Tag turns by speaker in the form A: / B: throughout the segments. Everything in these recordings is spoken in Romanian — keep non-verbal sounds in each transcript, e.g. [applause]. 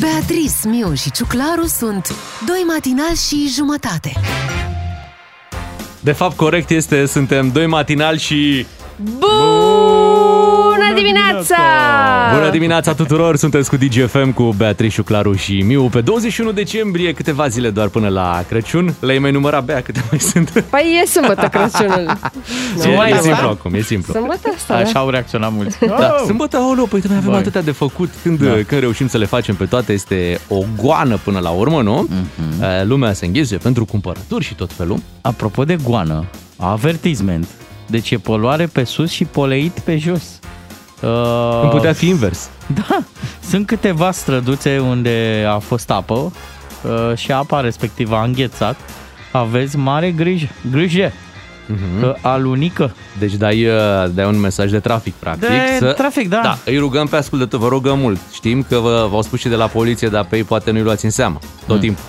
A: Beatriz, Miu și Ciuclaru sunt doi matinal și jumătate.
B: De fapt, corect este, suntem doi matinal și...
C: Bună dimineața! Ah.
B: Bună dimineața tuturor! Sunteți cu DGFM cu Beatrice, Claru și Miu pe 21 decembrie, câteva zile doar până la Crăciun. Le-ai mai numărat, Bea, câte mai sunt?
C: Păi e sâmbătă
B: [laughs]
C: Crăciunul.
B: E,
D: mai
B: e
D: asta?
B: simplu acum, e simplu.
C: Sâmbătă asta,
D: Așa
C: Așa.
D: au reacționat mulți.
B: Da. Sâmbătă, aoleu, păi noi avem
D: Vai.
B: atâtea de făcut. Când,
D: Da.
B: când reușim să le facem pe toate, este o goană până la urmă, nu?
D: Mhm.
B: Mm-hmm. Lumea se înghezuie pentru cumpărături și tot felul.
D: Apropo de goană, avertisment. Deci e poluare pe sus și poleit pe jos. Uh,
B: Când putea fi invers.
D: [laughs] Da, sunt câteva străduțe unde a fost apă uh, și apa respectivă a înghețat. Aveți mare grijă, grijă, că alunică.
B: Mhm. Deci dai, uh, dai un mesaj de trafic, practic.
D: De
B: să...
D: trafic, da.
B: Da, îi rugăm pe ascultători, vă rugăm mult. Știm că vă, v-au spus și de la poliție, dar pe ei poate nu-i luați în seamă.
D: Mm.
B: Tot timpul.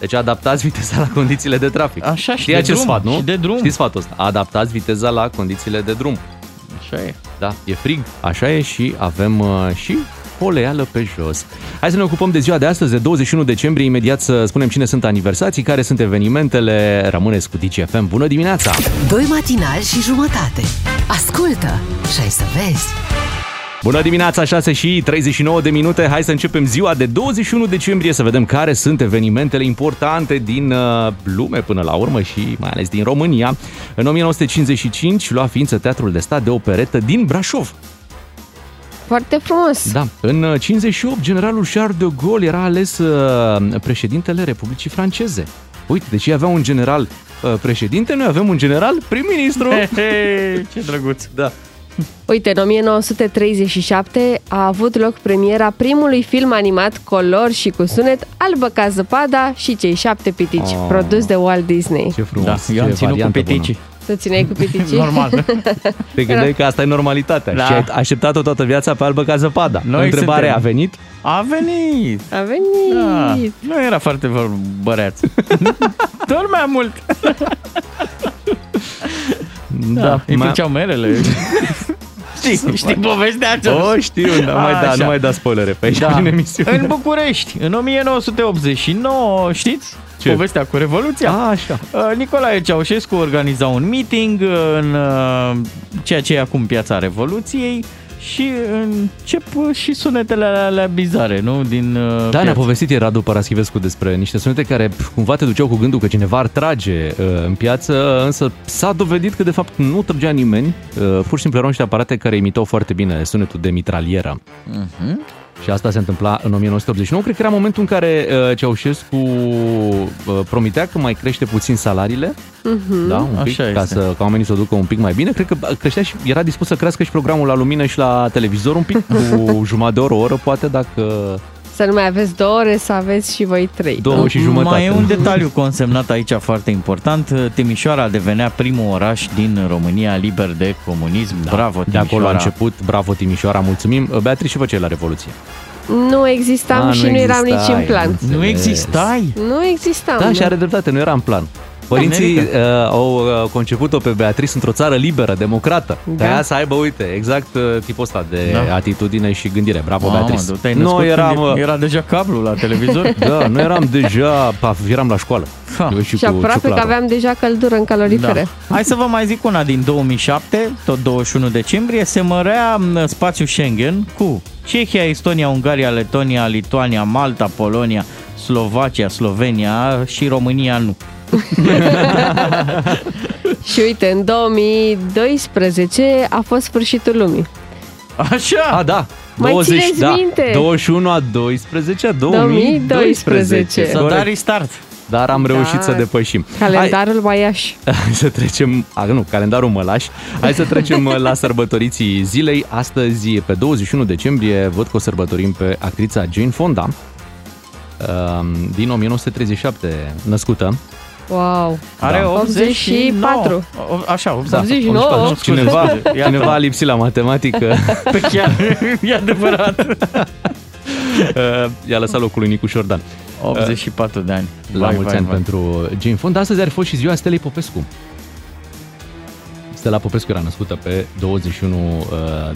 B: Deci adaptați viteza la condițiile de trafic.
D: Așa și
B: Știi
D: de
B: acest
D: drum,
B: sfat, nu?
D: și de drum.
B: Știi sfatul ăsta. Adaptați viteza la condițiile de drum.
D: Așa e.
B: Da, e frig, așa e și avem uh, și poleală pe jos. Hai să ne ocupăm de ziua de astăzi, de 21 decembrie, imediat să spunem cine sunt aniversații, care sunt evenimentele. Rămâneți cu DGFM. Bună dimineața!
A: Doi matinal și jumătate. Ascultă și ai să vezi.
B: Bună dimineața, 6 și 39 de minute. Hai să începem ziua de 21 decembrie să vedem care sunt evenimentele importante din uh, lume până la urmă și mai ales din România. În 1955 lua ființă Teatrul de Stat de Operetă din Brașov.
C: Foarte frumos.
B: Da. În uh, 58 generalul Charles de Gaulle era ales uh, președintele Republicii Franceze. Uite, deci ei aveau un general uh, președinte, noi avem un general prim-ministru.
D: ce drăguț.
B: da.
C: Uite, în 1937 a avut loc premiera primului film animat color și cu sunet Albă ca zăpada și cei șapte pitici,
B: Oh.
C: produs de Walt Disney.
B: Ce
D: Da,
B: frumos.
D: eu am ținut
B: ce
D: cu
B: variantă bună.
D: peticii.
C: Tu țineai cu piticii? [laughs]
D: Normal.
B: Te gândeai că asta e normalitatea da.
D: Da.
B: și ai așteptat-o toată viața pe albă ca zăpada.
D: Noi
B: da. Întrebarea
D: suntem.
B: a venit?
D: A venit.
C: A venit!
D: Da. Nu era foarte vă- băreaț.
B: [laughs]
D: Tot mai mult. Da, îi
B: mai...
D: făceau
B: [laughs]
D: merele. știi, știi povestea aceasta.
B: O, știu, nu mai,
D: A,
B: da,
D: așa.
B: nu mai da spoilere pe aici da. prin emisiune.
D: În București, în 1989, știți?
B: Ce?
D: Povestea cu Revoluția.
B: A, așa.
D: Uh, Nicolae Ceaușescu organiza un meeting uh, în uh, ceea ce e acum Piața Revoluției și încep uh, și sunetele alea, alea bizare, nu? Din uh,
B: Da, ne-a
D: piață.
B: povestit ieri Radu Paraschivescu despre niște sunete care pf, cumva te duceau cu gândul că cineva ar trage uh, în piață, însă s-a dovedit că de fapt nu trăgea nimeni, uh, pur și simplu erau niște aparate care imitau foarte bine sunetul de mitralieră.
D: Mhm.
B: Și asta se întâmpla în 1989. Cred că era momentul în care uh, Ceaușescu uh, promitea că mai crește puțin salariile, uh-huh. da, un pic,
D: Așa
B: ca,
D: este.
B: să, ca oamenii să o ducă un pic mai bine. Cred că bă, creștea și era dispus să crească și programul la lumină și la televizor un pic,
D: [laughs]
B: cu jumătate de oră, o oră, poate, dacă
C: Să nu mai aveți două ore, să aveți și voi trei.
B: două și jumătate.
D: Mai e un detaliu consemnat aici foarte important. Uh, Timișoara devenea primul oraș din România liber de comunism. Da, Bravo,
B: De
D: Timișoara.
B: acolo a început, bravo Timișoara, mulțumim. Beatrice, vă ce e la Revoluție?
C: Nu existam
B: Ah,
C: și nu, eram
B: exista,
C: nici
B: ai,
C: în plan.
D: Nu
B: înțeles.
D: existai?
C: Nu existam.
B: Da,
C: nu.
B: și are dreptate, nu era în plan. Părinții uh, au uh, conceput-o pe Beatrice într-o țară liberă, democrată. Da. De aia să aibă, uite, exact uh, tipul ăsta de da.
D: Da.
B: atitudine și gândire. Bravo,
D: Mamă,
B: Beatrice.
D: tu te-ai
B: Noi
D: născut
B: eram...
D: când
B: uh,
D: Era deja cablu la televizor.
B: [laughs] Da, noi eram deja... Pa, eram la școală.
D: Ha.
B: Eu
C: Și
B: cu
C: aproape că
B: Ciuclaru.
C: aveam deja căldură în calorifere. Da.
D: Hai să vă mai zic una din 2007, tot 21 decembrie, se mărea m, spațiul Schengen cu Cehia, Estonia, Ungaria, Letonia, Lituania, Malta, Polonia, Slovacia, Slovenia și România nu.
C: [laughs] Și uite, în 2012 a fost sfârșitul lumii.
D: Așa!
B: A, da.
C: Mai
B: 20,
C: țineți
B: da,
C: minte?
B: 21 a 12 2012.
C: 2012.
D: Să
B: Corect.
D: da restart.
B: Dar am reușit
C: Da.
B: să depășim. Hai-
C: Calendarul Maiaș.
B: Hai [laughs] să trecem, a, nu, calendarul mă lași. Hai să
C: [laughs]
B: trecem la sărbătoriții zilei. Astăzi, pe 21 decembrie, văd că o sărbătorim pe actrița Jane Fonda, um, din 1937 născută.
C: Wow.
D: Are
B: Da.
D: 84.
C: 84.
D: Așa, 80.
C: 89.
D: Nu, scuze,
B: Cineva,
D: scuze, iată.
B: cineva a lipsit la matematică.
C: [laughs]
D: Pe Păi chiar, e adevărat.
B: [laughs] Uh, I-a lăsat locul lui Nicu Șordan. Uh,
D: 84 de ani.
B: La
D: Vai,
B: mulți
D: vai,
B: ani
D: vai.
B: pentru Jane Fonda. Astăzi ar fi fost și ziua Stelei Popescu. Stela Popescu era născută pe 21 uh,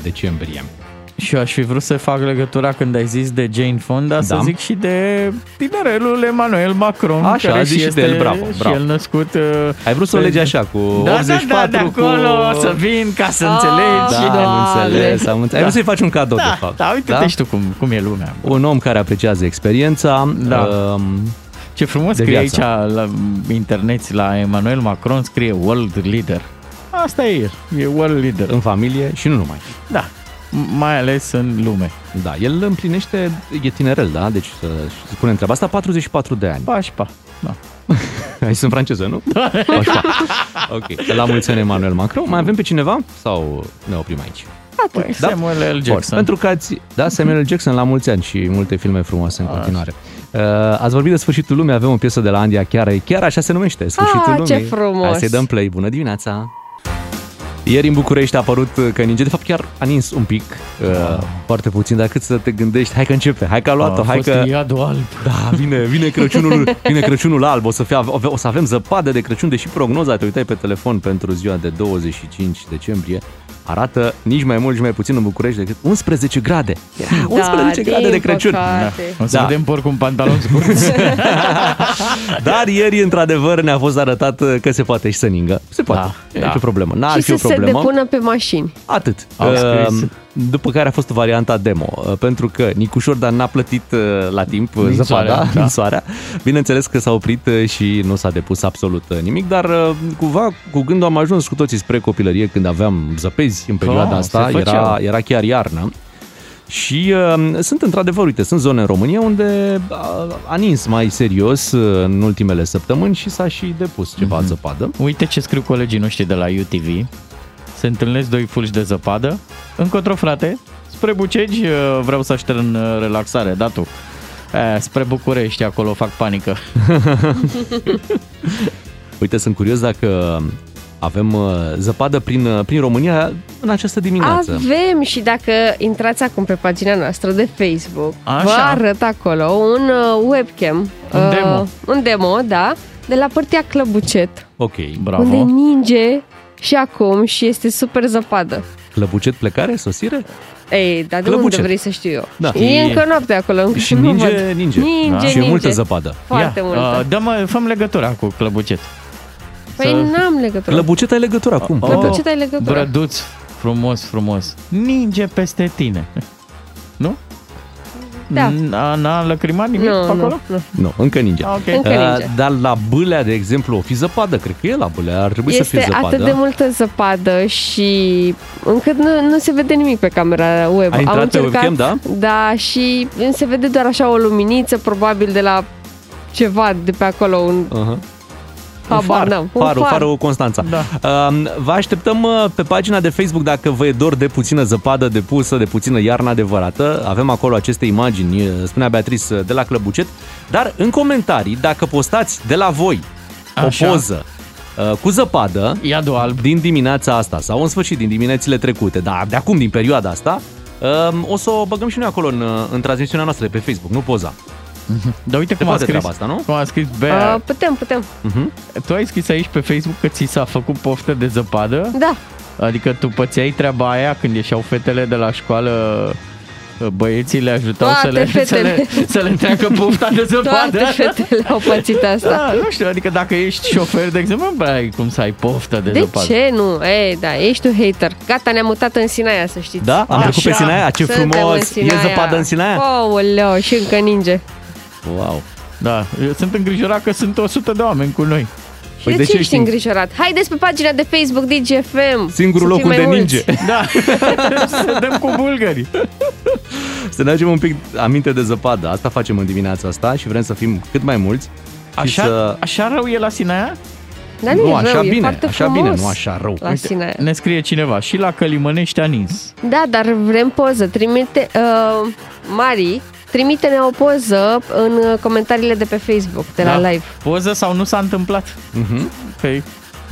B: decembrie.
D: Și eu aș fi vrut să fac legătura când ai zis de Jane Fonda, da. să
B: Da.
D: zic și de tinerelul Emmanuel Macron,
B: Așa,
D: care
B: a zis
D: și
B: și
D: este
B: de el, bravo,
D: și
B: bravo.
D: el născut... uh,
B: Ai vrut să o
D: pe-
B: legi așa, cu
D: da,
B: 84,
D: da, da, de acolo
B: cu...
D: o să vin ca să
C: Ah,
D: înțelegi.
B: Da,
D: și de-
B: am înțeles, am înțeles. Ai vrut să-i faci un cadou, de
D: Da,
B: fapt.
D: da, uite-te și tu cum, cum e lumea.
B: Un om care apreciază experiența.
D: Da.
B: Um,
D: Ce frumos
B: De
D: scrie aici
B: viață.
D: la internet, la Emmanuel Macron, scrie world leader. Asta e el, e world leader.
B: în familie și nu numai.
D: Da, mai ales în lume.
B: Da, el împlinește, e tinerel, da? Deci să să spunem treaba asta, 44 de ani.
D: Pașpa,
B: [laughs]
D: da.
B: Aici sunt franceză, nu? Așa. Ok, la mulți ani Emmanuel Macron. Mai avem pe cineva? Sau ne oprim aici?
D: Păi,
B: da.
D: Samuel L. Jackson.
B: Bun, Pentru că ați... Da, Samuel L. Jackson la mulți ani și multe filme frumoase în continuare. Uh, ați vorbit de Sfârșitul Lumii, avem o piesă de la Andia chiar, chiar așa se numește, Sfârșitul
C: Ah,
B: Lumii.
C: ce frumos!
B: Hai să-i dăm play. Bună dimineața! Ieri în București a apărut uh, că ninge, de fapt chiar a nins un pic, uh, foarte puțin, dar cât să te gândești, hai că începe, hai că a luat-o,
D: a
B: hai
D: fost
B: că...
D: iadul alb.
B: Adică- Da, vine, vine,
D: [laughs]
B: Crăciunul, vine [laughs] Crăciunul alb, o să, fie, o să avem zăpadă de Crăciun, deși prognoza, te uitai pe telefon pentru ziua de 25 decembrie, arată nici mai mult, nici mai puțin în București decât 11 grade. Era 11
C: din
B: grade de Crăciun.
C: păcate.
D: Da. O să
B: Da.
D: vedem porc cu un pantalon
B: [laughs]
D: scurt.
B: Dar ieri, într-adevăr, ne-a fost arătat uh, că se poate și să ningă. Se poate.
D: Da,
B: Da, e
D: da.
B: da. o problemă. N-ar
C: Și
B: fi o
C: să se
B: problemă.
C: depună pe mașini.
B: Atât.
D: Au
B: Uh,
D: scris.
B: După care a fost varianta demo, uh, pentru că Nicușor Dan n-a plătit uh, la timp uh,
D: Din
B: zăpada,
D: soarea,
B: soarea,
D: da.
B: da. soarea. Bineînțeles că s-a oprit uh, și nu s-a depus absolut uh, nimic, dar uh, cumva cu gândul am ajuns cu toții spre copilărie când aveam zăpezi în perioada
D: Clar,
B: asta,
D: Ah, se făceau.
B: era, era chiar iarnă. Și uh, sunt într-adevăr, uite, sunt zone în România unde uh, a nins mai serios uh, în ultimele săptămâni și s-a și depus ceva mm-hmm. zăpadă.
D: Mhm. Uite ce scriu colegii noștri de la UTV. Se întâlnesc doi fulgi de zăpadă. Încotro, frate, spre Bucegi uh, vreau să aștern uh, relaxare, da tu. Eh, Spre București, acolo fac panică.
B: Uite, sunt curios dacă avem uh, zăpadă prin, uh, prin România în această dimineață.
C: Avem și dacă intrați acum pe pagina noastră de Facebook,
D: Așa.
C: vă arăt acolo un uh, webcam. uh,
D: Un demo.
C: Un demo, da, de la partea Clăbucet,
B: Ok.
D: Bravo.
C: unde ninge și acum și este super zăpadă.
B: Clăbucet plecare, sosire?
C: Ei, dar de
B: Clăbucet.
C: unde vrei să știu eu?
B: Da.
C: E încă noapte acolo.
D: [laughs]
C: Încă
B: Și
C: Păi nu
B: ninge,
C: văd.
B: ninge. Da.
C: Ninge,
B: Și
C: ninge.
B: multă zăpadă.
C: Foarte multă.
D: Da. uh, Dă-mă, fă legătura cu Clăbucet.
C: păi
D: să-
C: n-am legătură.
B: Clăbucet ai legătura acum.
D: Oh.
B: Uite.
C: Clăbucet ai legătură.
D: Brăduț, frumos, frumos. Ninge peste tine. Nu?
C: Da.
D: N-a, n-a lăcrimat nimic pe
C: nu,
D: acolo?
C: nu, nu.
B: Nu, încă ninge.
D: Ah, ok.
C: Încă ninge.
B: dar la Bâlea, de exemplu, o fi zăpadă, cred că e la Bâlea, ar trebui să
C: Este
B: fie zăpadă.
C: atât de multă zăpadă și încât nu, nu se vede nimic pe camera web.
B: A intrat
C: Am
B: pe
C: încercat,
B: webcam, da?
C: Da, și se vede doar așa o luminiță, probabil de la ceva de pe acolo, un
B: Uh-huh.
C: habar n-am. Un
B: farul,
C: far. Uh,
B: farul Constanța.
D: Da.
B: Um, Vă așteptăm uh, pe pagina de Facebook dacă vă e dor de puțină zăpadă depusă, de puțină iarnă adevărată. Avem acolo aceste imagini, uh, spunea Beatriz, uh, de la Clăbucet. Dar în comentarii, dacă postați de la voi
D: Așa.
B: o poză uh, cu zăpadă
D: Iadul alb.
B: din dimineața asta sau în sfârșit din diminețile trecute, dar de acum, din perioada asta, um, o să o băgăm și noi acolo în, uh, în transmisiunea noastră de pe Facebook, nu poza.
D: Dar uite cum a
B: poate
D: scris,
B: treaba asta, nu?
D: cum a scris Bea.
C: Uh, putem, putem.
D: Mhm. Tu ai scris aici pe Facebook că ți s-a făcut poftă de zăpadă?
C: Da.
D: Adică tu pățeai treaba aia când ieșeau fetele de la școală băieții le ajutau să
C: Toate
D: le, [laughs] să, le,
C: fetele.
D: să le treacă pofta de zăpadă.
C: Toate fetele au pățit asta.
D: Da, nu știu, adică dacă ești șofer, de exemplu, bă, ai cum să ai poftă de,
C: De
D: zăpadă.
C: ce nu? Ei, da, ești un hater. Gata, ne-am mutat în Sinaia, să știți.
B: Da? Am trecut pe
D: Așa.
B: Sinaia? Ce
C: Suntem în
B: frumos! E
C: Sinaia.
B: zăpadă în Sinaia? Păi
C: Ouleu, și încă ninge.
B: Wow!
D: Da, eu sunt îngrijorat că sunt 100 de oameni cu noi.
C: Și
B: Păi
C: de,
B: de
C: ce
B: ce
C: ești
B: ești-
C: îngrijorat? Haideți pe pagina de Facebook DGFM.
B: Singurul
C: să
B: loc
C: fim mai
B: unde
C: mulți.
B: ninge.
D: Da, [laughs] să dăm cu bulgării.
B: Să ne aducem un pic aminte de zăpadă. Asta facem în dimineața asta și vrem să fim cât mai mulți. și
D: Așa,
B: Să...
D: așa rău e la Sinaia?
C: Dar nu,
B: Deci, uh, Nu,
C: e
B: așa
C: rău, e
B: bine,
C: foarte
B: așa
C: frumos
B: bine, nu așa rău.
C: La
D: Uite,
C: Sinaia.
D: Ne scrie cineva și la Călimănești a nins.
C: Da, dar vrem poză. Trimite, uh, Mari, trimite-ne o poză în uh, comentariile de pe Facebook, de la
D: Da.
C: live.
D: Poză sau nu s-a întâmplat?
B: Uh-huh.
D: Păi,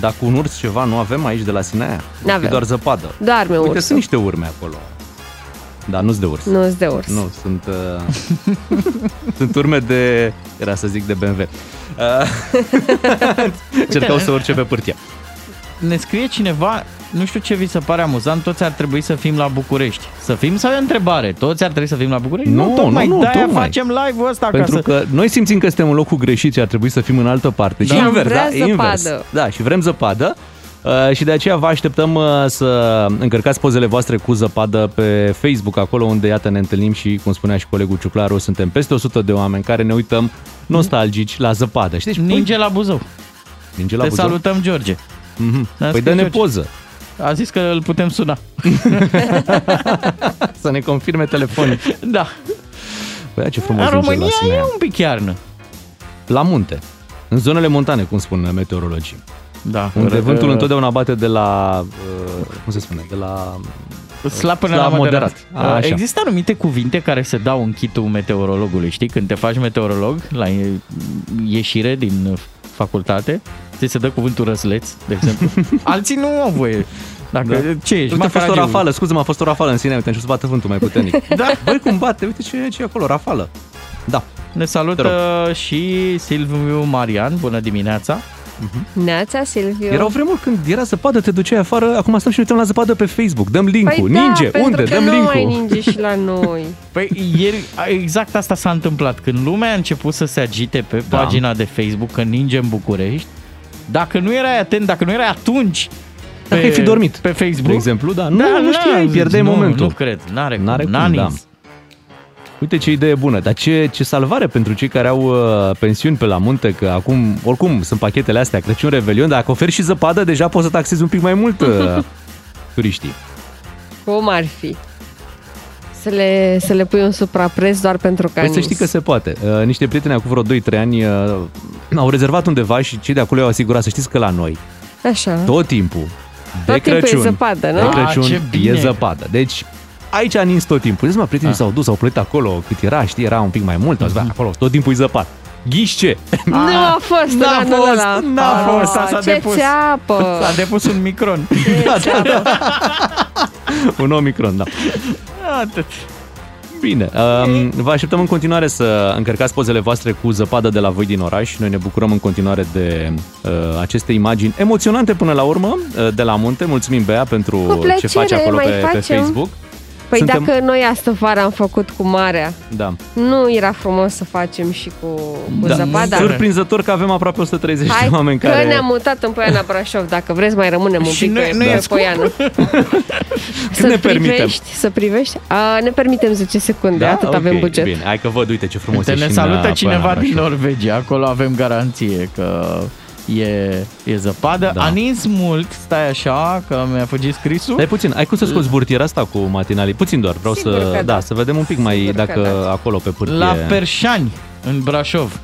B: Dar cu un urs ceva nu avem aici de la Sinaia.
C: N-avem.
B: E doar zăpadă.
C: Doarme
B: Uite,
C: ursul.
B: sunt niște urme acolo. Dar nu-s de urs.
C: Nu de urs.
B: Nu, sunt, uh, [laughs] sunt urme de, era să zic, de BMW. Uh, Cercau să urce pe pârtie.
D: ne scrie cineva, nu știu ce vi se pare amuzant, toți ar trebui să fim la București. Să fim sau e o întrebare? Toți ar trebui să fim la București?
B: Nu,
D: tocmai
B: nu, nu,
D: de-aia
B: tocmai.
D: facem live-ul ăsta
B: Pentru
D: ca să...
B: că noi simțim că suntem în locul greșit și ar trebui să fim în altă parte.
C: Și
B: Și
C: am
B: invers,
C: vrea
B: da? Invers.
C: zăpadă.
B: Da, și vrem zăpadă. Uh, și de aceea vă așteptăm uh, să încărcați pozele voastre cu zăpadă pe Facebook, acolo unde, iată, ne întâlnim și, cum spunea și colegul Ciuclaru, suntem peste 100 de oameni care ne uităm nostalgici la zăpadă. Știi? Și
D: Ninge la Buzău.
B: pui- ninge la
D: Te
B: Buzău.
D: salutăm, George.
B: Mhm.
D: Ne-a
B: Păi
D: scris
B: dă-ne
D: George.
B: poză [laughs]
D: A zis că îl putem suna.
B: să ne confirme telefonul.
D: [laughs] Da.
B: Băi, ce frumos
D: În
B: ninge
D: România
B: la Sinaia.
D: e un pic iarnă.
B: La munte, în zonele montane, cum spun meteorologii.
D: Da.
B: Unde
D: Ră-
B: vântul întotdeauna bate de la, uh, cum se spune, de la
D: Slab până
B: slab
D: la moderat.
B: moderat. A, așa.
D: Există anumite cuvinte care se dau în chitul meteorologului, știi? Când te faci meteorolog la ie- ieșire din facultate, ți se dă cuvântul răsleț, de exemplu. [laughs] Alții nu au voie. Dacă, da. Ce ești?
B: Uite, a fost o
D: macaragiu.
B: rafală, scuze mă a fost o rafală în sine, uite, am început să bată vântul mai
D: [laughs]
B: puternic. da. Băi, cum bate, uite ce, ce e acolo, rafală. Da.
D: Ne salută și Silviu Marian, bună dimineața.
B: Mhm.
C: Neața, Silviu.
B: Erau vremuri când era zăpadă, te duceai afară, acum stăm și ne uităm la zăpadă pe Facebook. Dăm
C: păi
B: link-ul,
C: da,
B: ninge,
C: pentru
B: unde,
C: că
B: dăm
C: nu
B: link-ul.
C: mai ninge și
B: [laughs]
C: la noi.
D: Păi ieri exact asta s-a întâmplat. Când lumea a început să se agite pe
B: Da.
D: da. pagina de Facebook că ninge în București, dacă nu erai atent, dacă nu erai atunci pe,
B: Dacă ai fi dormit,
D: pe Facebook,
B: de exemplu, da. Nu, nu știai,
D: zici,
B: pierdeai
D: nu,
B: momentul.
D: Nu cred, n-are,
B: N-are cum,
D: cum, n-a
B: da.
D: nins.
B: Uite ce idee bună, dar ce, ce salvare pentru cei care au uh, pensiuni pe la munte, că acum, oricum, sunt pachetele astea, Crăciun, Revelion, dar dacă oferi și zăpadă, deja poți să taxezi un pic mai mult
C: [laughs]
B: uh, turiștii.
C: Cum ar fi? Să le, să le pui un suprapreț doar pentru că a
B: Păi să
C: nins.
B: știi că se poate. Uh, niște prieteni acum vreo 2-3 ani uh, au rezervat undeva și cei de acolo i-au asigurat, să știți că la noi,
C: Așa.
B: tot timpul, de
C: Ah. Tot timpul e
B: Crăciun,
C: zăpadă, nu?
B: de
D: Ah,
B: Crăciun
D: ce bine. Ah.
B: e zăpadă. Deci, aici a nins tot timpul. Zici, mă, prietenii s-au dus, au plătit acolo cât era, știi, era un pic mai mult, au zis, "Bă,
D: Mhm.
B: acolo, tot timpul e zăpadă. Ghiși ce?
C: Nu a fost
B: Ah, N-a
C: la- la- la-
B: fost,
C: la-
B: n-a
C: Ah,
D: fost, asta s-a
C: Ce
D: depus.
C: țeapă!
D: S-a depus un micron.
B: [laughs]
D: [laughs]
B: un omicron, da.
D: Atât.
B: Bine, um, vă așteptăm în continuare să încărcați pozele voastre cu zăpadă de la voi din oraș. Noi ne bucurăm în continuare de uh, aceste imagini emoționante până la urmă uh, de la munte. Mulțumim, Bea, pentru
C: Cu plăcere,
B: ce faci acolo
C: mai
B: pe, pe
C: facem.
B: Facebook.
C: Păi
B: Suntem-
C: dacă noi astă vară am făcut cu marea,
B: Da.
C: nu era frumos să facem și cu, cu
B: da.
C: zăpada?
B: Surprinzător că avem aproape 130
C: Hai
B: de oameni
C: că
B: care...
C: ne-am mutat în Poiana Brașov, dacă vreți mai rămânem un
D: Și
C: pic
D: nu-
C: pe,
D: nu e
C: pe
D: scump?
B: [laughs]
C: Poiană. să
B: ne permitem?
C: privești, să privești. A, ne permitem 10 secunde,
B: da?
C: atât
B: Ok,
C: avem buget.
B: Bine, hai că văd, uite ce frumos
D: Te
B: e
D: ne
B: și în,
D: salută
B: uh,
D: cineva
B: Poiana
D: din
B: Brașov.
D: Norvegia, acolo avem garanție că e, e zăpadă.
B: Da.
D: Da. A nins mult, stai așa, că mi-a fugit scrisul.
B: Dar puțin, ai cum să scoți burtiera asta cu matinalii? Puțin doar, vreau
C: Sigur
B: să,
C: că
B: da,
C: da.
B: să vedem un pic mai
C: Sigur că
B: dacă
C: da.
B: acolo pe pârtie.
D: La Perșani, în Brașov.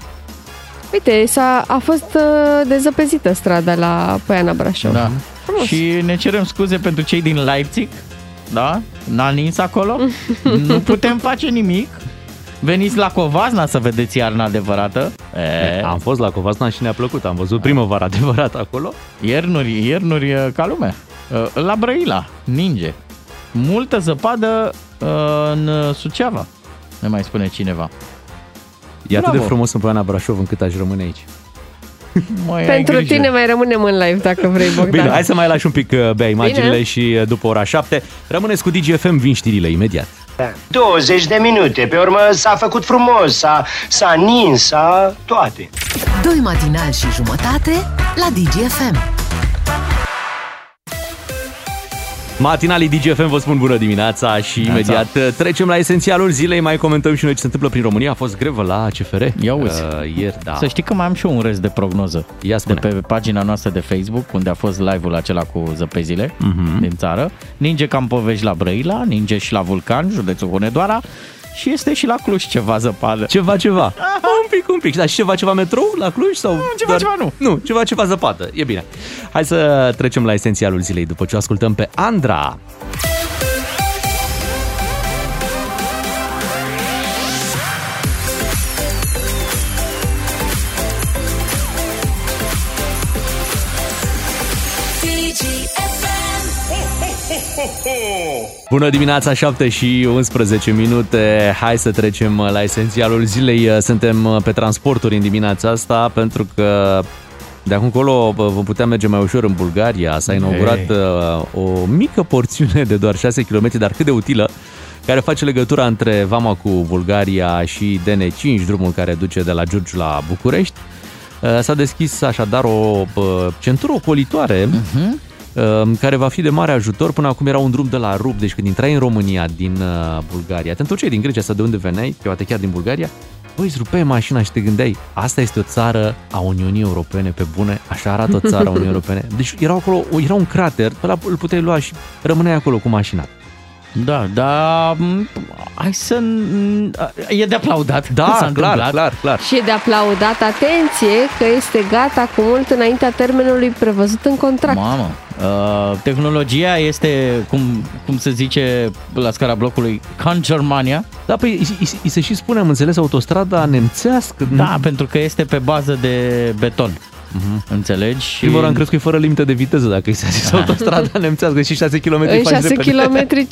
C: Uite, s-a, a fost uh, dezăpezită strada la Poiana Brașov.
D: Da.
C: Frumos.
D: Și ne cerem scuze pentru cei din Leipzig, da? N-a nins acolo. nu putem face nimic. Veniți la Covazna să vedeți iarna adevărată. E,
B: Am fost la Covasna și ne-a plăcut. Am văzut primăvara [laughs] adevărat acolo.
D: iernuri, iernuri e, ca lumea. E, La Brăila, ninge. Multă zăpadă e, în Suceava, ne mai spune cineva.
B: E atât de
D: Bravo.
B: frumos în Poiana Brașov încât aș rămâne aici.
D: Măi, ai
C: Pentru
D: grijă.
C: tine mai rămânem în live dacă vrei, Bogdan.
B: Bine, hai să mai lași un pic uh, bea imaginile
C: Bine.
B: și uh, după ora 7 rămâneți cu DGFM, vin știrile imediat.
E: 20 de minute, pe urmă s-a făcut frumos, s-a, s-a nins, s-a toate.
A: Doi matinali și jumătate la DGFM.
B: Matinalii DGFM vă spun bună dimineața și
D: Dimineața.
B: imediat uh, trecem la esențialul zilei, mai comentăm și noi ce se întâmplă prin România. A fost grevă la CFR
D: Ia uzi.
B: uh, ieri, da.
D: Să știi că mai am și eu un rest de prognoză.
B: Ia
D: de
B: spune.
D: pe pagina noastră de Facebook, unde a fost live-ul acela cu zăpezile
B: Mhm.
D: uh-huh. din țară. Ninge cam povești la Brăila, ninge și la Vulcan, județul Hunedoara, și este și la Cluj ceva zăpadă. Ce?
B: Ceva, ceva. Un pic, un pic. Dar și ceva, ceva metrou la Cluj? Sau
D: ceva, ceva nu.
B: Nu, ceva, ceva zăpadă. E bine. Hai să trecem la esențialul zilei după ce o ascultăm pe Andra. Bună dimineața, 7 și 11 minute. Hai să trecem la esențialul zilei. Suntem pe transporturi în dimineața asta pentru că De acum încolo bă, vom putea merge mai ușor în Bulgaria. S-a inaugurat
D: Hei.
B: uh, o mică porțiune de doar 6 km, dar cât de utilă, care face legătura între Vama cu Bulgaria și DN5, drumul care duce de la Giurgiu la București. Uh, S-a deschis așadar o bă, centură ocolitoare uh, care va fi de mare ajutor. Până acum era un drum de la Rup, deci când intrai în România din uh, Bulgaria, te întorceai din Grecia sau de unde veneai, poate chiar din Bulgaria, Băi, îți rupeai mașina și te gândeai, asta este o țară a Uniunii Europene, pe bune, așa arată o țară a Uniunii Europene. Deci era acolo, era un crater, pe ăla îl puteai lua și rămâneai acolo cu mașina.
D: Da, dar m, hai să... n- E de aplaudat. [laughs] că s-a
B: Da, clar,
D: întâmplat.
B: clar, clar.
C: Și e de aplaudat, atenție, că este gata cu mult înaintea termenului prevăzut în contract.
D: Mamă, uh, tehnologia este, cum, cum se zice la scara blocului, can Germania.
B: Da, păi i- i- i se și spune, am înțeles, autostrada nemțească.
D: Da, pentru că este pe bază de beton.
B: Mhm.
D: Uh-huh. Înțelegi? Și-
B: Primul oară am crezut că e fără limită de viteză, dacă i s-a
D: [laughs]
B: zis autostrada nemțească și 6 km
C: În
B: faci
C: 6
B: repede.
C: km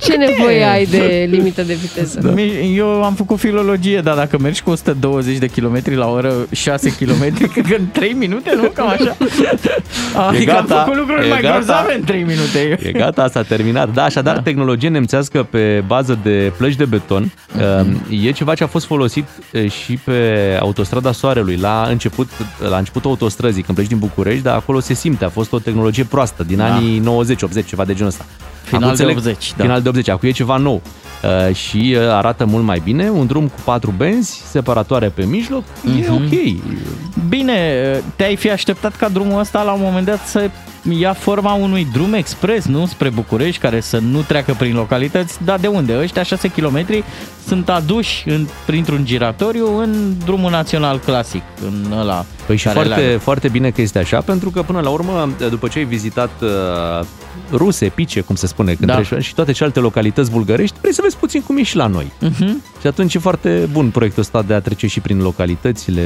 C: ce nevoie ai de limită de viteză?
D: Da. Eu am făcut filologie, dar dacă mergi cu 120 de km la oră, 6 km, [laughs] cred că în 3 minute, nu? Cam așa. Adică
B: gata,
D: am făcut lucruri
B: e
D: mai
B: gata.
D: grozave în 3 minute. Eu.
B: E gata, s-a terminat. Da, așadar, da. tehnologie nemțească pe bază de plăci de beton
D: Mhm.
B: uh, e ceva ce a fost folosit uh, și pe autostrada Soarelui, la început, la începutul autostrăzii, când pleci din București, dar acolo se simte, a fost o tehnologie proastă, din
D: Da.
B: anii 90-80, ceva de genul ăsta.
D: Final de 80, da.
B: Final de 80, acum e ceva nou uh, și uh, arată mult mai bine, un drum cu patru benzi, separatoare pe mijloc, e ok.
D: Bine, te-ai fi așteptat ca drumul ăsta la un moment dat să ia forma unui drum expres, nu? Spre București, care să nu treacă prin localități, dar de unde? Ăștia 6 km sunt aduși în, printr-un giratoriu în drumul național clasic, în ăla.
B: Păi și
D: care
B: foarte,
D: le-a-
B: foarte bine că este așa, pentru că până la urmă, după ce ai vizitat uh, ruse, pice, cum se spune, când
D: Da.
B: da. treci, și toate celelalte localități bulgărești, vrei să vezi puțin cum e și la noi.
F: Mhm.
D: Mm-hmm.
B: Uh-huh. Și atunci e foarte bun proiectul ăsta de a trece și prin localitățile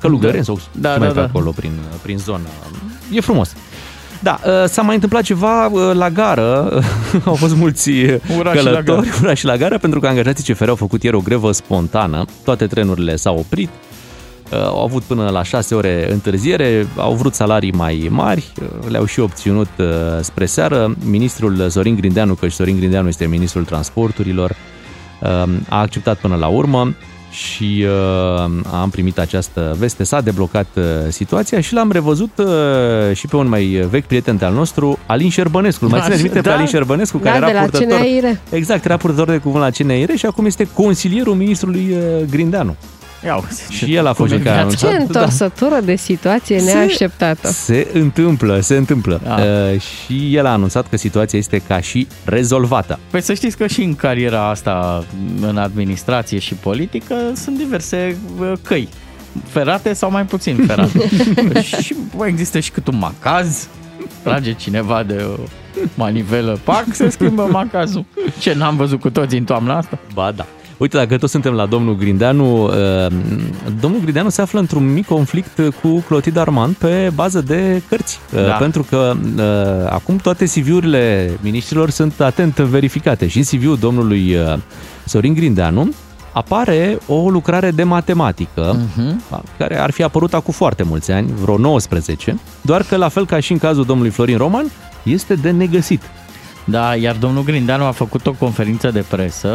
B: călugăreni sau
D: Da,
B: da,
D: da,
B: da, pe
D: da.
B: acolo, prin, prin zonă. E frumos. Da, uh, s-a mai întâmplat ceva uh, la gară, [laughs] au fost mulți uh,
D: Ura și la
B: călători,
D: gară.
B: ura și la gară, pentru că angajații CFR au făcut ieri o grevă spontană, toate trenurile s-au oprit, Uh, au avut până la 6 ore întârziere, au vrut salarii mai mari, uh, le-au și obținut uh, spre seară. Ministrul Zorin Grindeanu, că și Zorin Grindeanu este ministrul transporturilor, uh, a acceptat până la urmă și uh, am primit această veste. S-a deblocat uh, situația și l-am revăzut uh, și pe un mai vechi prieten al nostru, Alin Șerbănescu. Îl Mai
D: Da,
B: țineți minte pe
D: da.
B: Alin Șerbănescu, care era
C: Da, de la
B: purtător...
C: CNAIR.
B: Exact, era purtător de cuvânt la CNIR și acum este consilierul ministrului uh, Grindeanu.
D: Ia uite.
B: Și el a fost
D: Cum
B: cel
D: e
B: care a
D: viața?
B: anunțat.
C: Ce întorsătură de situație
B: Da. Se-
C: neașteptată.
B: Se întâmplă, se întâmplă.
D: Da.
B: Uh, și el a anunțat că situația este ca și rezolvată.
D: Păi să știți că și în cariera asta, în administrație și politică, sunt diverse uh, căi. Ferate sau mai puțin
B: [laughs]
D: ferate. și bă, există și cât un macaz, trage cineva de o manivelă, pac, se schimbă macazul. Ce n-am văzut cu toții în toamna asta?
B: Ba da. Uite, dacă tot suntem la domnul Grindeanu, uh, domnul Grindeanu se află într-un mic conflict cu Clotilde Armand pe bază de cărți. Uh,
D: Da.
B: Pentru că uh, acum toate CV-urile miniștrilor sunt atent verificate și în CV-ul domnului uh, Sorin Grindeanu apare o lucrare de matematică
D: Mhm.
B: uh-huh. care ar fi apărut acum foarte mulți ani, vreo 19, doar că la fel ca și în cazul domnului Florin Roman, este de negăsit.
D: Da, iar domnul Grindeanu a făcut o conferință de presă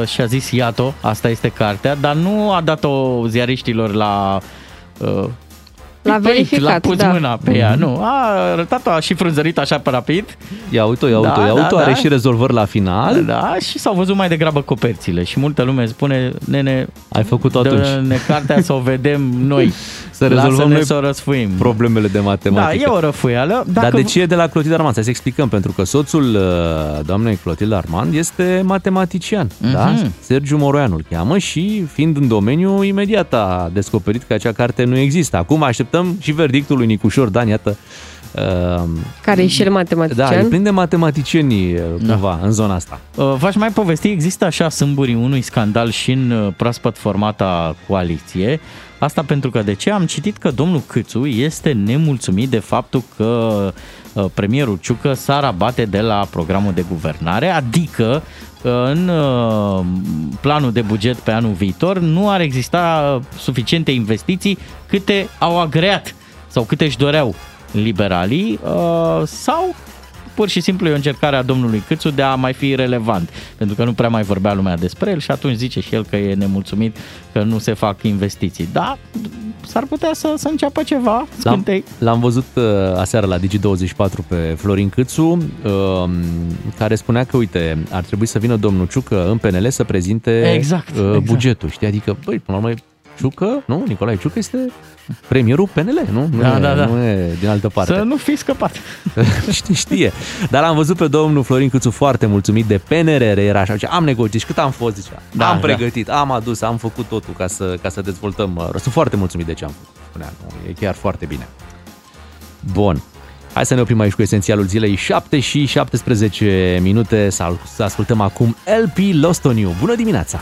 D: uh, și a zis, iată, asta este cartea, dar nu a dat-o ziariștilor la... uh,
C: L-a
F: Păi,
D: pipăit,
C: verificat,
D: l-a pus
C: da.
D: mâna pe
B: Mhm.
D: ea, nu. A arătat-o, a și frunzărit așa pe rapid.
B: Ia uite-o, ia
D: Da,
B: uite-o, ia
D: da,
B: uite-o, are
D: da.
B: și rezolvări la final.
D: Da, și s-au văzut mai degrabă coperțile. Și multă lume spune, nene,
B: Ai făcut-o atunci.
D: ne cartea să o vedem noi.
B: [laughs] Să rezolvăm
D: Lasă-ne
B: noi
D: să o răsfuim.
B: problemele de
D: da,
B: matematică.
D: e o răfuială.
B: Dar
D: Dacă
B: de ce e de la Clotilde Armand? Stai să explicăm, pentru că soțul uh, doamnei Clotilde Armand este matematician, mm-hmm. da?
D: Mhm.
B: Sergiu Moroian îl cheamă și, fiind în domeniu, imediat a descoperit că acea carte nu există. Acum așteptăm și verdictul lui Nicușor Dan, iată. Uh,
C: Care e și el
B: da, e
C: matematician.
B: plin de matematicieni uh,
D: Da.
B: cumva în zona asta.
D: Uh, V-aș mai povesti, există așa sâmburii unui scandal și în uh, proaspăt formata coaliție. Asta pentru că de ce? Am citit că domnul Câțu este nemulțumit de faptul că uh, premierul Ciucă s-a rabate de la programul de guvernare, adică uh, în uh, planul de buget pe anul viitor nu ar exista uh, suficiente investiții câte au agreat sau câte își doreau liberalii uh, sau pur și simplu e o încercare a domnului Câțu de a mai fi relevant, pentru că nu prea mai vorbea lumea despre el și atunci zice și el că e nemulțumit că nu se fac investiții. Da, s-ar putea să, să înceapă ceva,
B: L-am,
D: scântei.
B: l-am văzut uh, aseară la Digi24 pe Florin Câțu, uh, care spunea că, uite, ar trebui să vină domnul Ciucă în PNL să prezinte
D: Exact,
B: uh,
D: exact.
B: bugetul, știi? Adică, băi, până la urmă, e Ciucă, nu? Nicolae Ciucă este premierul PNL, nu? Nu,
D: Da,
B: e,
D: da, da.
B: nu e din altă parte.
D: Să nu fi
B: [laughs]
D: scăpat.
B: Știe, știe. Dar l-am văzut pe domnul Florin Câțu foarte mulțumit de PNRR, era așa, zice, am negociat, și cât am fost, zicea,
D: Da,
B: da, am
D: da.
B: pregătit, am adus, am făcut totul ca să, ca să dezvoltăm. uh, Sunt foarte mulțumit de ce am făcut, spunea, nu, e chiar foarte bine. Bun. Hai să ne oprim aici cu esențialul zilei 7 și 17 minute să al- să ascultăm acum LP Lost on You. Bună dimineața!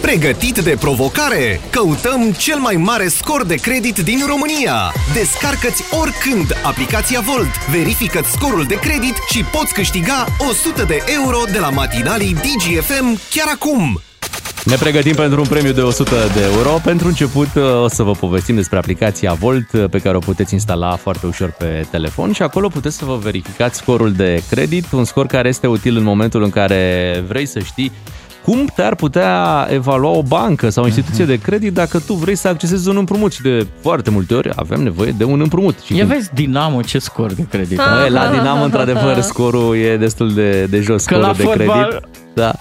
G: Pregătit de provocare? Căutăm cel mai mare scor de credit din România! Descarcă-ți oricând aplicația Volt, verifică-ți scorul de credit și poți câștiga 100 de euro de la matinalii DGFM chiar acum!
B: Ne pregătim pentru un premiu de 100 de euro. Pentru început uh, o să vă povestim despre aplicația Volt uh, pe care o puteți instala foarte ușor pe telefon și acolo puteți să vă verificați scorul de credit, un scor care este util în momentul în care vrei să știi cum te-ar putea evalua o bancă sau o
D: Mhm.
B: instituție de credit dacă tu vrei să accesezi un împrumut și de foarte multe ori avem nevoie de un împrumut. Și
D: Ia
B: când-
D: vezi Dinamo ce scor de credit.
C: Ah.
B: Băi, la Dinamo, într-adevăr, scorul e destul de, de jos,
D: Că
B: scorul
D: la
B: de
D: fotbal-
B: credit. Da.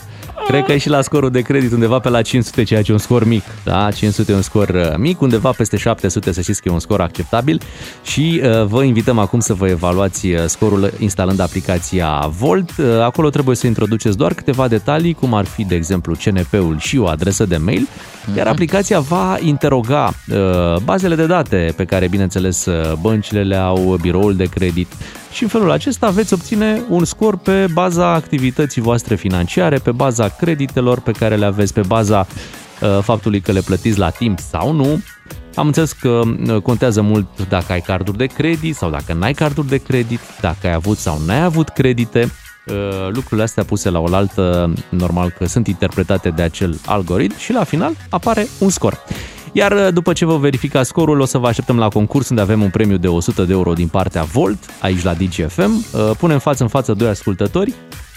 B: Cred că e și la scorul de credit undeva pe la 500, ceea ce e un scor mic. Da, 500 e un scor uh, mic, undeva peste 700 să știți că e un scor acceptabil și uh, vă invităm acum să vă evaluați uh, scorul instalând aplicația Volt. Uh, acolo trebuie să introduceți doar câteva detalii, cum ar fi, de exemplu, CNP-ul și o adresă de mail, iar aplicația va interoga uh, bazele de date pe care, bineînțeles, uh, băncile le au, biroul de credit, și în felul acesta veți obține un scor pe baza activității voastre financiare, pe baza creditelor pe care le aveți, pe baza uh, faptului că le plătiți la timp sau nu. Am înțeles că uh, contează mult dacă ai carduri de credit sau dacă n-ai carduri de credit, dacă ai avut sau n-ai avut credite. Uh, Lucrurile astea puse la oaltă, normal că sunt interpretate de acel algoritm și la final apare un scor. Iar uh, după ce vă verificați scorul, o să vă așteptăm la concurs unde avem un premiu de 100 de euro din partea Volt, aici la DGFM. Uh, Punem față în față doi ascultători,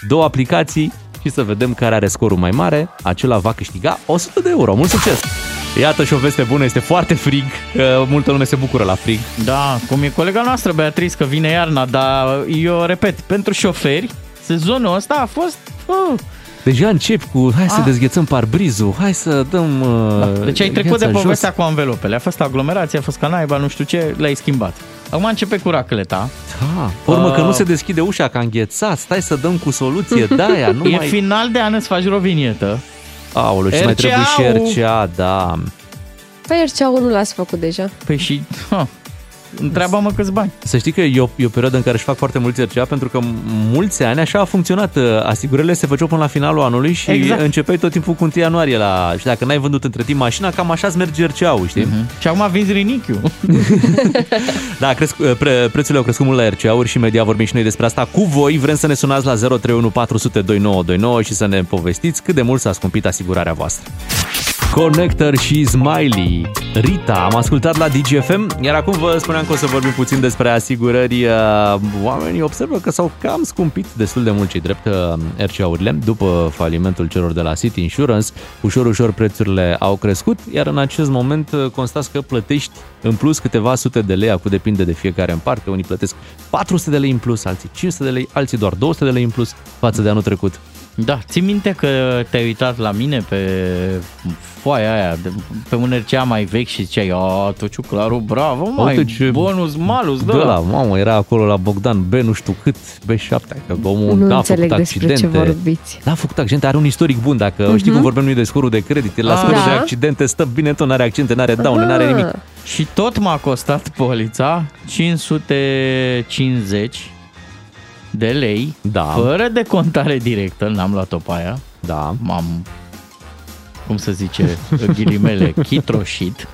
B: două aplicații și să vedem care are scorul mai mare. Acela va câștiga 100 de euro. Mult succes! Iată și o veste bună, este foarte frig, că multă lume se bucură la frig.
D: Da, cum e colega noastră, Beatriz, că vine iarna, dar eu repet, pentru șoferi, sezonul ăsta a fost... Uh,
B: Deja încep Deci, cu, hai să
D: Ah.
B: dezghețăm parbrizul, hai să dăm uh,
D: deci ai trecut de
B: gheața jos.
D: povestea cu anvelopele. A fost aglomerație, a fost ca naiba, nu știu ce, le-ai schimbat. Acum începe cu racleta.
B: Da, pe urmă că
D: Ah.
B: nu se deschide ușa, că a înghețat, stai să dăm cu soluție de aia, nu
D: [laughs] e
B: mai...
D: final de an, îți faci rovinietă.
B: Aoleu, și mai trebuie și
D: RCA-ul.
B: RCA, da.
C: Păi RCA-ul nu l-ați făcut deja.
D: Păi și... Ha, întreabă-mă câți bani.
B: Să știi că e o, e o perioadă în care își fac foarte mulți RCA pentru că mulți ani așa a funcționat. uh, Asigurările se făceau până la finalul anului și
D: Exact.
B: exact. începeai tot timpul cu 1 ianuarie la... Și dacă n-ai vândut între timp mașina, cam așa îți merge RCA-ul, știi? Uh-huh.
D: Și acum vinzi
B: [laughs]
D: rinichiu.
B: Da, cresc, pre, prețurile au crescut mult la RCA-uri și imediat vorbim și noi despre asta cu voi. Vrem să ne sunați la 031402929 și să ne povestiți cât de mult s-a scumpit asigurarea voastră. Connector și Smiley, Rita, am ascultat la DGFM, iar acum vă spuneam că o să vorbim puțin despre asigurări. Uh, Oamenii observă că s-au cam scumpit destul de mult cei drept uh, RCA-urile după falimentul celor de la City Insurance. Ușor, ușor prețurile au crescut, iar în acest moment uh, constați că plătești în plus câteva sute de lei, acum depinde de fiecare în parte. Unii plătesc 400 de lei în plus, alții 500 de lei, alții doar 200 de lei în plus față de anul trecut.
D: Da, ții minte că te-ai uitat la mine pe foaia aia, de, pe un RCA mai vechi și ziceai, a, tu ciuclaru, bravo, mai
B: Uite ce-
D: bonus, malus,
B: Da,
D: da.
B: la mamă, era acolo la Bogdan B, nu știu cât, B7, că omul
C: nu
B: da, a
C: înțeleg
B: făcut
C: despre
B: accidente.
C: ce vorbiți. Mhm.
B: Da, a făcut accidente, are un istoric bun, dacă știi cum vorbim noi de scorul de credit, el la
D: Ah.
B: scorul de
C: Da.
B: accidente stă bine tot, n-are accente, n-are daune, Da, n-are
C: Ah,
B: nimic.
D: Și tot m-a costat polița 550 de lei,
B: Da.
D: fără de contare directă, n-am luat-o pe aia,
B: Da.
D: m-am, cum să zice,
B: [laughs]
D: ghilimele, chitroșit,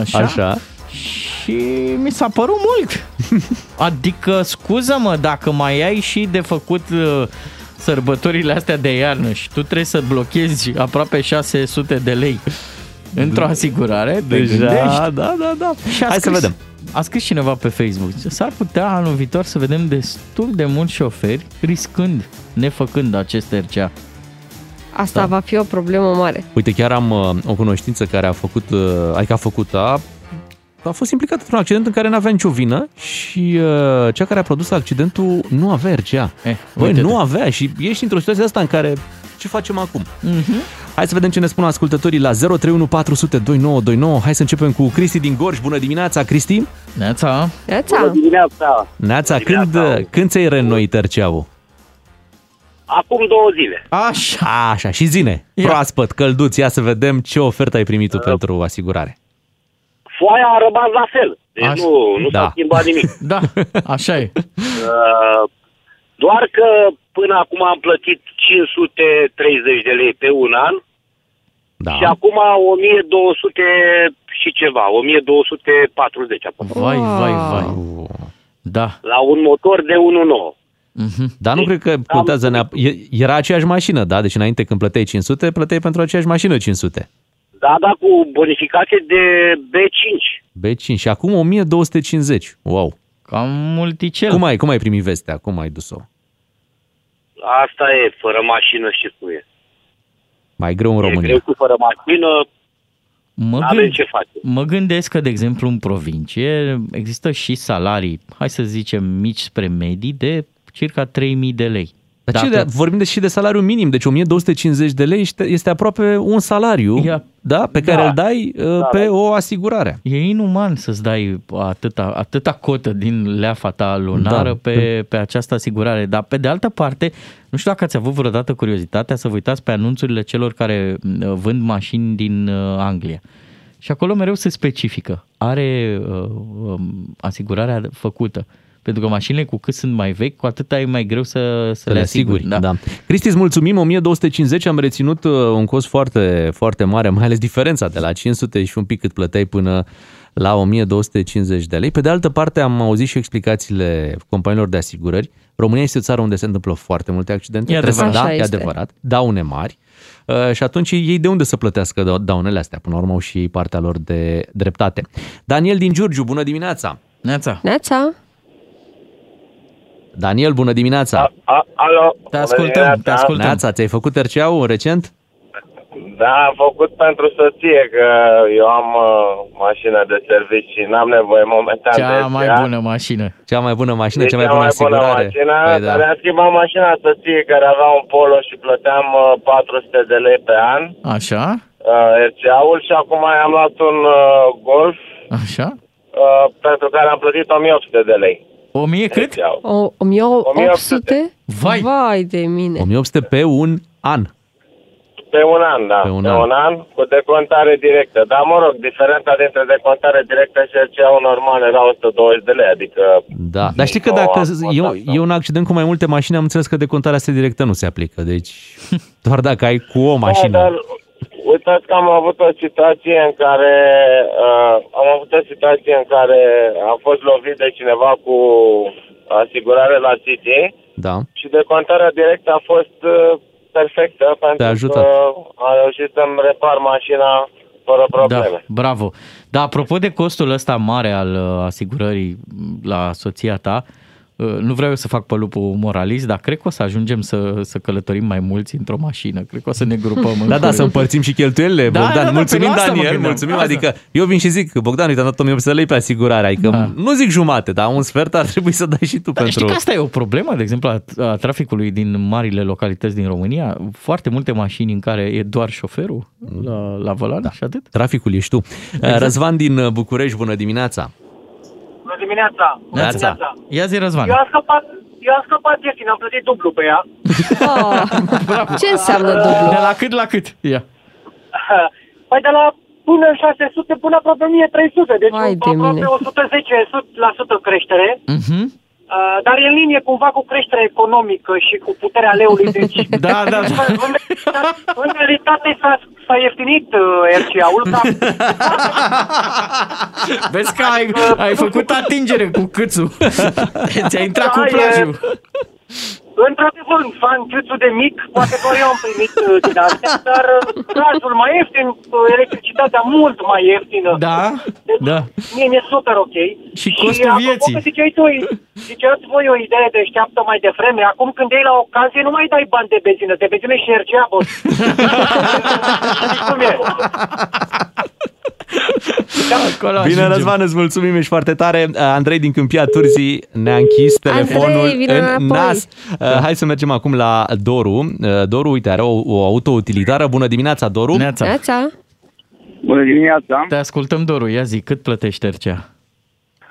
D: așa,
B: Așa.
D: și mi s-a părut mult. Adică, scuză-mă, dacă mai ai și de făcut uh, sărbătorile astea de iarnă și tu trebuie să blochezi aproape 600 de lei într-o asigurare, te gândești?
B: da, da, da.
D: Și a
B: Hai să
D: scris
B: vedem.
D: A scris cineva pe Facebook, s-ar putea anul viitor să vedem destul de mulți șoferi riscând, nefăcând acest RCA.
C: Asta
D: Da.
C: da. va fi o problemă mare.
B: Uite, chiar am uh, o cunoștință care a făcut, uh, adică a făcut, a, a fost implicată într-un accident în care n-avea nicio vină și uh, cea care a produs accidentul nu avea RCA.
D: Eh,
B: Băi,
D: uite-te.
B: nu avea și ești într-o situație asta în care ce facem acum?
D: Mm-hmm.
B: Hai să vedem ce ne spun ascultătorii la 031402929. Hai să începem cu Cristi din Gorj. Bună dimineața, Cristi!
D: Neața,
C: Neața,
H: dimineața,
B: Neața, când, uh, când ți-ai reînnoit RCA-ul?
H: acum două zile.
D: așa,
B: Așa, și zine,
D: Ia.
B: proaspăt, călduț, ia să vedem ce ofertă ai primit tu pentru asigurare.
H: Foaia a rămas la fel. Deci
D: Așa,
H: nu, nu
B: da.
H: s-a schimbat
D: [laughs]
H: nimic.
D: da, așa e.
H: Uh, doar că până acum am plătit 530 de lei pe un an
B: Da.
H: și acum 1200 și ceva, 1240 acum.
D: Vai, vai, vai,
B: Au.
D: da.
H: La un motor de 1.9.
D: Mm-hmm.
B: Dar nu cred că contează neapărat. Era aceeași mașină, da? Deci înainte când plăteai 500, plăteai pentru aceeași mașină 500.
H: Da, da, cu bonificație de B5.
B: B5 și acum 1250. Wow.
D: Cam multicel.
B: Cum ai, cum ai primit vestea? Cum ai dus-o?
H: Asta e, fără mașină și cu e.
B: Mai greu în
H: E greu
B: România.
H: cu fără mașină,
D: mă,
H: avem ce face.
D: mă gândesc că, de exemplu, în provincie există și salarii, hai să zicem, mici spre medii de circa 3000 de lei.
B: Dar ce de, vorbim de, și de salariu minim, deci 1250 de lei este- este aproape un salariu
D: Ia.
B: da, pe care da, îl dai da, pe o asigurare.
D: E inuman să-ți dai atâta, atâta cotă din leafa ta lunară
B: Da.
D: da. pe, pe această asigurare, dar pe de altă parte, nu știu dacă ați avut vreodată curiozitatea să vă uitați pe anunțurile celor care uh, vând mașini din uh, Anglia. Și acolo mereu se specifică. Are uh, um, asigurarea făcută. Pentru că mașinile cu cât sunt mai vechi, cu atât e mai greu să, să le asiguri.
B: Da. da. Cristi, îți mulțumim, 1250 am reținut uh, un cost foarte, foarte mare, mai ales diferența de la 500 și un pic cât plăteai până la 1250 de lei. Pe de altă parte, am auzit și explicațiile companiilor de asigurări. România este o țară unde se întâmplă foarte multe accidente.
D: E
B: Trebuie să-
C: adevărat.
B: Da,
C: Așa
B: e
C: este.
B: adevărat. Daune mari. Uh, Și atunci ei de unde să plătească da- daunele astea? Până la urmă au și ei partea lor de dreptate. Daniel din Giurgiu, bună dimineața!
D: Neața.
C: Neața,
B: Daniel, bună dimineața!
H: A, a, alo,
D: Te ascultăm, te ascultăm.
B: Neața, ți-ai făcut RCA-ul recent?
H: Da, am făcut pentru soție că eu am uh, mașină de serviciu și n-am nevoie momentan
D: Cea
H: de
D: mai
H: ea. Deci
D: bună mașină.
B: da? Cea mai bună mașină,
H: E
B: cea mai bună asigurare.
H: mașină,
B: Păi
D: da.
H: dar am schimbat mașina soției care avea un Polo și plăteam uh, 400 de lei pe an,
D: Da. Așa?
H: uh, RCA-ul, și acum am luat un uh, Golf
D: Așa?
H: uh, pentru care am plătit 1800 de lei.
D: O mie cât?
H: RCA-ul.
C: o, 1800?
D: Vai!
C: Vai de mine!
B: 1800 pe un an.
H: Pe un an, da.
B: Pe
H: Pe
B: un
H: un, pe
B: an.
H: an. un an cu decontare directă. Dar, mă rog, diferența dintre decontare directă și RCA-ul normal era 120 de lei, adică
B: Da. Dar știi că
H: O,
B: dacă
H: am
B: e,
H: fost asta.
B: e un accident cu mai multe mașini, am înțeles că decontarea asta directă nu se aplică. Deci doar dacă ai cu o
H: Da, dar
B: mașină.
H: uitați că am avut o situație în care uh, am avut o situație în care am fost lovit de cineva cu asigurare la City
B: Da.
H: și decontarea directă a fost uh, perfectă pentru
B: ajutat.
H: că a reușit să-mi repar mașina fără probleme.
D: Da, bravo. Dar apropo de costul ăsta mare al uh, asigurării m, la soția ta, uh, nu vreau eu să fac pălupul moralist, dar cred că o să ajungem să, să călătorim mai mulți într-o mașină. Cred că o să ne grupăm. în
B: [laughs] Da, da,
D: curând.
B: să împărțim și cheltuielile,
D: Da,
B: Bogdan.
D: da, da,
B: mulțumim,
D: pe asta mă
B: Daniel,
D: gândeam.
B: mulțumim.
D: Asta.
B: Adică eu vin și zic, că, Bogdan, uite, am dat 1800 de lei pe asigurare, adică
D: Da.
B: nu zic jumate, dar un sfert ar trebui să dai și tu
D: Dar
B: pentru...
D: Știi că asta e o problemă, de exemplu, a, a traficului din marile localități din România? Foarte multe mașini în care e doar șoferul la, la volan da. și atât.
B: Traficul ești tu. Mm.
D: Exact.
B: Răzvan din București, bună dimineața!
H: Bună dimineața!
B: Neața.
D: Ia zi, Răzvan.
H: am scăpat, eu am scăpat ieftin, am plătit dublu pe ea. Uh,
C: Oh, ce înseamnă dublu?
D: De la cât la cât? Ia.
H: [laughs] Păi de la până în 600 până aproape 1300, deci
C: Vai de
H: aproape
C: mine.
H: 110% creștere.
D: Mhm.
H: Uh, dar e în linie cumva cu creșterea economică și cu puterea leului, deci...
D: Da, da, da.
H: În, [laughs] în realitate s-a, s-a ieftinit uh, RCA-ul, dar
D: Vezi că ai, ai făcut atingere cu câțul. Ți-a intrat
H: Da,
D: cu
H: e-
D: plajul.
H: Într-adevăr, un fanchiuțul de mic, poate doar eu am primit uh, din astea, dar uh, gazul mai ieftin, uh, electricitatea mult mai ieftină.
D: Da, da.
H: Mie mi-e super ok.
D: Și costul
H: apropo
D: vieții.
H: Că ziceai tu, ziceați voi o idee deșteaptă mai devreme. Acum când iei la ocazie, nu mai dai bani de benzină, de benzină și energia, boss. Știi cum e?
D: Acolo
B: Bine,
D: ajungem.
B: Răzvan, îți mulțumim, ești foarte tare. Uh, Andrei din Câmpia Turzii ne-a închis
C: Andrei,
B: telefonul
C: vino
B: în
C: înapoi.
B: nas. Uh, Hai să mergem acum la Doru. Uh, Doru, uite, are o, o autoutilitară. Bună dimineața, Doru.
D: Neața,
C: Neața?
I: Bună dimineața!
D: te ascultăm, Doru. Ia zi, cât plătești RCA?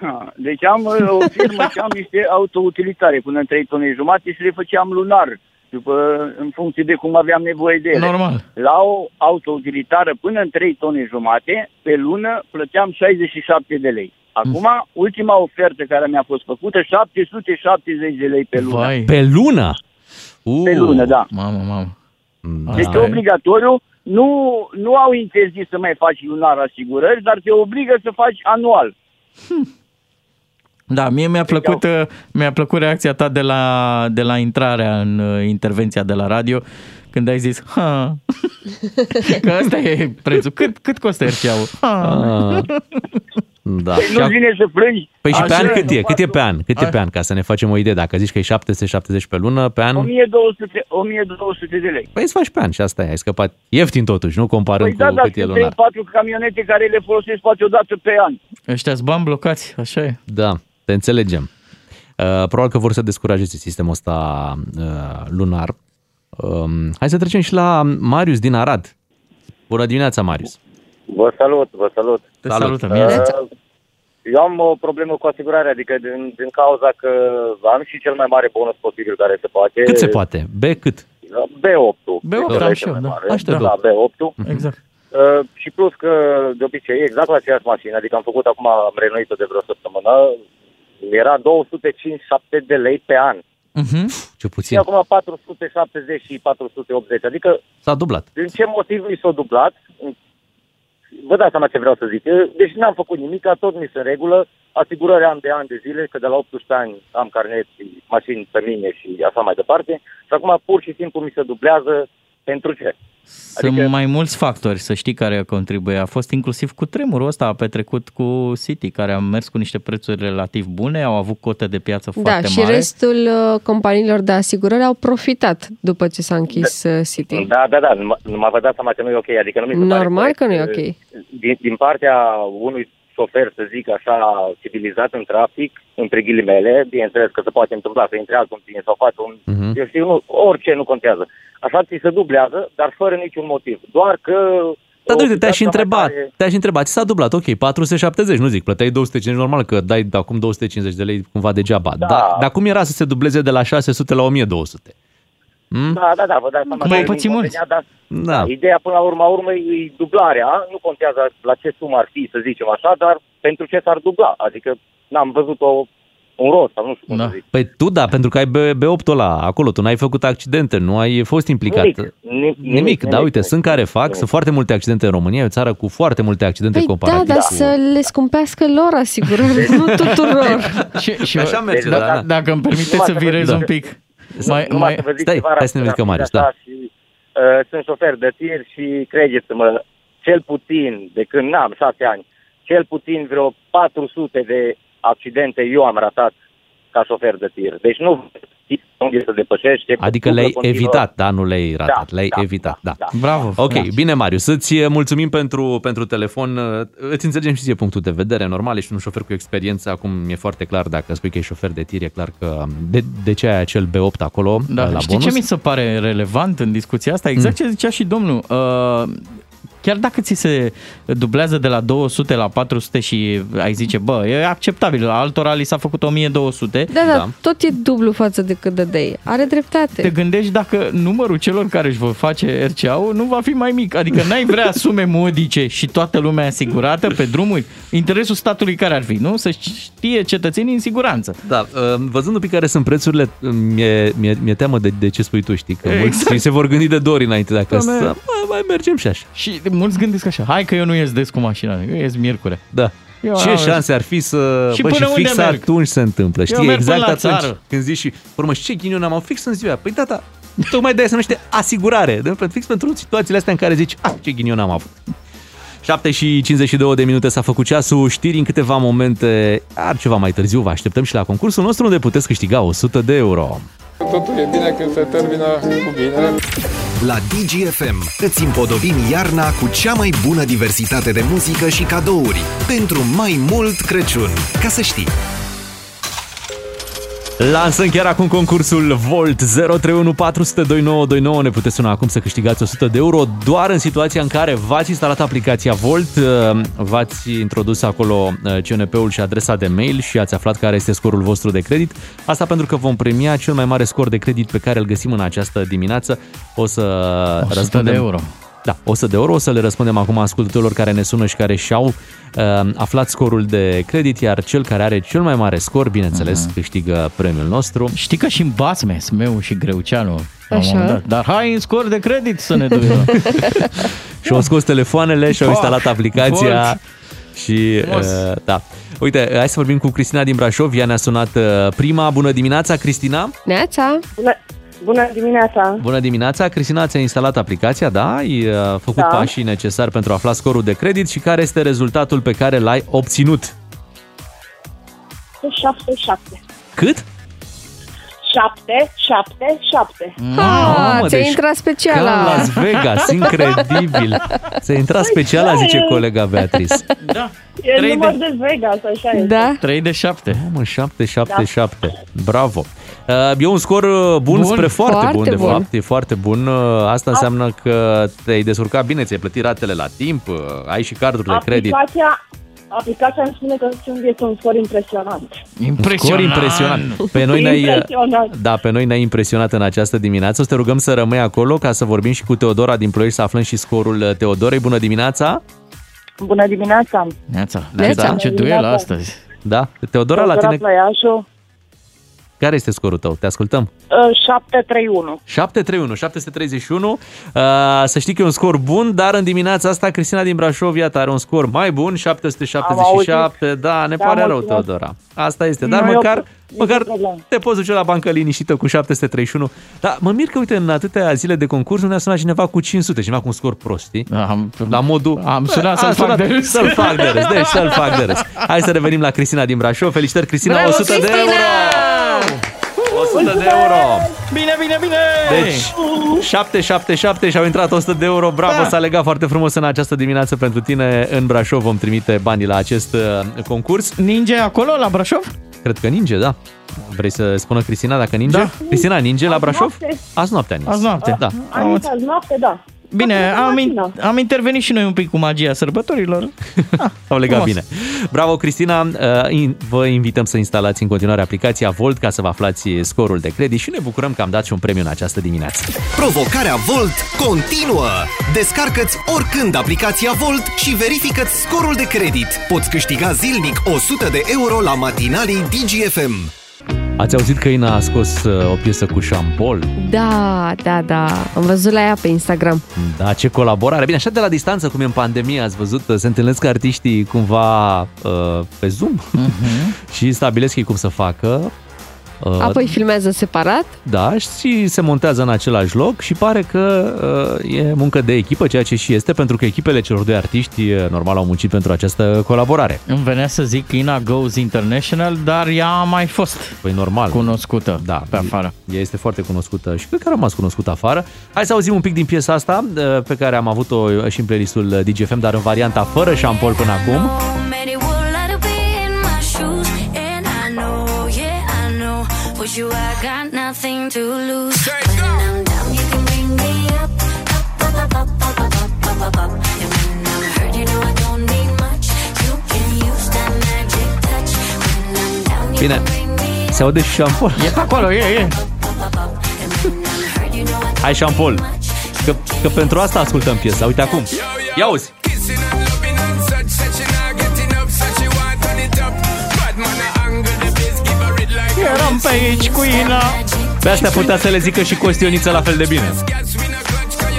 I: Ha, Deci am uh, o firmă și am niște autoutilitare până în 3 tone jumate și le făceam lunar, după, în funcție de cum aveam nevoie de ele.
D: Normal.
I: La o autoutilitară până în 3 tone jumate, pe lună plăteam 67 de lei. Acum,
D: Mm.
I: ultima ofertă care mi-a fost făcută, 770 de lei pe lună.
D: Vai.
B: Pe lună? Uh,
I: Pe lună, da.
D: Mamă, mamă.
B: da.
I: Deci
D: Asta
I: e
D: e.
I: obligatoriu. Nu, nu au interzis să mai faci lunar asigurări, dar te obligă să faci anual.
D: Da, mie mi-a plăcut, uh, mi-a plăcut reacția ta de la, de la intrarea în uh, intervenția de la radio, când ai zis, ha, că asta e prețul. Cât, cât costă RCA-ul? [laughs] Ha.
B: Ah. Da.
I: Păi
B: Și
I: nu
B: ac-
I: vine să plângi.
B: Păi și pe
I: Așa
B: an
I: e,
B: cât e?
I: nu
B: Cât e pe
I: faci
B: an? Cât e pe an? Ca să ne facem o idee. Dacă zici că e 770 pe lună, pe an...
I: 1200, 1200 de lei.
B: Păi îți faci pe an și asta e, ai scăpat ieftin totuși, nu comparând
I: Păi
B: cu
I: da, dar
B: cât e
I: sunt 3-4
B: lunar.
I: camionete care le folosesc poate o dată pe an.
D: Ăștia bani blocați, așa e.
B: Da, te înțelegem. Uh, probabil că vor să descurajeze sistemul ăsta uh, lunar. Um, hai să trecem și la Marius din Arad. Bună dimineața, Marius.
H: Vă salut, vă salut. Uh,
D: Te
B: Salut.
D: salutăm. Ia.
H: Eu am o problemă cu asigurarea, adică din, din cauza că am și cel mai mare bonus posibil care se poate. Uh,
B: Cât se poate? B cât?
H: B8-ul.
D: B8 am și eu, da.
B: Aștept,
H: da, B8-ul.
J: Mm.
D: Exact.
H: Uh, și plus că, de obicei, e exact la aceeași mașină, adică am făcut acum, am renuit-o de vreo săptămână, era 257 de lei pe an.
D: Mhm.
B: Ce
H: Și
B: puțin.
H: acum 470 și 480. Adică,
B: S-a dublat.
H: din ce motiv mi s-a dublat? Vă dați seama ce vreau să zic. Eu, Deci n-am făcut nimic, tot mi se în regulă. Asigurări am de ani de zile, că de la 18 ani am carnet și mașini pe mine și așa mai departe. Și acum pur și simplu mi se dublează pentru ce?
D: Sunt
H: Adică-
D: mai mulți factori, să știi, care contribuie. A fost inclusiv cu tremurul ăsta a petrecut cu City, care a mers cu niște prețuri relativ bune, au avut cote de piață
C: Da,
D: foarte
C: și
D: mare.
C: restul uh, companiilor de asigurări au profitat după ce s-a închis uh, City.
H: Da, da, da, numai numai vă dați seama că nu e ok, adică nu mi se pare
C: Normal
H: corect.
C: că nu e ok.
H: Din, din partea unui șofer, să zic așa, civilizat în trafic, între ghilimele, bineînțeles că se poate întâmpla să intre altul în tine sau face un...
B: Mhm.
H: Uh-huh. Eu știu, nu, orice nu contează. Așa ți se dublează, dar fără niciun motiv. Doar că...
B: Dar
H: o
B: Da, uite, te-aș
H: piață mai
B: întreba,
H: mare-
B: te-aș întreba, ți s-a dublat, ok, 470, nu zic, plăteai 250, normal că dai acum 250 de lei cumva degeaba,
H: Da.
B: dar, dar cum era să se dubleze de la 600 la 1200? Mhm.
H: Da, da, da, vă dați seama
D: Mai
H: că
D: puțin
H: nu-mi
D: mulți.
H: convenea, Dar
B: Da,
H: Ideea până la urma urmei e dublarea, nu contează la ce sumă ar fi, să zicem așa, dar pentru ce s-ar dubla. Adică n-am văzut o un rost, sau nu știu cum
D: Da.
H: să zic.
B: Păi tu da, pentru că ai B- B8-ul ăla acolo, tu n-ai făcut accidente, nu ai fost implicat.
H: Nimic, ni- nimic,
B: Nimic, da,
H: nimic,
B: uite,
H: nimic.
B: sunt care fac,
H: Nimic.
B: sunt foarte multe accidente în România, e o țară cu foarte multe accidente
C: Păi da,
B: comparativ.
C: dar
B: cu...
C: să le scumpească lor asigurări,
B: [laughs]
C: nu tuturor.
D: Deci- [laughs] Și, și
B: Așa merge,
D: da,
B: da, da.
D: Dacă îmi permiteți
H: Numai să
D: să
H: vă-
D: virez
B: da.
D: un pic. Mai,
H: Mai, Numai
D: mai,
H: mai... să vă zic
B: Stai,
H: ceva
B: hai
H: rapid,
B: să ne vedem că
H: rapid,
B: Marius,
H: așa,
B: da.
H: Și, uh, sunt șofer de tir și credeți-mă, cel puțin, de când n-am șase ani, cel puțin vreo 400 de accidente eu am ratat ca șofer de tir. Deci nu știți unde să depășești. e
B: Adică
H: cuplă
B: le-ai
H: continuă.
B: evitat, da, nu le-ai ratat,
H: Da,
B: le-ai
H: da,
B: evitat, da.
H: da.
D: bravo.
B: Ok,
D: da.
B: bine, Marius, îți eh, mulțumim pentru, pentru telefon. Eh, Îți înțelegem și ție punctul de vedere. Normal, ești un șofer cu experiență. Acum e foarte clar, dacă spui că ești șofer de tir, e clar că de, de ce ai acel B8 acolo eh,
D: Da,
B: la
D: știi
B: bonus?
D: ce mi se pare relevant în discuția asta? Exact ce zicea și domnul. Uh, chiar dacă ți se dublează de la 200 la 400 și ai zice, bă, e acceptabil, la altora li s-a făcut 1200,
C: Da,
B: Da.
C: da, tot e dublu față de cât dădeai. Are dreptate.
D: te gândești dacă numărul celor care își vor face RCA-ul nu va fi mai mic. Adică n-ai
B: [laughs]
D: vrea sume modice și toată lumea asigurată pe drumuri. Interesul statului care ar fi, nu? Să știe cetățenii în siguranță.
B: Da, uh, văzând un pic care sunt prețurile, uh, mi-e, mi-e, mi-e teamă de, de ce spui tu, știi, că exact. mulți se vor gândi de dori înainte dacă
D: Doamne.
B: să mai, mai mergem și așa.
D: Și mulți gândesc așa, hai că eu nu ies des cu mașina, eu ies miercure.
B: Da.
D: Eu
B: Ce
D: am-
B: șanse ar fi să...
D: Și
B: Bă,
D: până
B: Păi și
D: unde
B: fix
D: merg?
B: atunci se întâmplă, știi?
D: merg
B: exact
D: până la
B: atunci
D: țară.
B: când zici și... Urmă, și ce ghinion am, au fix în ziua aia. Păi da, da, tocmai de-aia se numește asigurare. De fix pentru situațiile astea în care zici, ah, ce ghinion am avut. 7 și 52 de minute s-a făcut ceasul, știri în câteva momente, ar ceva mai târziu, vă așteptăm și la concursul nostru unde puteți câștiga 100 de euro.
K: Totul e bine când se termină cu bine.
G: La DGFM îți împodobim iarna cu cea mai bună diversitate de muzică și cadouri pentru mai mult Crăciun. Ca să știi!
B: Lansăm chiar acum concursul Volt 031402929. Ne puteți suna acum să câștigați 100 de euro doar în situația în care v-ați instalat aplicația Volt, uh, v-ați introdus acolo uh, CNP-ul și adresa de mail și ați aflat care este scorul vostru de credit. Asta pentru că vom premia cel mai mare scor de credit pe care îl găsim în această dimineață. O să
D: 100
B: răspundem...
D: de euro.
B: Da, 100 de euro. O să le răspundem acum ascultătorilor care ne sună și care și-au uh, aflat scorul de credit, iar cel care are cel mai mare scor, bineînțeles, uh-huh. câștigă premiul nostru.
D: Știi că și în basme, Smeu și Greuceanu. la un
C: Așa.
D: moment dat. Dar hai în scor de credit să ne
B: [laughs] Da.
D: ducem.
B: Și-au scos telefoanele și-au
D: Fuck,
B: instalat aplicația.
D: Volt.
B: Și,
D: Frumos.
B: uh, da. Uite, hai să vorbim cu Cristina din Brașov. Ea ne-a sunat uh, prima. Bună dimineața, Cristina!
C: Neața!
L: Bună, bună dimineața!
B: Bună dimineața! Cristina, ți-a instalat aplicația, da? Ai uh, făcut da.
L: Da.
B: pașii necesari pentru a afla scorul de credit și care este rezultatul pe care l-ai obținut.
L: 7, 7.
B: Cât?
L: 7, 7, 7.
C: Ah,
B: mamă,
C: ți-a
B: deci
C: intrat
B: Ca la
C: speciala!
B: Las
J: [laughs]
B: Vegas, incredibil. Ți-a intrat speciala, zice colega
L: [laughs]
B: Beatrice.
M: [laughs]
D: da.
L: Păi, da, E
D: Trei
L: număr
D: de-
L: de Vegas, așa este.
C: Da?
D: 3 de 7.
B: Mamă, 777. Da. Bravo. Uh, E un scor uh, bun, bun
D: Bun.
B: spre foarte,
C: Foarte
B: bun, de
C: bun.
B: fapt. E foarte bun. Uh, Asta înseamnă că te-ai descurcat bine, ți-ai plătit ratele la timp, uh, ai și carduri de credit.
L: Aplicația, aplicația îmi spune că sunt, este un scor impresionant.
B: Scor
D: Impresionant.
B: impresionant. Pe noi ne-ai... uh,
L: impresionant.
B: Da, pe noi ne-ai impresionat în această dimineață. O să te rugăm să rămâi acolo ca să vorbim și cu Teodora din Ploiești, să aflăm și scorul uh, Teodorei. Bună dimineața!
L: Bună dimineața!
D: Neața.
C: Neața.
D: Neața. Ce duel astăzi.
B: Da? Teodora, la tine,
L: Plăiașu,
B: care este scorul tău? Te ascultăm!
L: 7, 3, 1.
B: 731, 731. Uh, să știi că e un scor bun, dar în dimineața asta Cristina din Brașov, iată, are un scor mai bun, 777. Da, ne
L: Da,
B: pare rău,
L: mulțumesc.
B: Teodora. Asta este, dar
L: Nu e
B: măcar,
L: o-
B: măcar
L: nicio problemă.
B: te poți duce la bancă liniștită cu 731. Dar mă mir că, uite, în atâtea zile de concurs nu ne-a sunat cineva cu 500, cineva cu un scor prost, știi?
D: Am,
B: La modul...
D: Am sunat
B: Bă,
D: să-l
B: am
D: fac de râs.
B: Să-l fac de râs, deci să-l fac de râs. Hai să revenim la Cristina din Brașov. Felicitări, Cristina,
C: Bravo,
B: 100 de
C: Cristina!
B: euro! 100 de euro!
D: Bine, bine, bine!
B: Deci, 777 și au intrat 100 de euro. Bravo,
D: Da.
B: s-a legat foarte frumos în această dimineață pentru tine. În Brașov vom trimite banii la acest uh, concurs.
D: Ninge acolo, la Brașov?
B: Cred că ninge, da. Vrei să spună Cristina dacă ninge?
D: Da.
B: Cristina, ninge la Brașov?
L: noapte.
B: Azi noaptea ninge.
D: Azi noapte.
B: Da.
L: Uh, Am intrat noapte, da.
D: Bine,
L: Am
D: am,
L: intrat
D: in, am intervenit și noi un pic cu magia sărbătorilor. Ah,
B: Au legat
D: frumos.
B: bine. Bravo, Cristina! Uh, in- Vă invităm să instalați în continuare aplicația Volt ca să vă aflați scorul de credit și ne bucurăm că am dat și un premiu în această dimineață.
G: Provocarea Volt continuă! Descarcă-ți oricând aplicația Volt și verifică-ți scorul de credit. Poți câștiga zilnic 100 de euro la matinalii DGFM.
B: Ați auzit că Ina a scos uh, o piesă cu șampol?
C: Da, da, da. Am văzut la ea pe Instagram.
B: Da, ce colaborare! Bine, așa de la distanță, cum e în pandemie, ați văzut, se întâlnesc artiștii cumva uh, pe Zoom uh-huh. [laughs] și stabilesc ei cum să facă. Uh,
D: Da.
C: Apoi filmează separat.
B: Da, și se montează în același loc și pare că uh, e muncă de echipă, ceea ce și este, pentru că echipele celor doi artiști, uh, normal, au muncit pentru această colaborare.
D: Îmi venea să zic Ina Goes International, dar ea a mai fost
B: Păi normal.
D: cunoscută
B: Da,
D: pe afară.
B: Ea este foarte cunoscută și cred că a rămas cunoscută afară. Hai să auzim un pic din piesa asta, uh, pe care am avut-o și în playlistul uh, DGFM, dar în varianta fără șampol până acum.
F: You, I got nothing to lose. When I'm down, you can bring me up, up, up, up, up, up, up, up, up, up. And when I'm hurt, you know I don't need much. You can use that magic touch. When I'm down,
B: Bine.
F: you can bring me up,
B: Se aude și șampol.
D: E pe acolo, e, e.
F: up, up, up. And when I'm hurt, you know I
B: Hai șampol. Că, că pentru asta ascultăm piesa. Uite acum. Ia uzi.
D: Eram pe aici cu Ina.
B: Pe astea putea să le zică și Costioniță la fel de bine.
F: can use that magic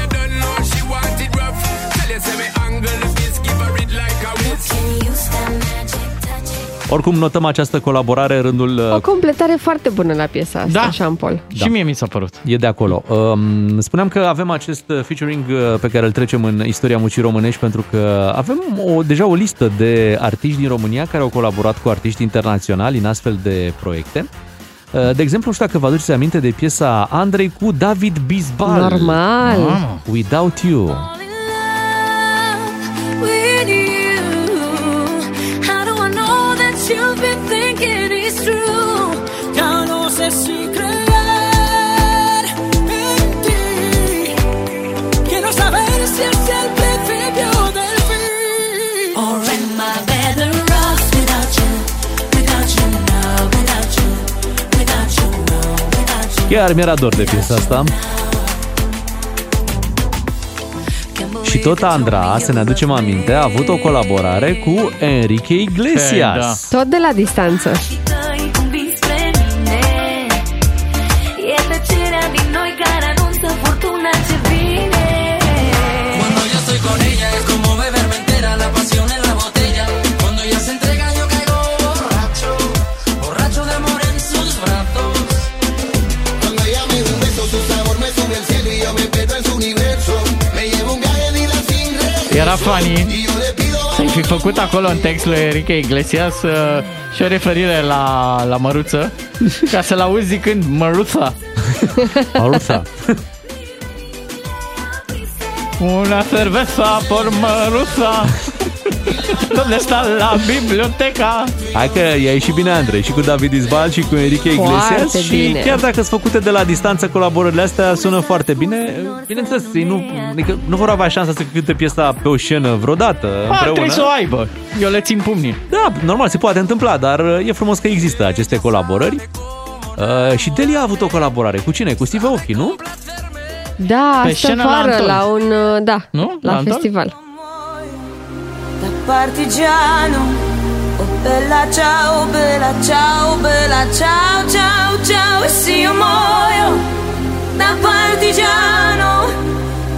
B: Oricum, notăm această colaborare în rândul uh,
D: Da.
C: O completare foarte bună la piesa asta, da. Șampol.
B: da. Și mie mi s-a părut. E de acolo. Um, spuneam că avem acest uh, featuring uh, pe care îl trecem în istoria mucii românești pentru că avem o, deja o listă de artiști din România care au colaborat cu artiști internaționali în astfel de proiecte. Uh, De exemplu, nu știu dacă vă aduceți aminte de piesa Andrei cu David Bisbal.
C: Normal. Mamă.
B: Without You.
F: with you. How do I know that you've been thinking it's true? Ya no sé si creer en ti. Quiero saber si es el principio del fin. Or am I better off without you? Without you now, without you, without you now, without you.
B: Chiar mi-era dor de piesa asta. Și tot Andra, să ne aducem aminte, a avut o colaborare cu Enrique
D: da.
B: Iglesias.
C: Tot de la distanță.
F: Dai convins spre mine E tăcerea din noi care anunță furtuna ce vine
N: Cuando yo estoy con ella es como beberme entera la pasión en la botella. Cuando ella se entrega yo caigo borracho, borracho de amor en sus brazos. Cuando ella me da un beso su sabor me sube al cielo y yo me pierdo en su universo. Me llevo un viaje de la sin regreso.
D: Era funny.
N: Y yo le pido
D: Să-i fi făcut acolo în text lui Enrique Iglesias uh, și o referire la, la Măruță, ca să-l auzi zicând Măruța.
B: Măruța.
D: Una cerveza por Măruța. Unde sta la biblioteca?
B: Hai că i-a ieșit bine, Andrei, și cu David Isbal și cu Enrique Iglesias.
D: Foarte
B: și
D: bine.
B: chiar dacă sunt făcute de la distanță, colaborările astea sună foarte bine. Bineînțeles, ei nu, adică nu vor avea șansa să cânte piesa pe o scenă uh, vreodată
D: A,
B: împreună.
D: trebuie să o aibă. Eu le țin pumnii.
B: Da, normal, se poate întâmpla, dar uh, e frumos că există aceste colaborări. Uh, și Delia a avut o colaborare cu cine? Cu Steve Aoki, nu?
C: Da,
B: Pe
C: asta
B: scenă la
C: afară
B: Anton.
C: la, un... uh, Da,
B: Nu?
C: la,
B: La
C: la
B: Anton?
C: festival.
F: Partigiano Oh bella ciao, bella ciao, bella ciao, ciao, ciao E se io muoio da partigiano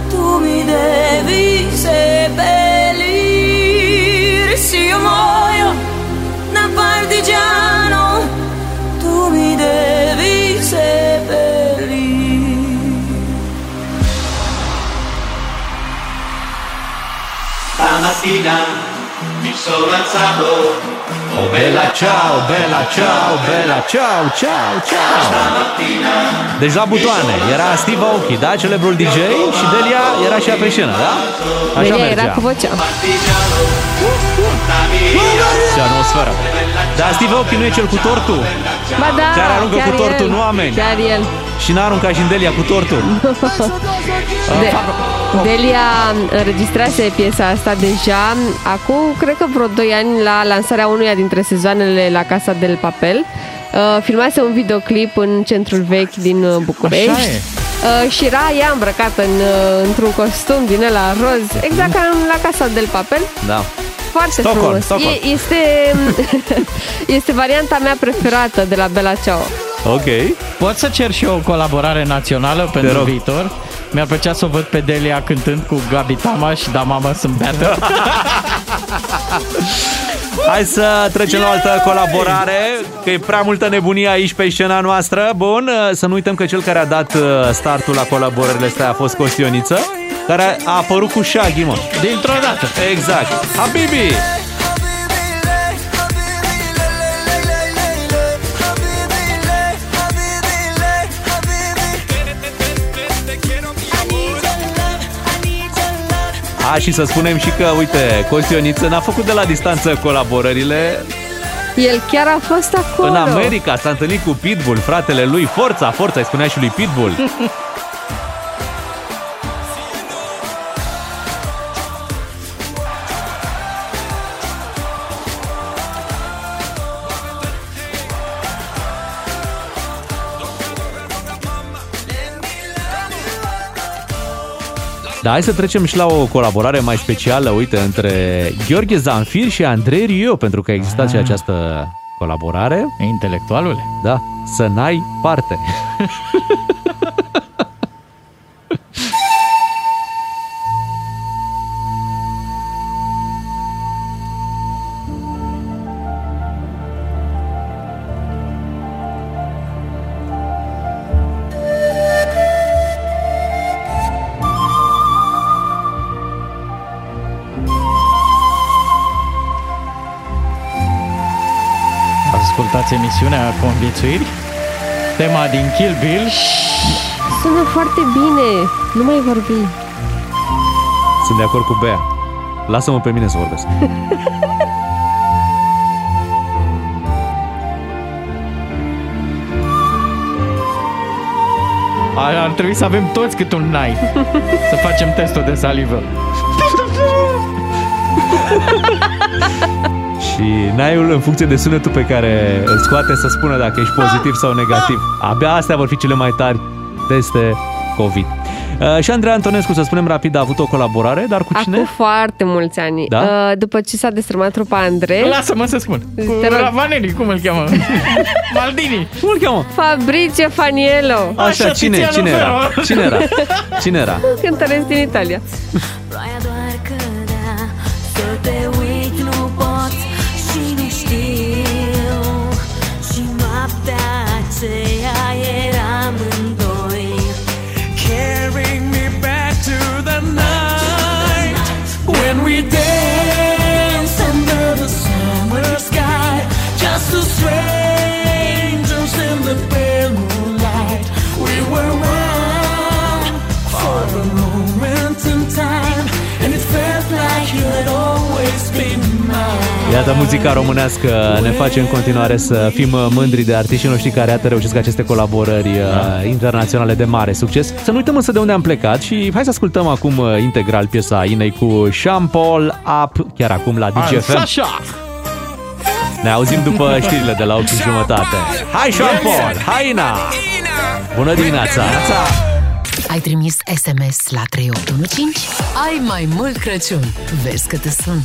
F: Tu mi devi seppellire E se io muoio da partigiano Tu mi devi seppellire
O: Stamattina mi sono alzato, oh bella ciao, bella ciao, bella ciao, ciao, ciao. Stamattina
B: Deci la butoane era Steve Aoki, da? Celebrul DJ și Delia era și ea pe scenă, da? Așa
C: Delia
B: mergea.
C: era cu vocea.
B: Și atmosfera. Dar Steve Aoki nu e cel cu tortul.
C: Ba da,
B: Care aruncă
C: chiar
B: cu tortul
C: el,
B: în oameni.
C: Chiar el.
B: Și n-a aruncat și în Delia cu
C: [laughs]
B: tortul. Ah.
C: De, Delia înregistrase piesa asta deja acum, cred că vreo 2 ani, la lansarea unuia dintre sezoanele la Casa del Papel. Uh, filmase un videoclip în centrul vechi din uh, București.
F: Așa e.
C: Uh, și era ea îmbrăcată în, uh, într-un costum din ăla roz, exact ca în- la Casa del Papel.
B: Da.
C: Foarte
B: Stockholm,
C: frumos.
B: Stockholm.
C: E, este, este [laughs] varianta mea preferată de la Bella Ciao.
B: Ok.
D: Pot să cer și eu o colaborare națională pentru viitor? Mi-ar plăcea să o văd pe Delia cântând cu Gabi Tama și Da Mama sunt
B: [laughs]
D: beată.
B: Hai să trecem la o altă colaborare, că e prea multă nebunie aici pe scena noastră. Bun, să nu uităm că cel care a dat uh, startul la colaborările astea a fost Costioniță, care a apărut cu Shaggy, mă.
D: Dintr-o dată.
B: Exact. Habibi! A, și să spunem și că, uite, Costioniță n-a făcut de la distanță colaborările.
C: El chiar a fost acolo.
B: În America s-a întâlnit cu Pitbull, fratele lui. Forța, forța, îi spunea și lui Pitbull. Da, hai să trecem și la o colaborare mai specială, uite, între Gheorghe Zanfir și Andrei Rieu, pentru că a existat și această colaborare.
D: Intelectualule.
B: Da, să n-ai parte. [laughs]
D: ascultați emisiunea Conviețuiri, tema din Kill Bill.
C: Sună foarte bine. Nu mai vorbi.
B: Sunt de acord cu Bea. Lasă-mă pe mine să vorbesc.
D: Ar, ar trebui să avem toți cât un nai. Să facem testul de salivă.
B: Și naiul, în funcție de sunetul pe care îl scoate, să spună dacă ești pozitiv sau negativ. Abia astea vor fi cele mai tari teste COVID. Uh, și Andrei Antonescu, să spunem rapid, a avut o colaborare, dar cu cine?
C: Acum foarte mulți ani.
B: Da?
C: Uh, După ce s-a destrămat trupa Andrei...
D: Lasă-mă să spun. Cu
C: Te rog.
D: Ravanelli, cum îl cheamă? Maldini.
B: Cum îl cheamă?
C: Fabrizio Faniello.
B: Așa, cine, cine era? Cine era? Cine era?
C: Cântăresc din Italia.
F: Ploaia doar cădea Să te uit nu pot și nu știu Și noaptea aceea eram în doi
N: Carrying me back to the night when we danced under the summer sky. Just two strangers in the pale moonlight. We were one for a moment in time, and it felt like you had always been mine.
B: Iată, muzica românească ne face în continuare să fim uh, mândri de artiștii noștri care iată reușesc aceste colaborări uh, internaționale de mare succes. Să nu uităm însă de unde am plecat și hai să ascultăm acum uh, integral piesa Inei cu Shampol Up, chiar acum la DGFM.
D: Așa.
B: Ne auzim după știrile de la 8 și jumătate. Hai, Shampol! Hai, Ina! Bună dimineața!
A: Ai trimis SMS la 3815? Ai mai mult Crăciun! Vezi că te sun!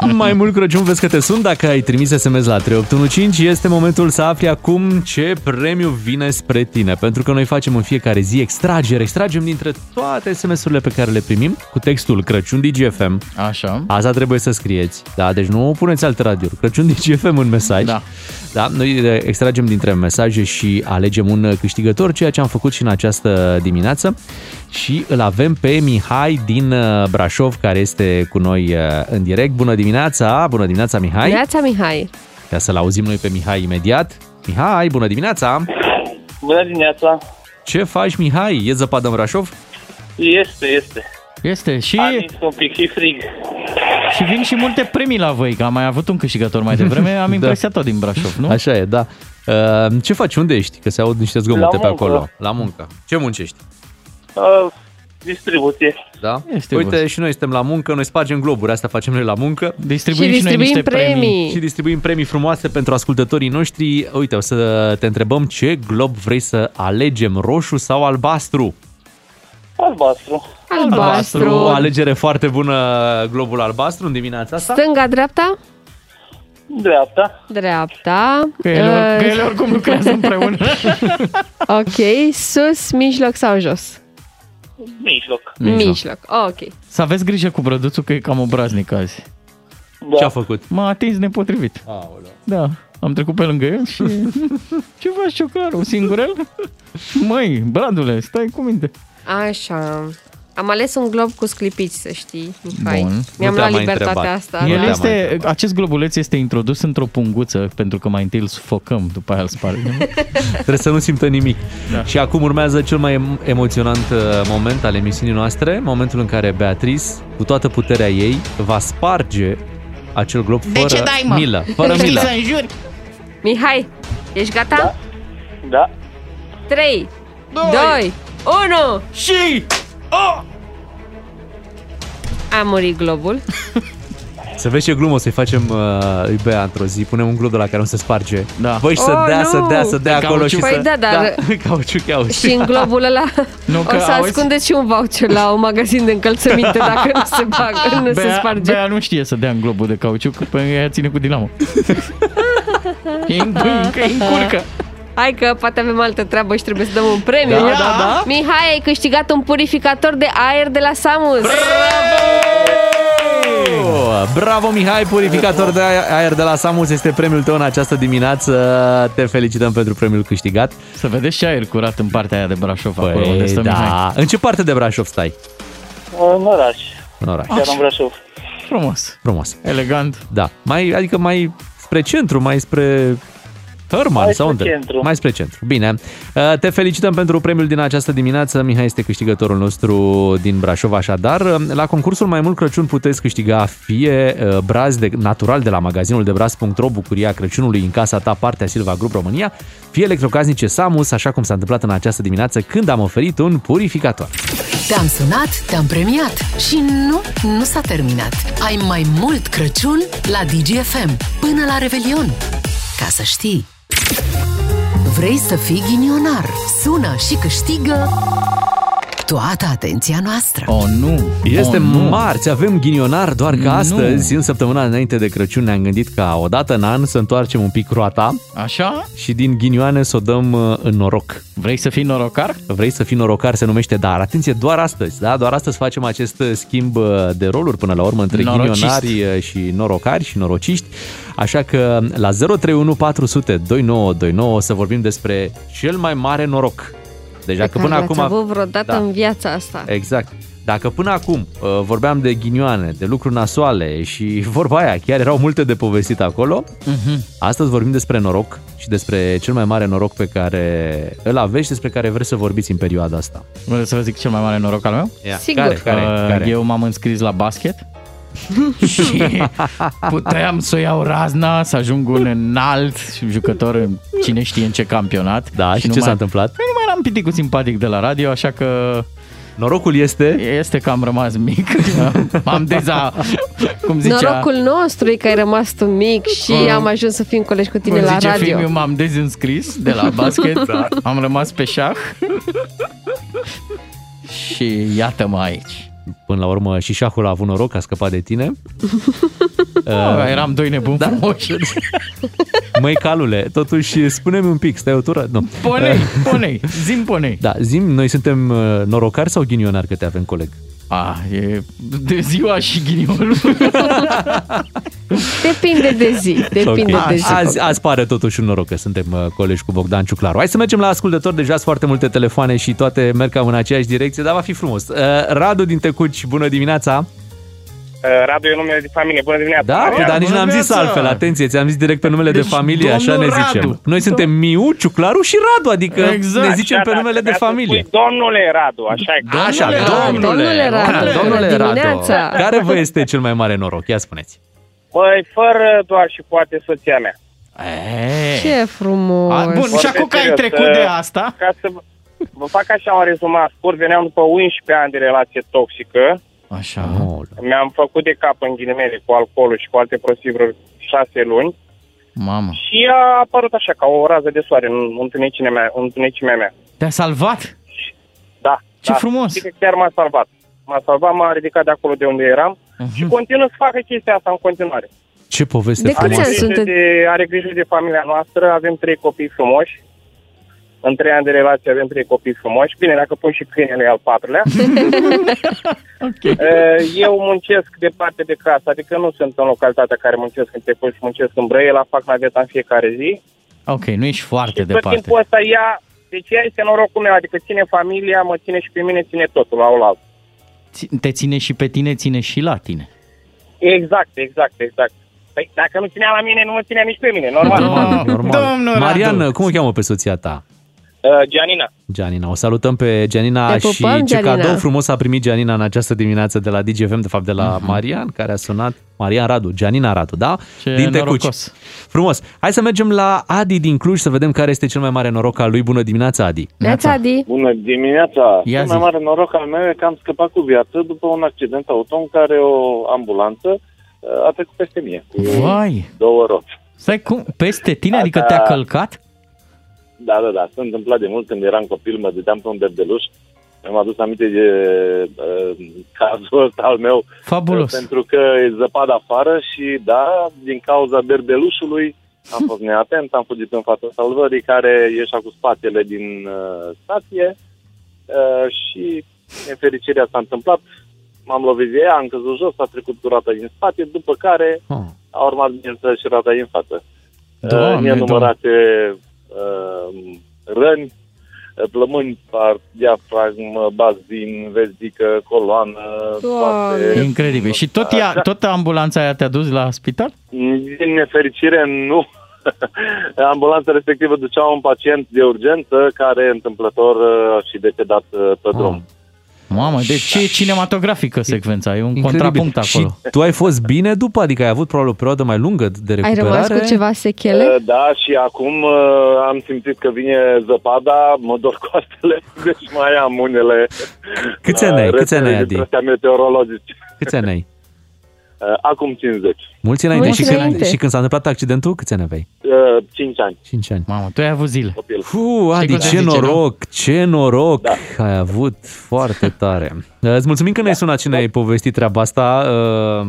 B: Mai mult Crăciun vezi că te sunt dacă ai trimis SMS la 3815. Este momentul să afli acum ce premiu vine spre tine. Pentru că noi facem în fiecare zi extragere. Extragem dintre toate SMS-urile pe care le primim cu textul Crăciun DGFM.
D: Așa.
B: Asta trebuie să scrieți. Da, deci nu puneți alte radiuri. Crăciun DGFM în mesaj. Da. da. Noi le extragem dintre mesaje și alegem un câștigător, ceea ce am făcut și în această dimineață. Și îl avem pe Mihai din uh, Brașov, care este cu noi uh, în direct. Bună dimineața! Bună dimineața, Mihai!
C: Neața Mihai.
B: Ca să-l auzim noi pe Mihai imediat. Mihai, bună dimineața!
P: Bună dimineața!
B: Ce faci, Mihai? E zăpadă în Brașov?
P: Este, este.
D: Este și...
P: A nins un pic și frig.
D: Și vin și multe premii la voi, că am mai avut un câștigător mai devreme, am
B: [laughs] Da.
D: impresiat tot din Brașov, nu?
B: Așa e, da. Uh, Ce faci? Unde ești? Că se aud niște zgomote
P: La
B: pe
P: muncă.
B: acolo. La muncă. Ce muncești?
P: Uh, distribuție.
B: Da?
P: Este
B: Uite,
P: gust.
B: și noi suntem la muncă, noi spargem globuri, asta facem noi la muncă.
D: Distribuim Și și noi distribuim niște premii. premii.
B: Și distribuim premii frumoase pentru ascultătorii noștri. Uite, o să te întrebăm ce glob vrei să alegem, roșu sau albastru?
P: Albastru.
B: O alegere foarte bună, globul albastru în dimineața asta.
C: Stânga, dreapta?
P: Dreapta.
C: Dreapta.
D: Că ele,
C: Uh,
D: că ele oricum lucrează împreună.
C: [laughs] ok, sus, mijloc sau jos?
P: Mijloc.
D: Mijloc.
C: Mijloc, ok.
D: Să aveți grijă cu brăduțul că e cam obraznic azi.
P: Da.
B: Ce-a făcut?
D: M-a atins nepotrivit.
B: Aoleu.
D: Da, am trecut pe lângă el [laughs] și... Ce faci, ciocarul? Singurel? Măi, bradule, stai cu minte.
C: Așa. Am ales un glob cu sclipici, să știi, Mihai.
D: Bun. Nu te-am
C: Mi-am luat
D: mai
C: libertatea
D: întrebat.
C: asta.
D: El
C: da.
D: este, acest globuleț este introdus într-o punguță, pentru că mai întâi îl sufocăm, după aia îl spargem.
B: Trebuie să nu simtă nimic. Da. Și acum urmează cel mai em- emoționant uh, moment al emisiunii noastre, momentul în care Beatrice, cu toată puterea ei, va sparge acel glob
C: De
B: fără
C: ce dai, mă?
B: milă. Fără
C: Știi
B: milă.
C: să înjuri? Mihai, ești gata? Da.
P: da.
C: 3, 2, 1
D: și...
C: Oh! A murit globul.
B: Să vezi ce glumă o să-i facem uh, lui Bea într-o zi. Punem un glob de la care o să sparge. Da. Băi, și să
C: Oh,
B: dea,
C: nu!
B: să dea, să dea
D: În
B: acolo și
C: cauciuc.
B: să...
C: Păi da, dar-
B: da. [laughs] Cauciuc, ia uite.
C: Și în globul ăla
B: Nu,
C: nu,
B: că
C: o să
B: auzi?
C: ascundeți și un voucher la un magazin de încălțăminte dacă nu se bagă, [laughs] nu se
D: Bea,
C: sparge.
D: Bea nu știe să dea în globul de cauciuc, pentru că ea ține cu dinamo. E în- încă e în curcă.
C: Hai că poate avem altă treabă și trebuie să dăm un premiu.
D: Da, da, da.
C: Mihai, ai câștigat un purificator de aer de la Samus.
B: Oh, Bravo, Mihai, purificator de aer de la Samus este premiul tău în această dimineață. Te felicităm pentru premiul câștigat.
D: Să vedeți și aer curat în partea aia de Brașov,
B: Păi,
D: acolo unde stă
B: da.
D: Mihai.
B: În ce parte de Brașov stai?
P: În oraș.
B: În oraș.
P: Chiar în Brașov.
D: Frumos.
B: Frumos.
D: Elegant.
B: Da. Mai, adică mai Spre centru, mai spre Hărman
Q: Mai
B: sau
Q: spre
B: unde?
Q: centru.
B: Mai spre centru. Bine. Uh, Te felicităm pentru premiul din această dimineață. Mihai este câștigătorul nostru din Brașov, așadar. uh, La concursul Mai mult Crăciun puteți câștiga fie uh, braz de, natural de la magazinul de braz.ro, bucuria Crăciunului în casa ta, partea Silva Grup România, fie electrocasnice Samus, așa cum s-a întâmplat în această dimineață când am oferit un purificator.
A: Te-am sunat, te-am premiat și nu, nu s-a terminat. Ai mai mult Crăciun la DGFM până la Revelion. Ca să știi. Vrei să fii ghinionar? Sună și câștigă toată atenția noastră.
D: Oh, nu!
B: Este
D: Oh, nu.
B: marți, avem ghinionar, doar că astăzi, în săptămâna înainte de Crăciun, ne-am gândit ca o dată în an să întoarcem un pic roata.
D: Așa?
B: Și din ghinioane să o dăm uh, în noroc.
D: Vrei să fii norocar?
B: Vrei să fii norocar, se numește, dar atenție, doar astăzi, da? Doar astăzi facem acest uh, schimb uh, de roluri până la urmă între
D: Norocist.
B: ghinionari uh, și norocari și norociști. Așa că la 031 400 2929 să vorbim despre cel mai mare noroc. Deja că până
C: Ați
B: acum...
C: avut vreodată
B: Da.
C: în viața asta.
B: Exact. Dacă până acum uh, vorbeam de ghinioane, de lucruri nasoale și [laughs] vorba aia, chiar erau multe de povestit acolo,
D: Mhm.
B: astăzi vorbim despre noroc și despre cel mai mare noroc pe care îl aveți și despre care vreți să vorbiți în perioada asta.
D: Vreți să vă zic cel mai mare noroc al meu?
B: Ia. Sigur. Care, care,
D: Uh,
B: care?
D: Eu m-am înscris la basket [laughs] și puteam să iau razna, să ajung un înalt jucător în cine știe în ce campionat. Da,
B: și ce s-a întâmplat?
D: Nu mai eram piticul simpatic de la radio, așa că...
B: Norocul este?
D: Este că am rămas
B: [laughs]
D: mic. am deza... Cum zicea...
C: Norocul nostru e că ai rămas tu mic și
D: Uh,
C: am ajuns să fim colegi cu tine
D: Cum
C: la
D: zice
C: radio.
D: Filmiu, m-am dezinscris de la basket,
C: Da.
D: am rămas pe șah și iată-mă aici.
B: Până la urmă și șahul a avut noroc, a scăpat de tine.
D: [laughs]
B: Uh,
D: Oh, eram doi nebuni da. frumoși.
B: Măi, calule, totuși spune-mi un pic, stai o tură? Nu. [laughs]
D: Ponei, ponei, zim ponei.
B: Da, zim, noi suntem uh, norocari sau ghinionari că te avem coleg?
D: Ah, e de ziua și ghinionul.
C: Depinde de zi. Depinde
B: Ok.
C: de zi.
B: Azi, azi pare totuși un noroc că suntem uh, colegi cu Bogdan Ciuclaru. Hai să mergem la ascultător, deja sunt foarte multe telefoane și toate merg cam în aceeași direcție, dar va fi frumos. Uh, Radu din Tecuci, bună dimineața!
M: Uh, Radu e numele de familie, bună dimineața!
B: Da, păi, dar nici n-am zis altfel, atenție, ți-am zis direct pe numele deci, de familie, așa ne
M: domnul Radu.
B: zicem. Noi suntem Miu, Ciuclaru și Radu, adică exact. ne zicem
M: Așa,
B: pe
M: da,
B: numele de
M: trebuia să
B: familie.
M: Spui, domnule Radu, așa e.
B: Așa, domnule,
M: Domnule Radu,
B: domnule
M: bună
B: Radu,
M: dimineața.
B: care vă este cel mai mare noroc? Ia spuneți.
M: Păi, fără doar și poate soția mea.
C: Ce frumos!
M: Vorbesc serios, uh, Ca să vă- vă fac așa un rezumat scurt, veneam după 11 ani de relație toxică,
D: Așa.
M: mi-am făcut de cap în ghilimele cu alcoolul și cu alte prostivuri șase luni
D: Mamă.
M: și a apărut așa ca o rază de soare în întunecimea mea. Întunecimea mea.
D: Te-a salvat?
M: Da.
D: Ce
M: da.
D: frumos!
M: Știi că chiar m-a salvat. M-a salvat, m-a ridicat de acolo de unde eram
D: Mhm.
M: și continuă să facă chestia asta în continuare.
B: Ce poveste
M: Are
B: frumoasă.
M: grijă de, are grijă de familia noastră, avem trei copii frumoși. În trei ani de relație avem trei copii frumoși. Bine, dacă pun și câinele e al
D: [laughs]
M: patrulea. [laughs] E, Eu muncesc departe de casă, adică nu sunt în localitatea care muncesc în Tecuș, muncesc în Brăila, fac naveta în fiecare zi.
D: Ok, nu ești foarte
M: Tot
D: departe.
M: timpul ăsta ea, deci ea este norocul meu, adică ține familia, mă ține și pe mine, ține totul la oaltă.
D: Ți- Te ține și pe tine, ține și la tine.
M: Exact, exact, exact. Păi dacă nu ținea la mine, nu mă ținea nici pe mine, normal.
B: Normal. Marian, cum o cheamă pe soția ta?
M: Uh, Gianina,
B: Gianina. O salutăm pe Gianina
M: Te
B: și
M: pupăm,
B: ce
M: Gianina.
B: cadou frumos a primit Gianina în această dimineață de la DGFM, de fapt de la Marian, care a sunat Marian Radu, Gianina Radu, da?
D: Ce norocos.
B: Frumos. Hai să mergem la Adi din Cluj să vedem care este cel mai mare noroc al lui. Bună dimineața, Adi!
C: Neața, Adi.
R: Bună dimineața!
B: Ia
R: Cel mai
B: zi.
R: mare noroc al meu e că am scăpat cu viață după un accident auto în care o ambulanță uh, a trecut peste mine cu
D: Vai!
R: două roți.
D: Stai, cum? Peste tine? Adică te-a
R: Asta-
D: călcat?
R: Da, da, da, s-a întâmplat de mult când eram copil, mă dădeam pe un bebeluș. Mi-am adus aminte de uh, cazul ăsta al meu.
D: Fabulos.
R: uh, Pentru că e zăpadă afară și, da, din cauza berbelușului am fost neatent, am fugit în fața salvării care ieșea cu spatele din uh, stație uh, și nefericirea s-a întâmplat. M-am lovit de ea, am căzut jos, a trecut cu roata din spate, după care a urmat, bineînțeles, și roata din față.
D: Doamne,
R: Doamne, nenumărate uh, răni, plămâni, par, diafragm, bazin, vestică, coloană, toate.
D: Incredibil. Și tot, ea,
R: Așa.
D: tot ambulanța aia te-a dus la spital?
R: Din nefericire, nu. [laughs] Ambulanța respectivă ducea un pacient de urgență care întâmplător uh, și decedat uh, pe drum.
B: Ah.
D: Mamă, deci ce e cinematografică secvența, e un contrapunct acolo.
B: Și tu ai fost bine după? Adică ai avut probabil o perioadă mai lungă de
C: Ai
B: recuperare?
C: rămas cu ceva sechele?
R: Uh, Da, și acum uh, am simțit că vine zăpada, mă dor [laughs] coastele, deci mai am unele uh,
B: Câți ani ai? Câți ani ai, Adi?
R: Astea meteorologice.
B: Câți ani ai?
R: Uh, Acum 50.
B: Mulți înainte.
R: Mulți
B: și, când,
R: înainte.
B: și când s-a întâmplat accidentul, câți ani aveai?
R: Uh, 5 ani.
B: 5 ani.
D: Mamă, tu ai avut zile.
B: Fu, Adi,
D: cum se
B: ce
D: zice,
B: noroc, ce noroc da. ai avut, foarte tare. Uh, Îți mulțumim că ne-ai sunat și ne-ai povestit treaba asta. Uh,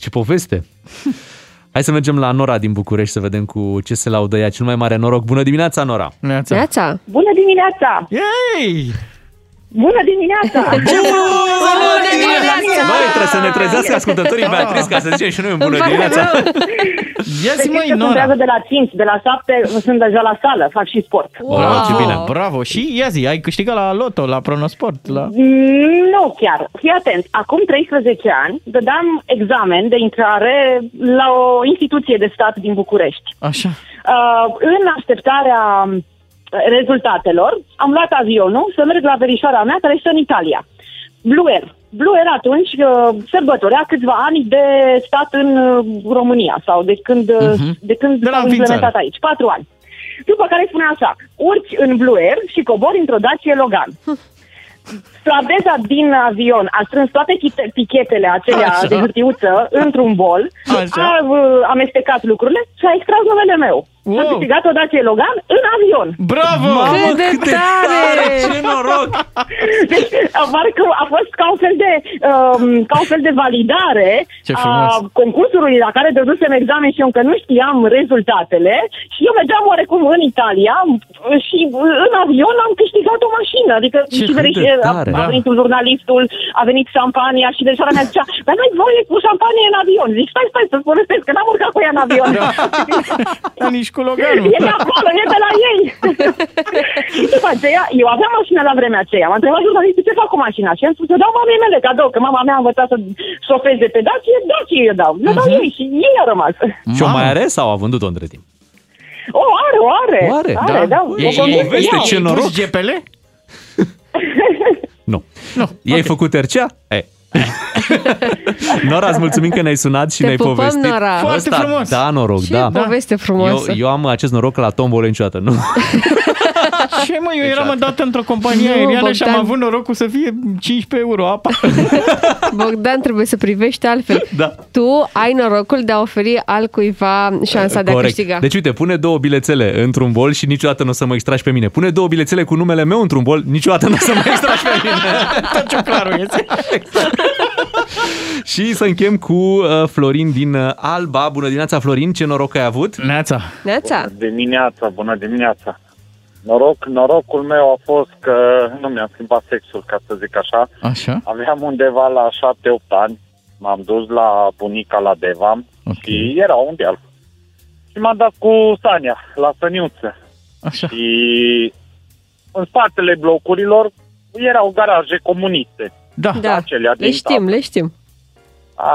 B: Ce poveste! [laughs] Hai să mergem la Nora din București să vedem cu ce se laudă ea. Cel mai mare noroc. Bună dimineața, Nora!
C: Neața.
L: Bună dimineața!
D: Yay!
L: Bună dimineața!
N: Bună dimineața!
B: Băi, trebuie să ne trezească ascultătorii Beatriz ca să zicem și noi un bună dimineața.
L: Să știți Păi, că sunt dragă de la 5, de la 7, sunt deja la sală, fac și sport.
D: Bravo, ce bine. Bravo. Și ia zi, ai câștigat la loto, la pronosport, la...
L: Mm, Nu chiar. Fii atent. Acum 13 ani dădeam examen de intrare la o instituție de stat din București.
D: Așa.
L: Uh, în așteptarea uh, rezultatelor, am luat avionul să merg la verișoara mea care este în Italia. Blue Air. Blue Air atunci uh, sărbătorea câțiva ani de stat în uh, România sau de când, uh, de când
D: la
L: s-au
D: înființare.
L: implementat aici. Patru ani. După care spune așa, urci în Blue Air și cobori într-o Dacia Logan. Slaveza din avion a strâns toate chite- pichetele acelea
N: Așa.
L: Așa. de hârtiuță într-un bol,
N: Așa.
L: a uh, amesteccat lucrurile și a extras numele meu. Wow. Am câștigat o Dacia Logan în avion.
D: Bravo!
N: Mamă, Cât de cât de tare! tare! Ce
B: noroc!
L: Deci, uh, pare că a fost ca un fel de, um, ca un fel de validare
N: Ce
L: a
N: frumos!
L: concursului la care dădusem examen și eu încă nu știam rezultatele și eu mergeam oarecum în Italia uh, și uh, în avion am câștigat o mașină. Adică
N: Ce
L: și
N: cât
L: veriș-
N: de
L: a,
N: tare,
L: a
N: da.
L: venit un jurnalistul, a venit șampania și deja mea zicea, dar n-ai voie cu șampanie în avion. Zic, stai, stai să-ți povestesc, că n-am urcat cu ea în avion. [laughs]
D: Nici Da. cu Loganul.
L: E de acolo, e de la
D: [laughs]
L: ei. Și După aceea, eu aveam mașină la vremea aceea. M-a întrebat jurnalistul ce fac cu mașina și am spus, eu dau mamei mele cadou, că mama mea a învățat să șofeze pe Dacie, Dacie da, eu dau. Le
D: Mhm.
L: dau ei și ei au rămas.
B: Și o mai are sau a vândut-o între timp?
L: O, are, o are.
B: O are,
L: are
B: da.
L: da.
B: E-
L: o conduc
B: e- poveste,
L: eu.
B: ce noroc.
D: Pus GPL?
B: Nu. nu I-ai făcut RCA? [laughs] E. Nora, îți mulțumim că ne-ai sunat și
C: Te
B: ne-ai
C: pupăm,
B: povestit.
C: Nora. Foarte
B: Ăsta,
C: frumos.
B: Da, noroc,
C: Ce
B: da.
C: poveste frumoasă.
B: Eu, eu am acest noroc că la tombole niciodată, nu?
D: [laughs] Ce mă, eu
B: Deci
D: eram odată într-o companie
C: Nu,
D: aeriană și am
C: Bogdan.
D: avut norocul să fie 15 euro apa.
C: [laughs] Bogdan trebuie să privești altfel.
B: Da.
C: Tu ai norocul de a oferi altcuiva șansa de a
B: Corect.
C: câștiga.
B: Deci uite, pune două bilețele într-un bol și niciodată nu o să mă extragi pe mine. Pune două bilețele cu numele meu într-un bol, niciodată nu o să mă extragi pe mine.
C: [laughs]
D: Tot ce clarul este.
B: [laughs] și să închem cu uh, Florin din uh, Alba. Bună dimineața, Florin. Ce noroc ai avut?
D: Neața.
C: Neața.
Q: Dimineața, bună dimineața. Noroc, norocul meu a fost că nu mi-am schimbat sexul, ca să zic așa.
D: Așa.
Q: Aveam undeva la 7-8 ani, m-am dus la bunica la Devam okay. și era un deal. Și m-am dat cu Sania, la Săniuță.
D: Așa.
Q: Și în spatele blocurilor erau garaje comuniste.
D: Da,
C: da.
Q: Acelea
C: Le
Q: din
C: știm, le știm.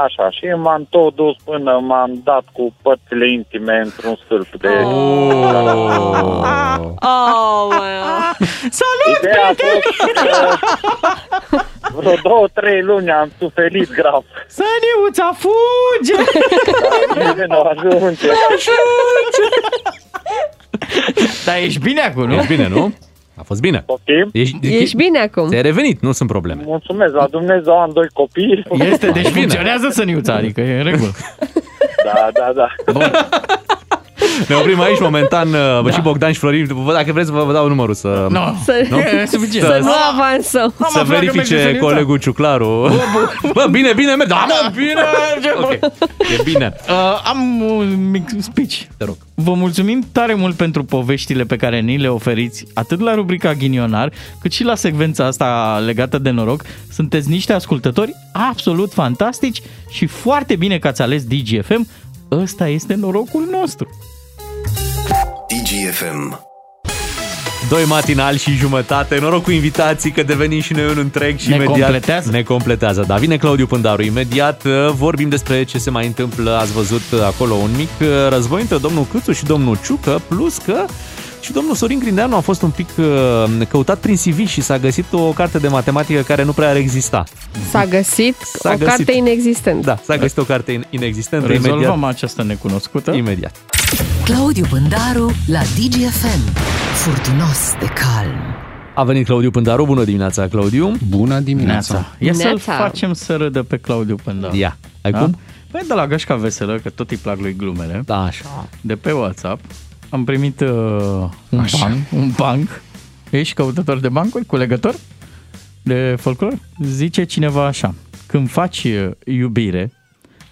Q: Așa, și m-am tot dus până m-am dat cu părțile intime într-un sâlp de...
C: Ah. Oh, mă.
D: Salut,
Q: Ideea a fost că vreo două, trei luni am suferit grav.
D: Săniuța, fuge!
Q: Bine, nu ajunge.
D: Dar ești bine acum, nu?
B: Ești bine, nu? A fost bine.
Q: Okay.
B: Ești,
D: Deci
C: Ești bine acum.
B: Te-ai revenit, nu sunt probleme.
Q: Mulțumesc, la Dumnezeu am doi copii.
D: Este, deci funcționează săniuța, adică e în regulă.
Q: Da, da, da.
B: Ne oprim aici momentan da. și Bogdan și Florin. Vă- Dacă vreți, vă, vă dau numărul să...
D: Nu.
C: Să, să nu avansăm.
B: să verifice
C: da.
B: colegul Ciuclaru. Bă, bine, bine, merge. Da, mă, bine, merge. Ok, e bine.
D: Uh, am un mic speech.
B: Te rog.
D: Vă mulțumim tare mult pentru poveștile pe care ni le oferiți, atât la rubrica Ghinionar, cât și la secvența asta legată de noroc. Sunteți niște ascultători absolut fantastici și foarte bine că ați ales DGFM. Ăsta este norocul nostru.
G: DGFM.
B: Doi matinali și jumătate. Noroc cu invitații că devenim și noi un întreg și
D: Ne
B: imediat
D: completează?
B: ne completează. Da, vine Claudiu Pândaru imediat. uh, Vorbim despre ce se mai întâmplă. Ați văzut uh, acolo un mic uh, război între domnul Câțu și domnul Ciucă, plus că și domnul Sorin Grindeanu a fost un pic uh, căutat prin CV și s-a găsit o carte de matematică care nu prea ar exista.
C: S-a găsit
B: S-a
C: o
B: găsit.
C: carte inexistentă.
B: Da, s-a găsit o carte in- inexistentă.
D: Rezolvăm
B: imediat. această necunoscută. Imediat.
A: Claudiu Pândaru la DGFM. Furtunos de calm.
B: A venit Claudiu Pândaru. Bună dimineața, Claudiu. Bună
D: Neața. Ia să-l facem să râdă pe Claudiu Pândaru.
B: Ia. Ai cum?
D: Păi de la Gașca Veselă, că tot îi plac lui glumele.
B: Da, așa.
D: De pe WhatsApp am primit uh, un,
B: Așa.
D: banc, un banc. Ești căutător de bancuri? Culegător? De folclor? Zice cineva așa. Când faci uh, iubire,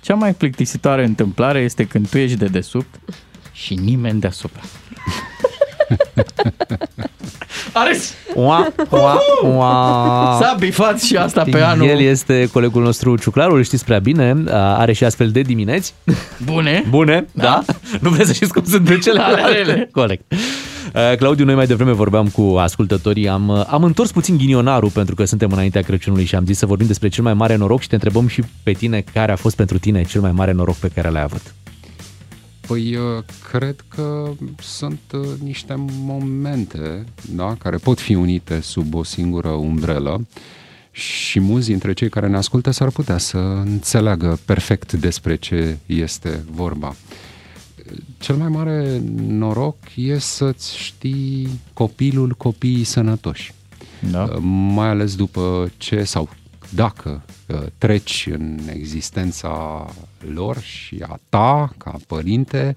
D: cea mai plictisitoare întâmplare este când tu ești de desubt și nimeni deasupra. Ares!
B: Ua, ua, ua.
D: S-a bifat și asta pe anul.
B: El este colegul nostru Ciuclarul, îl știți prea bine, a- are și astfel de dimineți.
D: Bune.
B: Bune, da. da? Nu vreți să știți cum sunt de
D: Ale ele.
B: celelalte. Corect. Uh, Claudiu, noi mai devreme vorbeam cu ascultătorii, am, uh, am întors puțin ghinionarul pentru că suntem înaintea Crăciunului și am zis să vorbim despre cel mai mare noroc și te întrebăm și pe tine care a fost pentru tine cel mai mare noroc pe care l-ai avut.
S: Păi uh, cred că sunt uh, niște momente da, care pot fi unite sub o singură umbrelă și mulți dintre cei care ne ascultă s-ar putea să înțeleagă perfect despre ce este vorba. Cel mai mare noroc e să-ți știi copilul copiii sănătoși.
D: Da.
S: Mai ales după ce sau dacă uh, treci în existența lor și a ta ca părinte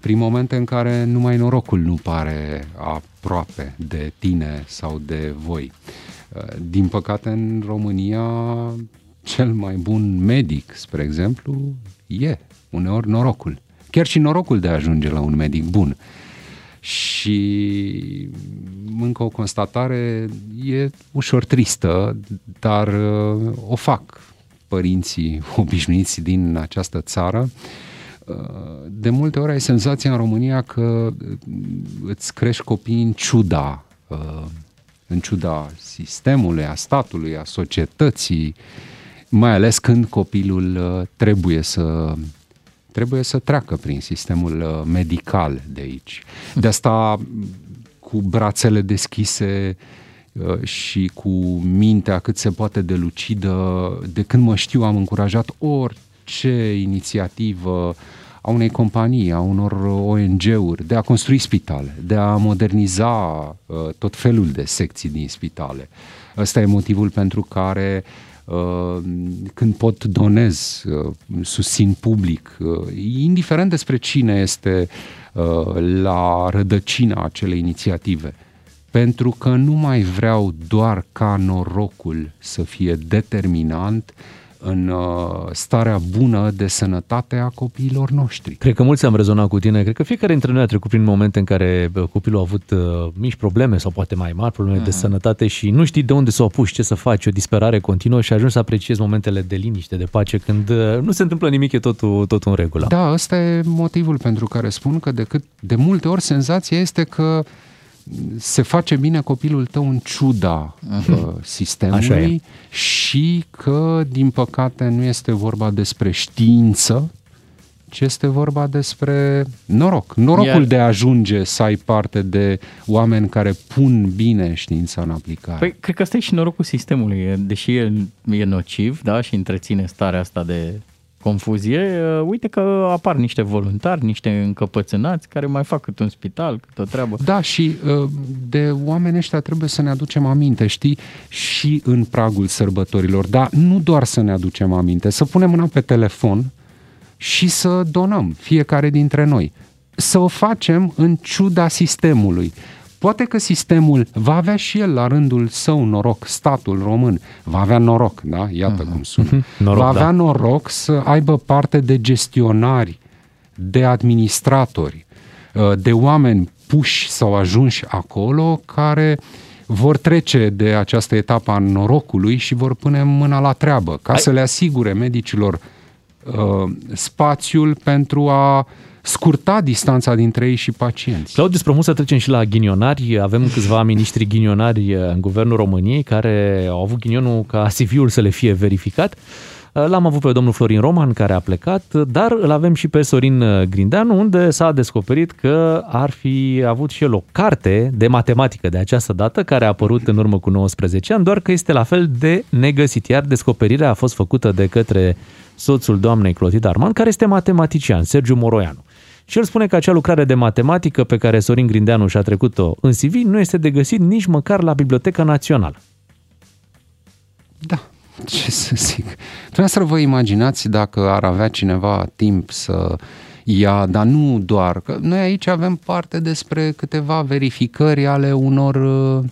S: prin momente în care numai norocul nu pare aproape de tine sau de voi. Uh, Din păcate, în România, cel mai bun medic, spre exemplu, e uneori norocul. Chiar și norocul de a ajunge la un medic bun. Și încă o constatare e ușor tristă, dar uh, o fac părinții [laughs] obișnuiți din această țară. Uh, De multe ori ai senzația în România că uh, îți crești copiii în ciuda uh, în ciuda sistemului, a statului, a societății, mai ales când copilul uh, trebuie să trebuie să treacă prin sistemul uh, medical de aici. De asta m, cu brațele deschise uh, și cu mintea cât se poate de lucidă, de când mă știu am încurajat orice inițiativă a unei companii, a unor ONG-uri, de a construi spitale, de a moderniza uh, tot felul de secții din spitale. Ăsta e motivul pentru care uh, când pot donez, uh, susțin public, uh, indiferent despre cine este uh, la rădăcina acelei inițiative. Pentru că nu mai vreau doar ca norocul să fie determinant în uh, starea bună de sănătate a copiilor noștri.
B: Cred că mulți am rezonat cu tine. Cred că fiecare dintre noi a trecut prin momente în care bă, copilul a avut uh, mici probleme sau poate mai mari probleme mm-hmm. de sănătate și nu știi de unde să o apuci, ce să faci, o disperare continuă și ajungi să apreciezi momentele de liniște, de pace, când uh, nu se întâmplă nimic, e totul, totul în regulă.
S: Da, ăsta e motivul pentru care spun că de, cât, de multe ori senzația este că se face bine copilul tău în ciuda
B: Mhm.
S: uh,
B: Așa e.
S: sistemului și că, din păcate, nu este vorba despre știință, ci este vorba despre noroc. Norocul
D: Iar-
S: Iar... de a ajunge să ai parte de oameni care pun bine știința în aplicare.
D: Păi, cred că asta e și norocul sistemului. E- Deși e, e nociv da, și întreține starea asta de confuzie, e, uite că apar niște voluntari, niște încăpățânați care mai fac cât un spital, cât o treabă.
S: Da, și uh, de oamenii ăștia trebuie să ne aducem aminte, știi, și în pragul sărbătorilor, dar nu doar să ne aducem aminte, să punem mâna pe telefon și să donăm fiecare dintre noi. Să o facem în ciuda sistemului. Poate că sistemul va avea și el la rândul său noroc, statul român va avea noroc, da? Iată cum sună.
B: Noroc,
S: va avea
B: da.
S: noroc să aibă parte de gestionari, de administratori, uh, de oameni puși sau ajunși acolo care vor trece de această etapă a norocului și vor pune mâna la treabă ca să le asigure medicilor uh, spațiul pentru a scurta distanța dintre ei și pacienți. [laughs]
B: Claudiu, îți propun să trecem și la ghinionari. Avem câțiva miniștri ghinionari uh, în guvernul României care au avut ghinionul ca CV-ul să le fie verificat. Uh, L-am avut pe domnul Florin Roman care a plecat, uh, dar îl avem și pe Sorin uh, Grindeanu, unde s-a descoperit că ar fi avut și el o carte de matematică de această dată, care a apărut în urmă cu 19 ani, doar că este la fel de negăsit, iar descoperirea a fost făcută de către soțul doamnei Clotilde Arman, care este matematician, Sergiu Moroianu. Și el spune că acea lucrare de matematică pe care Sorin Grindeanu și-a trecut-o în CV nu este de găsit nici măcar la Biblioteca Națională.
S: ce să zic, dumneavoastră vă imaginați dacă ar avea cineva timp să ia, dar nu doar, că noi aici avem parte despre câteva verificări ale unor uh,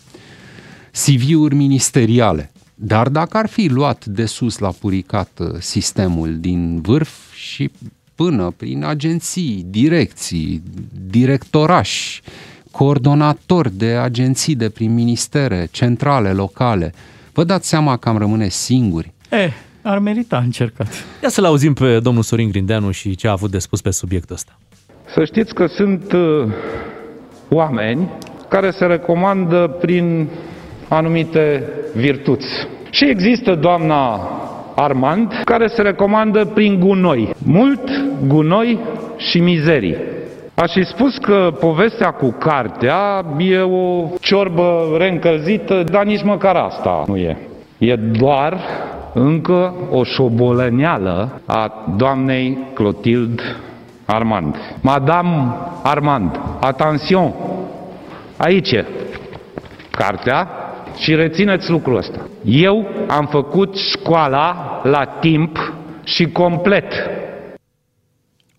S: CV-uri ministeriale. Dar dacă ar fi luat de sus la puricat uh, sistemul din vârf și până prin agenții, direcții, directorași, coordonatori de agenții de prin ministere, centrale, locale, vă dați seama că am rămâne singuri.
D: Eh, ar merita încercat.
B: Ia să-l auzim pe domnul Sorin Grindeanu și ce a avut de spus pe subiectul ăsta.
T: Să știți că sunt uh, oameni care se recomandă prin anumite virtuți. Și există doamna Armand care se recomandă prin gunoi. Mult gunoi și mizerii. Aș fi spus că povestea cu cartea e o ciorbă reîncălzită, dar nici măcar asta nu e. E doar încă o șobolăneală a doamnei Clotilde Armand. Madame Armand, attention! Aici e cartea și rețineți lucrul ăsta. Eu am făcut școala la timp și complet.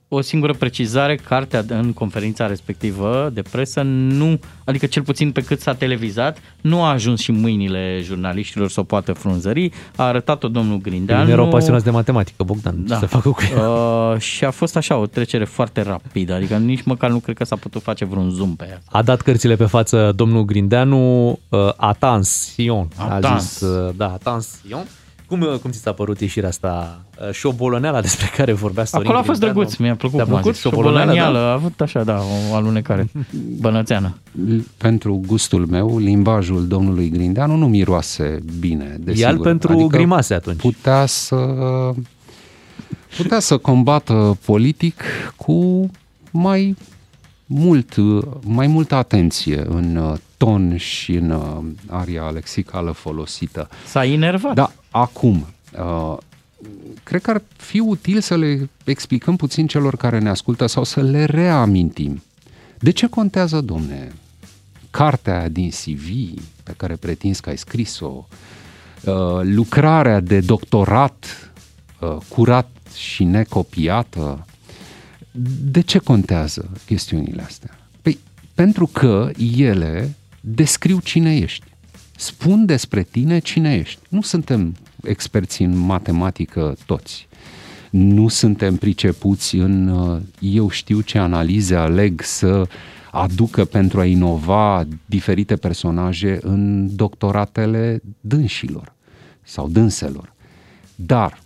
D: O singură precizare, cartea în conferința respectivă de presă nu, adică cel puțin pe cât s-a televizat, nu a ajuns și în mâinile jurnaliștilor să o poată frunzări. A arătat-o domnul Grindeanu.
B: Nu erau pasionați de matematică, Bogdan, da. să facă cu ea.
D: Uh, și a fost așa o trecere foarte rapidă, adică nici măcar nu cred că s-a putut face vreun zoom pe ea.
B: A dat cărțile pe față domnul Grindeanu, uh, attention, a
D: Attention.
B: zis, uh, da, attention. Cum, uh, cum ți s-a părut ieșirea asta? Uh, Șobolăneala despre care vorbea Sorin
D: Acolo a fost
B: Grindeanu.
D: drăguț, mi-a plăcut.
B: Te-a
D: cum a
B: plăcut?
D: zis,
B: Șobolăneala,
D: șobolăneală,
B: da?
D: a avut așa, da, o
B: [laughs]
D: alunecare bănățeană.
S: Pentru gustul meu, limbajul domnului Grindeanu nu miroase bine, desigur. Adică
B: al pentru grimase atunci.
S: Putea să, putea să combată politic cu mai mult, mai multă atenție în uh, ton și în uh, aria lexicală folosită.
D: S-a enervat.
S: Da, acum, uh, cred că ar fi util să le explicăm puțin celor care ne ascultă sau să le reamintim. De ce contează, domne, cartea aia din CV pe care pretinzi că ai scris-o, uh, lucrarea de doctorat uh, curat și necopiată, de ce contează chestiunile astea? Păi, pentru că ele descriu cine ești. Spun despre tine cine ești. Nu suntem experți în matematică toți. Nu suntem pricepuți în uh, eu știu ce analize aleg să aducă pentru a inova diferite personaje în doctoratele dânșilor sau dânselor. Dar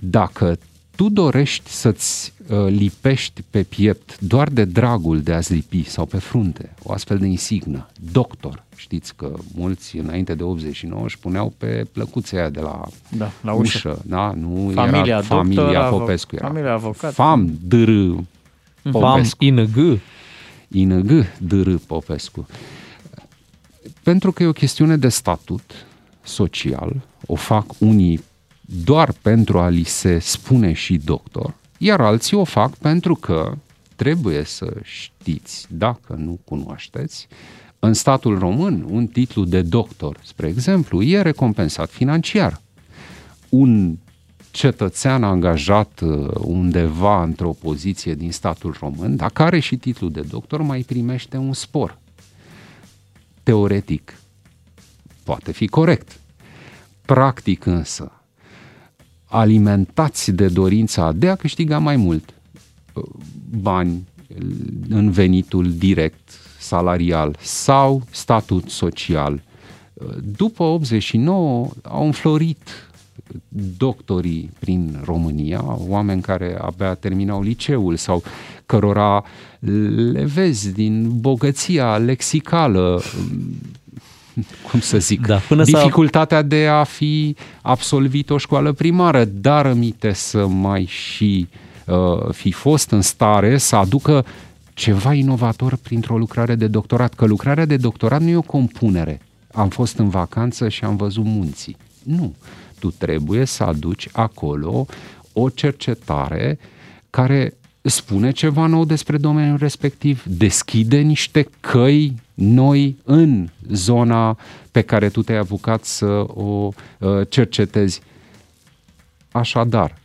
S: dacă tu dorești să-ți uh, lipești pe piept doar de dragul de a-ți lipi sau pe frunte o astfel de insignă, doctor, știți că mulți înainte de 89 își puneau pe plăcuțea aia de la,
D: Da, la ușă.
S: da? Nu
D: Familia
S: era
D: doctor,
S: familia
D: avo-
S: Popescu. Era
D: familia avocat.
S: Fam, dr. Popescu.
B: ING.
S: ING, dr. Popescu. Pentru că e o chestiune de statut social, o fac unii doar pentru a li se spune și doctor, iar alții o fac pentru că trebuie să știți, dacă nu cunoașteți, în statul român, un titlu de doctor, spre exemplu, e recompensat financiar un cetățean angajat uh, undeva într-o poziție din statul român, dacă are și titlul de doctor, mai primește un spor. Teoretic, poate fi corect. Practic însă, alimentați de dorința de a câștiga mai mult uh, bani uh, în venitul direct salarial sau statut social. Uh, După 89 au înflorit doctorii prin România, oameni care abia terminau liceul sau cărora le vezi din bogăția lexicală, cum să zic, da,
B: până s-a-
S: dificultatea de a fi absolvit o școală primară, dar aminte să mai și uh, fi fost în stare să aducă ceva inovator printr-o lucrare de doctorat, că lucrarea de doctorat nu e o compunere. Am fost în vacanță și am văzut munții. Nu. Tu trebuie să aduci acolo o cercetare care spune ceva nou despre domeniul respectiv, deschide niște căi noi în zona pe care tu te-ai apucat să o uh, cercetezi. Așadar,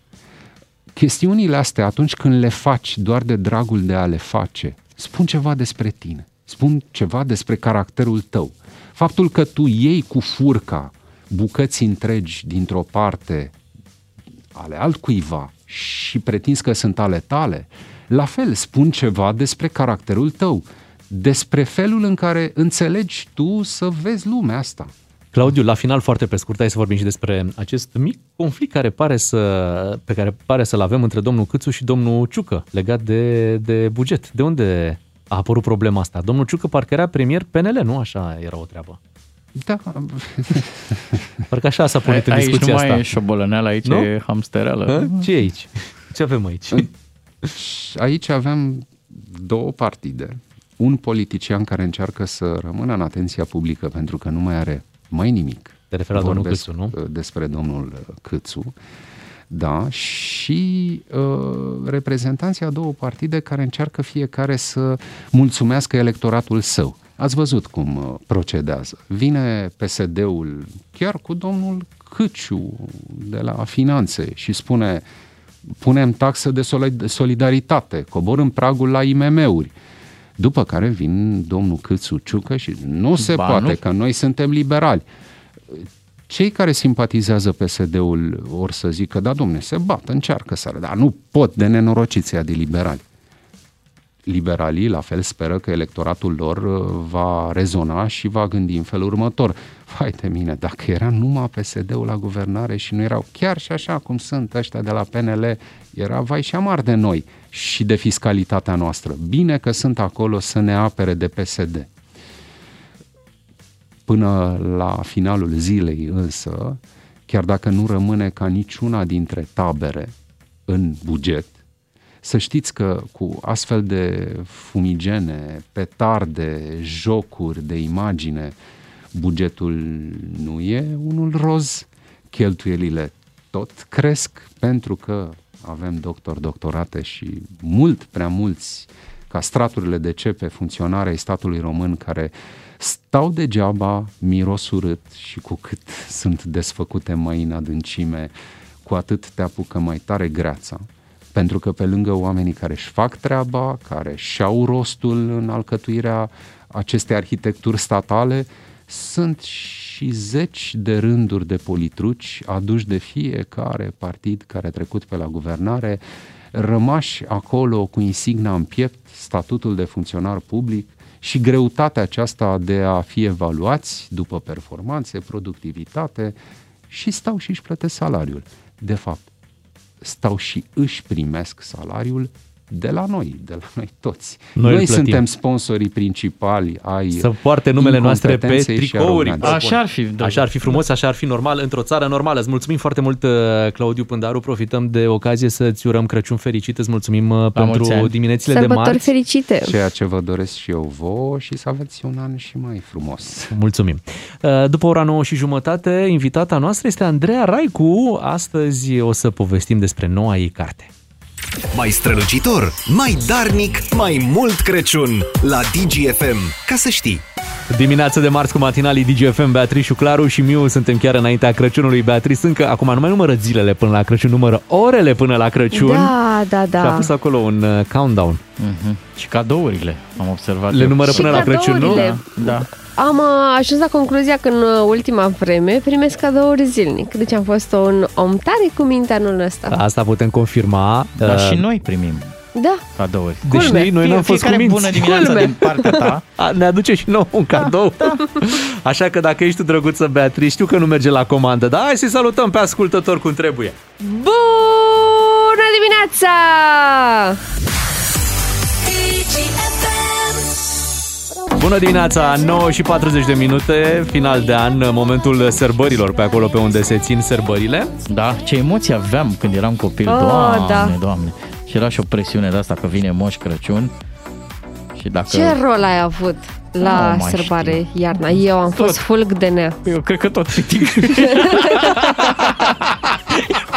S: chestiunile astea, atunci când le faci doar de dragul de a le face, spun ceva despre tine, spun ceva despre caracterul tău. Faptul că tu iei cu furca bucăți întregi dintr-o parte ale altcuiva și pretinzi că sunt ale tale, la fel spun ceva despre caracterul tău, despre felul în care înțelegi tu să vezi lumea asta.
B: Claudiu, la final, foarte pe scurt, hai să vorbim și despre acest mic conflict care pare să, pe care pare să-l avem între domnul Câțu și domnul Ciucă, legat de, de buget. De unde a apărut problema asta? Domnul Ciucă parcă era premier PNL, nu așa era o treabă.
S: Da,
B: Parcă așa s-a pornit în
D: Aici
B: discuția
D: nu mai
B: asta.
D: e șobolăneală, aici
B: Nu?
D: e hamsterelă.
B: Hă? Ce e aici? Ce avem aici?
S: aici avem două partide. Un politician care încearcă să rămână în atenția publică pentru că nu mai are mai nimic.
B: Te referi la domnul Câțu,
S: nu? Despre domnul uh, Câțu. Da, și uh, reprezentanții a două partide care încearcă fiecare să mulțumească electoratul său. Ați văzut cum uh, procedează. Vine PSD-ul chiar cu domnul Câciu de la Finanțe și spune punem taxă de solid- solidaritate, coborâm pragul la IMM-uri. După care vin domnul Câțu Ciucă și nu se
D: Ba,
S: poate,
D: nu.
S: că noi suntem liberali. Cei care simpatizează PSD-ul or să zică, da, domne, se bat, încearcă să dar nu pot de nenorociți aia de liberali. Liberalii, la fel, speră că electoratul lor uh, va rezona și va gândi în felul următor. Vai de mine, dacă era numai PSD-ul la guvernare și nu erau chiar și așa cum sunt ăștia de la PNL, era vai și amar de noi și de fiscalitatea noastră. Bine că sunt acolo să ne apere de PSD. Până la finalul zilei însă, chiar dacă nu rămâne ca niciuna dintre tabere în buget, să știți că cu astfel de fumigene, petarde, jocuri de imagine, bugetul nu e unul roz, cheltuielile tot cresc pentru că avem doctor, doctorate și mult prea mulți ca straturile de cepe funcționare ai statului român care stau degeaba, miros urât și cu cât sunt desfăcute mai în adâncime, cu atât te apucă mai tare greața. Pentru că pe lângă oamenii care își fac treaba, care și-au rostul în alcătuirea acestei arhitecturi statale, sunt și zeci de rânduri de politruci aduși de fiecare partid care a trecut pe la guvernare, rămași acolo cu insigna în piept, statutul de funcționar public și greutatea aceasta de a fi evaluați după performanțe, productivitate și stau și își plătesc salariul. De fapt, stau și își primesc salariul de la noi, de la noi toți.
B: Noi
S: Noi,
B: îl
S: noi
B: plătim.
S: suntem sponsorii principali ai
B: Să poarte numele noastre pe
S: incompetenței și
B: tricouri.
S: aroganței.
B: Așa ar fi frumos, așa ar fi normal, într-o țară normală. Îți mulțumim foarte mult, uh, Claudiu Pândaru. Profităm de ocazie să-ți urăm Crăciun fericit. Îți mulțumim uh,
S: mulți
B: pentru
S: ani.
B: diminețile de
C: Sărbători
B: marți.
C: fericite!
S: Ceea ce vă doresc și eu vouă și să aveți un an și mai frumos.
B: Mulțumim. Uh, După ora 9 și jumătate, invitata noastră este Andreea Raicu. Astăzi o să povestim despre noua ei carte.
G: Mai strălucitor, mai darnic, mai mult Crăciun la DGFM. Ca să știi.
B: Dimineața de marți cu matinalii DGFM, Beatrice, Claru și Miu suntem chiar înaintea Crăciunului. Beatrice încă, acum nu mai numără zilele până la Crăciun, numără orele până la Crăciun.
C: Da, da,
B: Și a
C: da.
B: pus acolo un uh, countdown.
D: Mm-hmm. Și cadourile, am observat.
B: Le
D: eu.
B: numără
C: Și
B: până la Crăciun, nu?
C: cadourile.
D: Da.
C: Am a, ajuns la concluzia că în uh, ultima vreme primesc cadouri zilnic. Deci am fost un om tare cu minte anul ăsta.
B: Asta putem confirma.
D: Dar
B: Uh,
D: și noi primim.
C: Da.
D: cadouri.
B: Deci Culme. noi n-am fost
D: Fiecare
B: cuminți.
D: bună dimineața
B: Culme.
D: din partea ta.
B: A, ne aduce și nouă un cadou. Da, da. [laughs] Așa că dacă ești tu drăguță, Beatrice, știu că nu merge la comandă, dar hai să-i salutăm pe ascultător cum trebuie.
C: Bună dimineața!
B: Bună dimineața, 9 și 40 de minute, final de an, uh, momentul sărbărilor pe acolo pe unde se țin
D: [laughs]
B: sărbările.
D: Da, ce emoții aveam când eram copil,
C: Oh,
D: oh, doamne,
C: da.
D: da. doamne. Și era și o presiune de asta că vine Moș Crăciun și dacă...
C: Ce rol ai avut la
D: Nu mai
C: sărbare iarna? Eu am fost fulg de nea.
D: Oh, Eu cred că tot pitic.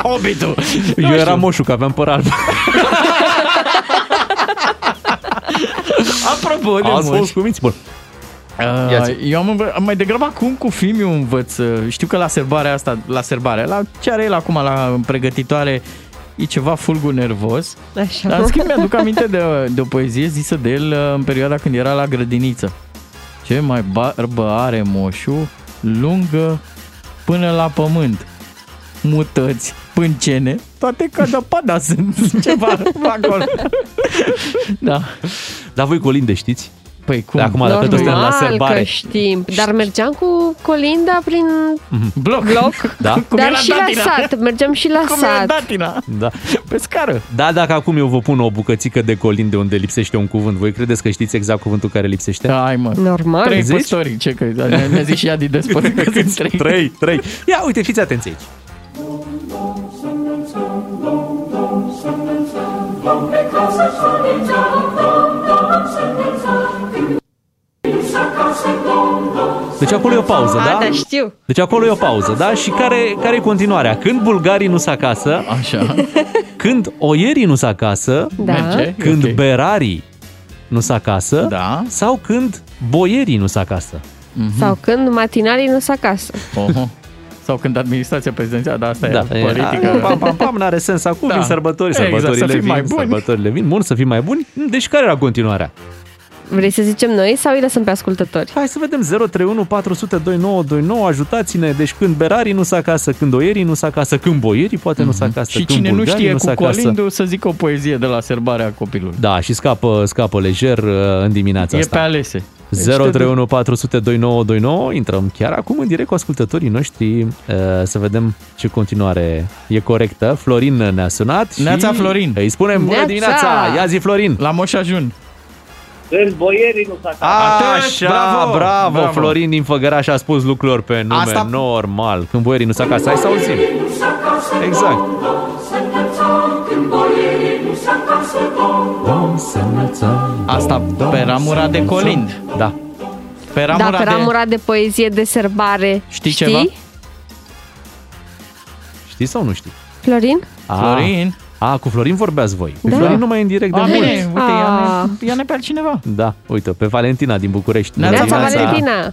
D: Hobbitul!
B: Eu eram moșu, că aveam păr alb.
D: [laughs] Apropo de
B: Ați
D: moș.
B: fost cuminți, bun. Ia zi.
D: Uh, eu am învă- mai degrabă acum cu filmul eu învăț. uh, Știu că la serbarea asta, la serbare, la ce are el acum la pregătitoare, e ceva fulgur nervos.
C: Așa.
D: Dar în schimb mi-aduc aminte de, de o poezie zisă de el uh, în perioada când era la grădiniță. Ce mai barbă are moșu, lungă până la pământ. Mutăți, pâncene, toate ca de pada [laughs] sunt ceva acolo. Da.
B: Dar voi colinde știți?
D: Păi cum?
B: De acum, dacă tot suntem la
C: că
B: sărbare.
C: știm. Dar mergeam cu Colinda prin
D: Bloc.
C: bloc,
B: Da?
C: dar și la sat. Mergeam și la sat.
B: Da.
D: Pe scară.
B: Da, dacă acum eu vă pun o bucățică de colin de unde lipsește un cuvânt, voi credeți că știți exact cuvântul care lipsește?
D: Da, hai mă.
C: Normal.
D: Trei
B: Zici?
D: păstori, ce că mi-a zis și Adi
B: [laughs]
D: despre că sunt trei.
B: Trei, trei. Ia uite, fiți atenți aici. Deci acolo e o pauză,
C: A,
B: da?
C: da, știu.
B: Deci acolo e o pauză, da? Și care, care e continuarea? Când bulgarii nu s acasă,
D: Așa.
B: când oierii nu s acasă,
C: Da. Merge,
D: e
B: când
D: ok.
B: berarii nu s acasă,
D: da.
B: sau când boierii nu s acasă.
C: Sau
D: Mhm.
C: când matinalii nu s acasă.
D: Oho. Sau când administrația prezidențială, dar asta
B: Da,
D: e politică.
B: da, pam, pam, pam, n-are sens acum,
D: Da.
B: da. vin sărbători,
D: Exact,
B: sărbătorile
D: să fim
B: vin,
D: mai buni.
B: sărbătorile vin, bun, să fim mai buni. Deci care era continuarea?
C: Vrei să zicem noi sau îi lăsăm pe ascultători?
B: Hai să vedem 031 400 2929, ajutați-ne, deci când berarii nu s acasă, când oierii nu s acasă, când boierii poate nu s acasă,
D: [laughs] Mhm. Și
B: când
D: cine nu
B: bulgarii
D: știe
B: nu s
D: cu
B: acasă.
D: colindu să zică o poezie de la serbarea copilului.
B: Da, și Deci scapă, scapă lejer uh, în dimineața
D: E
B: asta.
D: pe alese. Deci
B: 031 400 2929, intrăm chiar acum în direct cu ascultătorii noștri uh, să vedem ce continuare e corectă. Florin ne-a sunat și
D: Neața, Florin.
B: Îi spunem bună
D: Neața.
B: dimineața, ia zi Florin.
D: La Moș Ajun.
P: Când boierii nu s-a
D: Oh,
B: Așa, bravo, Ah, bravo, bravo, Florin din Făgăraș a spus lucruri pe nume,
P: Asta-
B: Asta... normal. Când boierii nu s acasă, hai să auzim. Exact.
D: Asta pe ramura de colind.
B: Da.
D: Pe ramura,
C: da, pe ramura de... de poezie de sărbare.
D: Știi ceva?
B: Știi sau nu știi?
C: Florin?
B: A,
D: Ah. Florin.
B: A, cu Florin vorbeați voi. Cu
C: Da.
B: Florin nu mai e în direct de
D: A,
B: mult.
D: bine, uite, ia-ne,
C: Ah.
D: ia-ne pe altcineva.
B: Da, uite, pe Valentina din București.
D: Neața,
C: Neața Valentina.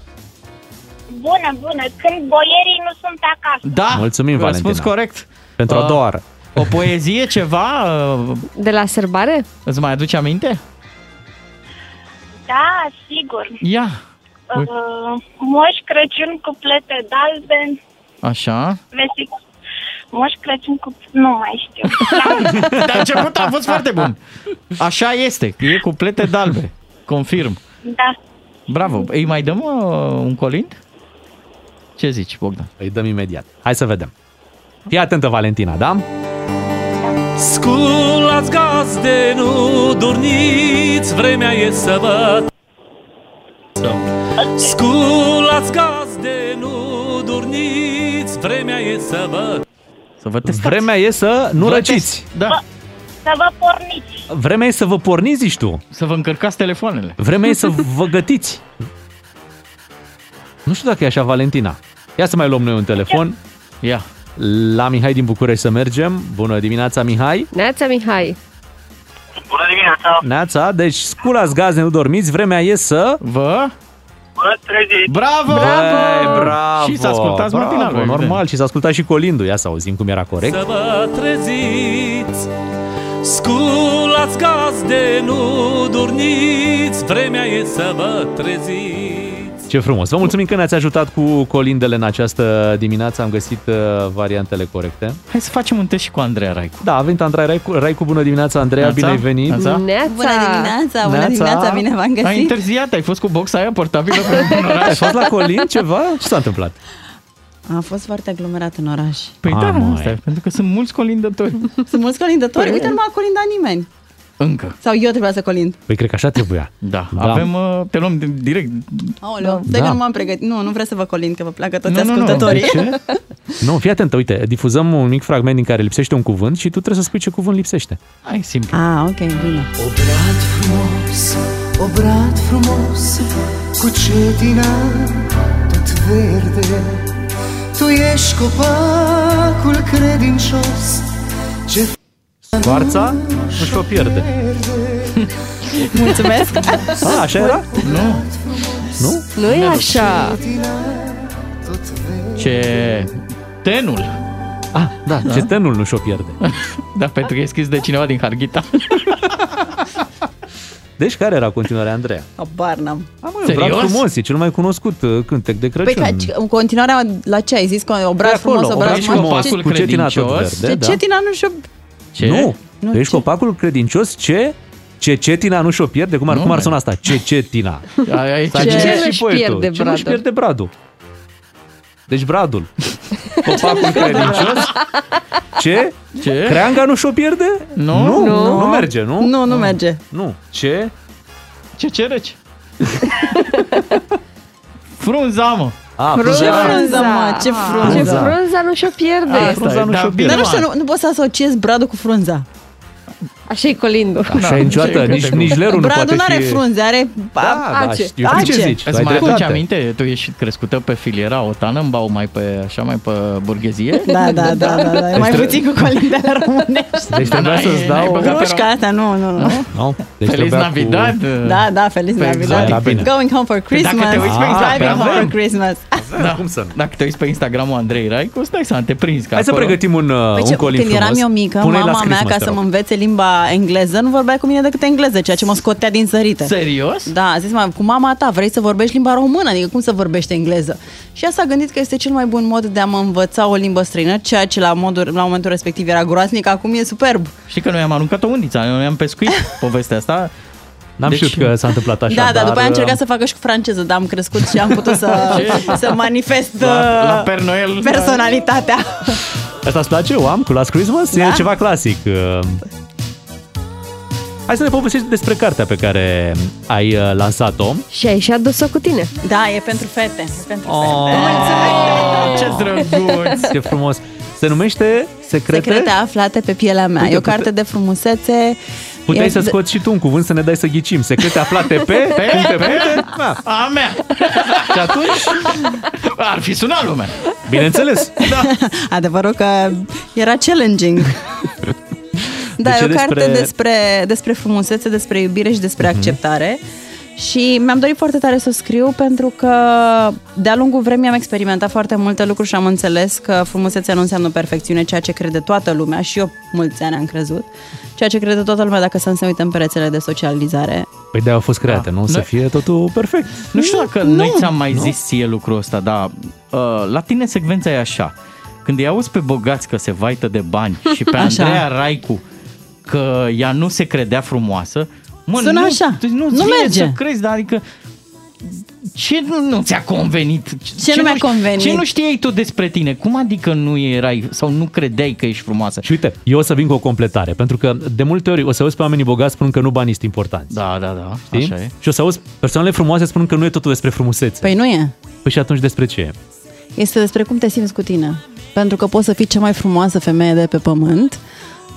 U: Bună, bună. Când boierii nu sunt acasă.
D: Da,
B: Mulțumim,
D: răspuns
B: Valentina.
D: corect.
B: Pentru a
D: Ah.
B: doua oară.
D: O poezie, ceva? uh,
C: De la sărbare?
D: Îți mai aduce aminte?
U: Da, sigur.
D: Ia,
U: Uh, Moș Crăciun cu plete dalben,
D: așa.
U: vesic. Moș Crăciun cu... Nu mai
D: [laughs]
U: știu.
D: Dar început a fost foarte bun. Așa este, e cu plete dalbe. Confirm.
U: Da.
D: Bravo. Îi mai dăm uh, un colind? Ce zici, Bogdan?
B: Îi dăm imediat. Hai să vedem. Fii atentă, Valentina, da?
J: Sculați gazde, nu durniți, vremea e să vă... Sculați gazde, nu durniți, vremea e să vă...
D: Să vă testați.
B: Vremea e să nu
D: Vă
B: răciți.
D: Da.
U: Să vă porniți.
B: Vremea e să vă porniți, zici tu.
D: Să vă încărcați telefoanele.
B: Vremea e să vă gătiți. Nu știu dacă e așa, Valentina. Ia să mai luăm noi un telefon.
D: Ia.
B: La Mihai din București să mergem. Bună dimineața, Mihai.
C: Neața Mihai.
B: Bună dimineața. Neața, deci sculați gazde, nu dormiți. Vremea e să...
D: Vă...
P: Vă treziți.
D: Bravo!
B: Băi, bravo!
D: Și să ascultați
B: bravo,
D: matinalul, evident.
B: Normal, și să ascultați și Colindu. Ia să auzim cum era corect.
J: Să vă treziți Sculați gazde, nu durniți Vremea e să vă treziți
B: Ce frumos. Vă mulțumim că ne-ați ajutat cu colindele în această dimineață. Am găsit uh, variantele corecte.
D: Hai să facem un test și cu Andreea Raicu.
B: Da, a venit Andrei Raicu. Raicu, bună dimineața, Andreea,
D: Neața.
B: bine ai venit.
D: Neața.
E: Neața. Bună dimineața, bună
B: Neața.
E: dimineața, bine v-am
D: Ai
E: găsit.
D: întârziat, ai fost cu boxa aia portabilă pe un
B: Ai
D: oraș.
B: fost la colin ceva? Ce s-a întâmplat?
E: A fost foarte aglomerat în oraș.
D: Păi da, asta e, pentru că sunt mulți colindători.
E: [laughs]
D: Păi-
E: Sunt mulți colindători. Uite, nu m-a colindat nimeni.
D: Încă.
E: Sau eu trebuia să colind.
B: Păi cred că așa trebuia.
D: Da, avem, uh, te luăm din- direct.
E: Aoleu,
D: Da.
E: da. că nu m-am pregătit. Nu, nu vreau să vă colind, că vă placă toți
D: Nu, Păi nu, nu.
E: ascultătorii.
D: De
E: [laughs]
B: Nu, fii atentă, uite, difuzăm un mic fragment din care lipsește un cuvânt și tu trebuie să spui ce cuvânt lipsește.
D: Hai, simplu.
E: Ah, ok, bine.
N: Obrat frumos, obrat frumos, cu cetina tot verde. Tu ești copacul credincios, ce
B: Varța își o pierde.
E: Mulțumesc.
B: A, așa era?
D: Ah, Nu.
B: Nu?
C: Nu e așa.
D: Ce... Tenul.
B: Ah, da,
D: Da.
B: cetenul nu și-o pierde.
D: [laughs] da, pentru că e scris de cineva din Harghita.
B: Deci care era continuarea, Andreea?
E: Abar n-am.
B: Obrat frumos, e cel mai cunoscut uh, cântec de
E: Păi
B: Crăciun.
E: ca, în continuarea la ce ai zis? Că
D: Păi
E: Obraz frumos, obraz frumos. Ce-
B: cu cetina tot verde,
E: Ce
B: da?
E: cetina nu știu...
B: Ce? Nu,
E: Nu,
B: tu ești copacul credincios ce... Cecetina nu și-o pierde? Cum ar, cum ar suna asta? Cecetina.
D: Aia e
B: S-a
D: ce-
B: citit
D: Ce
B: și
D: nu-și
B: poetul.
D: pierde
B: Ce nu-și
D: bradul?
B: pierde bradul? Deci bradul. Copacul credincios. Ce?
D: Ce?
B: Creanga nu și-o pierde?
D: Nu.
B: Nu,
D: Nu.
B: nu merge, nu?
E: Nu, nu merge.
B: Nu. Ce?
D: Ce cereci? [laughs] Frunza, mă.
B: A,
E: Ce frunza, mă, Ah. ce frunza.
C: Ce frunza nu și-o pierde.
D: Asta e, Frunza nu da, și-o bine, pierde.
E: Dar nu știu, nu, nu poți să asociezi bradul cu frunza.
C: Așa e colindul.
B: Așa
D: Da,
B: e niciodată, nici, nici lerul nu poate
E: Bradul nu are
B: fi...
E: frunze, are
B: da,
E: ace.
B: știu. Tu ce zici? da, Tu
D: Îți
B: ai
D: mai aduci
B: dreptate.
D: aminte? Tu ești crescută pe filiera o Tannenbaum, mai pe, așa mai pe burghezie?
E: [laughs] Da, da, da, da,
B: Deci
E: da. E mai puțin cu
B: [laughs]
E: colindele românești.
D: Deci trebuia N-ai- să-ți dau- n-ai băgat pe
E: Crușca asta, nu, nu, nu.
B: No?
D: Feliz
B: Deci trebuia
D: Navidad! uh,
E: Da, da, feliz
D: Pe
E: Navidad.
D: exotic, bine.
E: Going home for Christmas.
D: Dacă te uiți
B: Ah,
D: pe Instagram,
E: Driving home
D: avem.
E: for Christmas.
D: Da. Cum să Dacă te uiți pe Instagramul Andrei Raicu, stai să te prinzi. că
B: Hai să
D: acolo-
B: pregătim un, uh, un colin
E: Păi
B: frumos.
E: când eram eu mică,
B: Pune-i la
E: mama mea,
B: Christmas,
E: ca
B: te
E: să
B: rog.
E: mă învețe limba engleză, nu vorbea cu mine decât engleză, ceea ce mă scotea din sărite.
D: Serios?
E: Da, a zis, "Mă, cu mama ta vrei să vorbești limba română, adică cum să vorbești engleză? Și ea s-a gândit că este cel mai bun mod de a mă învăța o limbă străină, ceea ce la, modul, la momentul respectiv era groaznic, acum e superb.
D: Știi că noi am aruncat o undiță, noi am
E: [laughs]
D: pescuit povestea asta. Deci-
B: N-am știut că s-a întâmplat așa,
E: da, da,
B: dar,
E: după aia am
B: uh,
E: încercat să facă și cu franceză, dar am crescut și am putut
B: [laughs]
E: să,
D: Ce?
E: să manifest
D: La- la
E: uh,
D: Pernoel.
B: da.
E: personalitatea.
B: Asta îți place? O am cu Last Christmas? Da? E
E: Da.
B: ceva clasic. Uh, Hai să ne povestești despre cartea pe care ai uh, lansat-o.
C: Și ai și adus-o cu tine.
E: Da, e pentru fete. E pentru
B: Oh,
D: Ah, Ce drăguț!
B: Ce frumos! Se numește Secrete?
E: Secrete aflate pe pielea mea.
B: Uite,
E: e o
B: pute-
E: carte de frumusețe.
B: Puteai
E: E-
B: să scoți și tu un cuvânt să ne dai să ghicim. Secrete aflate pe...
D: Pe-
B: puncte,
D: [laughs] pe-
B: puncte. Da.
D: A mea!
B: Și atunci,
D: [laughs] Ar fi sunat lumea.
B: bineînțeles,
E: [laughs] Adevărul că era challenging. Da,
D: Deci
E: e o
D: e
E: carte
D: despre-
E: despre, despre frumusețe, despre iubire și despre acceptare. Și mi-am dorit foarte tare să o scriu pentru că de-a lungul vremii am experimentat foarte multe lucruri și am înțeles că frumusețea nu înseamnă perfecțiune, ceea ce crede toată lumea și eu mulți ani am crezut, ceea ce crede toată lumea dacă să ne uităm pe rețelele de socializare.
B: Păi de-aia au fost create, nu? Să
D: Da. Noi-
B: fie totul perfect.
D: Nu știu dacă nu. noi ți-am mai zis ție lucrul ăsta, dar uh, la tine secvența e așa. Când îi auzi pe bogați că se vaită de
E: [laughs]
D: bani și pe
E: Așa.
D: Andreea Raicu că ea nu se credea frumoasă, mă,
E: Sună
D: nu,
E: așa.
D: deci Nu,
E: Nu merge.
D: Să crezi, dar adică ce nu, nu ți-a convenit?
E: Ce nu mi-a convenit?
D: Ce nu știai tu despre tine? Cum adică nu erai sau nu credeai că ești frumoasă?
B: Și uite, eu o să vin cu o completare, pentru că de multe ori o să auzi pe oamenii bogați spun că nu banii sunt importanți.
D: Da, da, da.
B: Știi?
D: Așa e.
B: Și o să auzi persoanele frumoase spun că nu e totul despre frumusețe.
E: Păi nu e.
B: Păi și atunci despre ce e?
E: este despre cum te simți cu tine. Pentru că poți să fii cea mai frumoasă femeie de pe pământ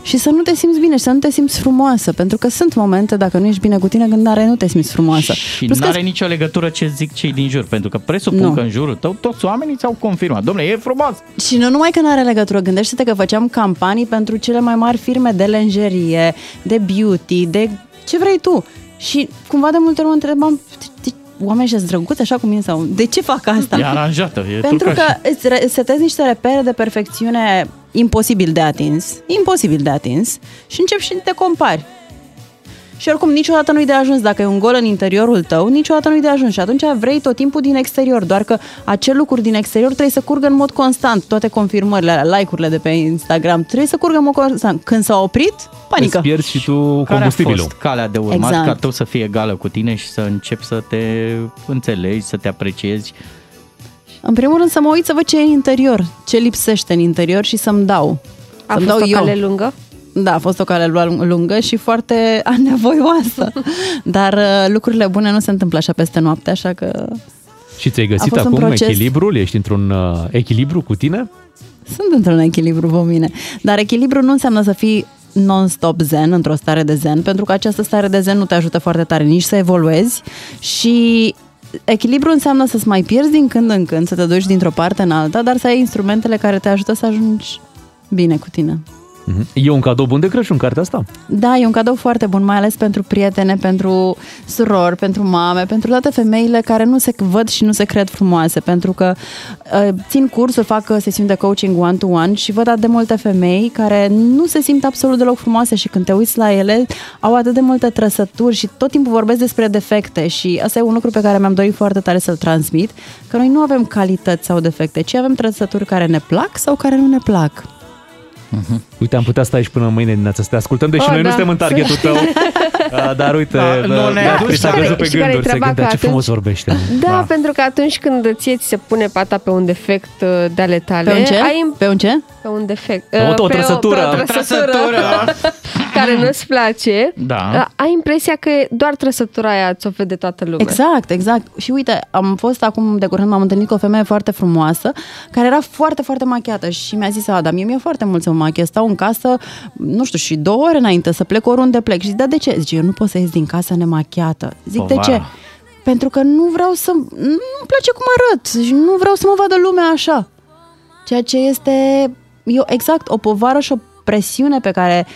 E: și să nu te simți bine și să nu te simți frumoasă. Pentru că sunt momente, dacă nu ești bine cu tine, când n-are, nu te simți frumoasă.
D: Și nu are nicio legătură ce zic cei din jur, pentru că presupun
E: Nu.
D: că în jurul tău toți oamenii ți-au confirmat. Domnule, e frumos!
E: Și nu numai că nu are legătură, gândește-te că făceam campanii pentru cele mai mari firme de lenjerie, de beauty, de ce vrei tu. Și cumva de multe ori mă întrebam, "De- de- oamenii ăștia sunt drăguți așa cum e sau de ce fac asta?
D: E aranjată, e
E: Pentru că
D: turcașă.
E: îți re- setezi niște repere de perfecțiune imposibil de atins, imposibil de atins și începi și te compari. Și oricum niciodată nu-i de ajuns. Dacă e un gol în interiorul tău, niciodată nu-i de ajuns. Și atunci vrei tot timpul din exterior, doar că acel lucru din exterior trebuie să curgă în mod constant. Toate confirmările alea, like-urile de pe Instagram, trebuie să curgă în mod constant. Când s-a oprit, panică.
D: Îți pierzi și tu
B: combustibilul.
D: Care a fost calea de urmat
E: Exact.
D: exact. ca tu să fie egală cu tine și să începi să te înțelegi, să te apreciezi.
E: În primul rând să mă uit să văd ce e în interior, ce lipsește în interior și să-mi dau.
C: A
E: să-mi
C: fost
E: dau
C: o
E: eu.
C: cale lungă?
E: Da, a fost o cale lu- lungă și foarte [laughs] nevoioasă. Dar uh, lucrurile bune nu se întâmplă așa peste noapte, așa că
B: Și ți-ai
E: A
B: găsit
E: fost un
B: acum
E: proces.
B: echilibrul? Ești într-un uh, echilibru cu tine?
E: sunt într-un echilibru pe mine. Dar echilibru nu înseamnă să fii non-stop zen, într-o stare de zen, pentru că această stare de zen nu te ajută foarte tare nici să evoluezi și echilibru înseamnă să-ți mai pierzi din când în când, să te duci dintr-o parte în alta, dar să ai instrumentele care te ajută să ajungi bine cu tine.
B: Mhm. E un cadou bun de Crăciun, cartea asta.
E: Da, e un cadou foarte bun, mai ales pentru prietene, pentru surori, pentru mame, pentru toate femeile care nu se văd și nu se cred frumoase, pentru că uh, țin cursuri, fac uh, sesiuni de coaching one-to-one și văd atât de multe femei care nu se simt absolut deloc frumoase și când te uiți la ele au atât de multe trăsături și tot timpul vorbesc despre defecte și asta e un lucru pe care mi-am dorit foarte tare să-l transmit, că noi nu avem calități sau defecte, ci avem trăsături care ne plac sau care nu ne plac.
B: Uite, am putea sta aici până mâine dimineața să te ascultăm, deși
E: Oh,
B: noi
E: da.
B: nu suntem în targetul
E: [laughs]
B: tău.
C: [laughs]
B: Uh, Dar uite,
D: Da, nu
B: uh,
D: ne-ai
B: Beatrice
D: adus
B: a
D: și
B: căzut
D: care-
B: pe
D: și care-i
B: gânduri, se
D: treaba, că
B: gândea ce
D: atunci-
B: frumos
E: [laughs]
B: vorbește.
C: Da, pentru că atunci când ție ți se pune pata pe un defect uh, de ale tale,
E: Pe un ce?
C: ai
E: Pe un ce?
C: pe un defect,
B: O-
C: uh,
B: o
C: pe
B: trăsătură.
C: pe o trăsătură care nu-ți place,
E: Da.
C: uh, ai impresia că doar trăsătura aia ți-o vede toată lumea.
E: Exact, exact. Și uite, am fost acum de curând, m-am întâlnit cu o femeie foarte frumoasă, care era foarte, foarte machiată și mi-a zis, Ada, mie mi-e foarte mult să mă machiez, stau în casă, nu știu, și două ore înainte să plec oriunde plec. Și zic, da, de ce? Zice, eu nu pot să ies din casă nemachiată. Zic, de
I: Povara.
E: ce? Pentru că nu vreau să... Nu-mi place cum arăt și nu vreau să mă vadă lumea așa. Ceea ce este, eu, exact, o povară și o presiune pe care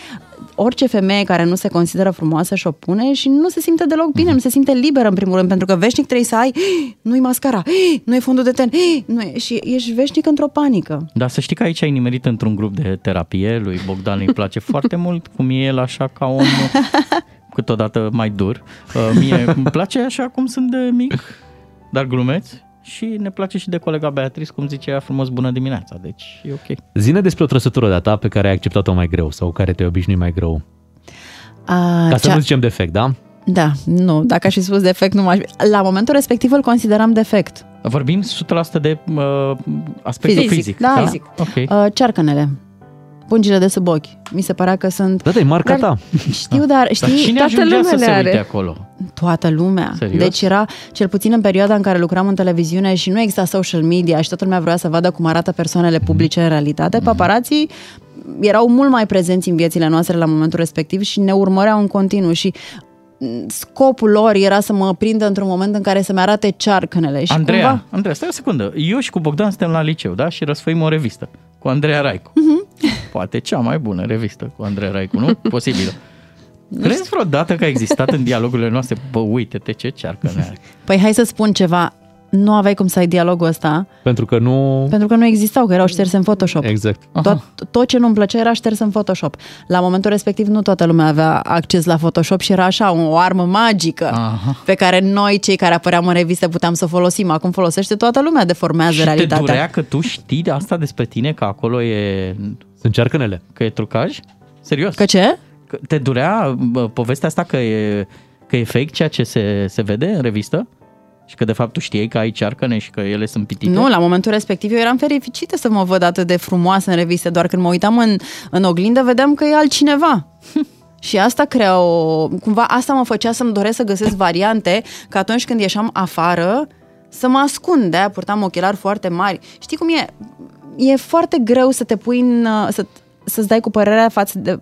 E: orice femeie care nu se consideră frumoasă și o pune și nu se simte deloc
B: Mhm.
E: bine, nu se simte liberă în primul rând, pentru că veșnic trebuie să ai, "Hei, nu-i mascara, hei, nu-i fondul de ten, hei, nu-i... și ești veșnic într-o panică.
D: Dar să știi că aici ai nimerit într-un grup de terapie, lui Bogdan îi
E: [laughs]
D: place foarte mult, cum e el așa ca om câteodată mai dur. Uh, Mie îmi place așa cum sunt de mic, dar glumeți și ne place și de colega Beatrice, cum zice ea frumos, bună dimineața, deci e ok.
B: Zine despre o trăsătură de-a ta pe care ai acceptat-o mai greu sau care te-ai obișnuit mai greu.
E: A,
B: Ca să nu zicem defect, da?
E: Da, nu, dacă aș fi spus defect, nu m-aș... La momentul respectiv îl consideram defect.
D: Vorbim 100% de uh, aspectul fizic.
E: Fizic, da. Fizic.
D: Ok.
E: Uh, cearcănele, pungile de sub ochi, mi se părea că sunt...
B: Da, e marca
E: Dar-
B: ta. Da.
E: Știu, dar știi,
D: Da. dar cine
E: toată
D: ajungea să se
E: lumea le
D: uite
E: are.
D: acolo?
E: Toată lumea.
D: Serios?
E: Deci era, cel puțin în perioada în care lucram în televiziune și nu exista social media și toată lumea vrea să vadă cum arată persoanele publice în realitate, paparații erau mult mai prezenți în viețile noastre la momentul respectiv și ne urmăreau în continuu și m, scopul lor era să mă prindă într-un moment în care să-mi arate cearcănele și
D: Andreea,
E: Deci cumva...
D: Andreea, stai o secundă. Eu și cu Bogdan suntem la liceu, da? Și răsfăim o revistă cu Andreea Raicu.
E: Mhm.
D: Poate cea mai bună revistă cu Andreea Raicu,
E: [laughs]
D: nu? Posibil. Crezi vreodată că a existat în dialogurile noastre, bă, uite-te ce cearcă ne are.
E: Păi hai să spun ceva, nu aveai cum să ai dialogul ăsta,
B: Pentru că nu...
E: pentru că nu existau, că erau șterse în Photoshop.
B: Exact.
E: Tot, tot ce nu-mi plăcea era șters în Photoshop. La momentul respectiv nu toată lumea avea acces la Photoshop și era așa o armă magică Aha. pe care noi, cei care apăream în revistă, puteam să o folosim. Acum folosește toată lumea, deformează
D: Și te
E: realitatea.
D: durea că tu știi de asta despre tine, că acolo e...
B: Sunt cearcănele.
D: Că e trucaj? Serios.
E: Că ce?
D: Că te durea bă, povestea asta că e, că e fake ceea ce se, se vede în revistă? Și că de fapt tu știai că ai cearcăne și că ele sunt pitite?
E: Nu, la momentul respectiv eu eram fericită să mă văd atât de frumoasă în reviste, doar când mă uitam în, în oglindă vedeam că e altcineva. [laughs] Și asta crea o... Cumva asta mă făcea să-mi doresc să găsesc variante că atunci când ieșeam afară să mă ascund, de-aia purtam ochelari foarte mari. Știi cum e? E foarte greu să te pui în... uh, Să, să-ți dai cu părerea față de,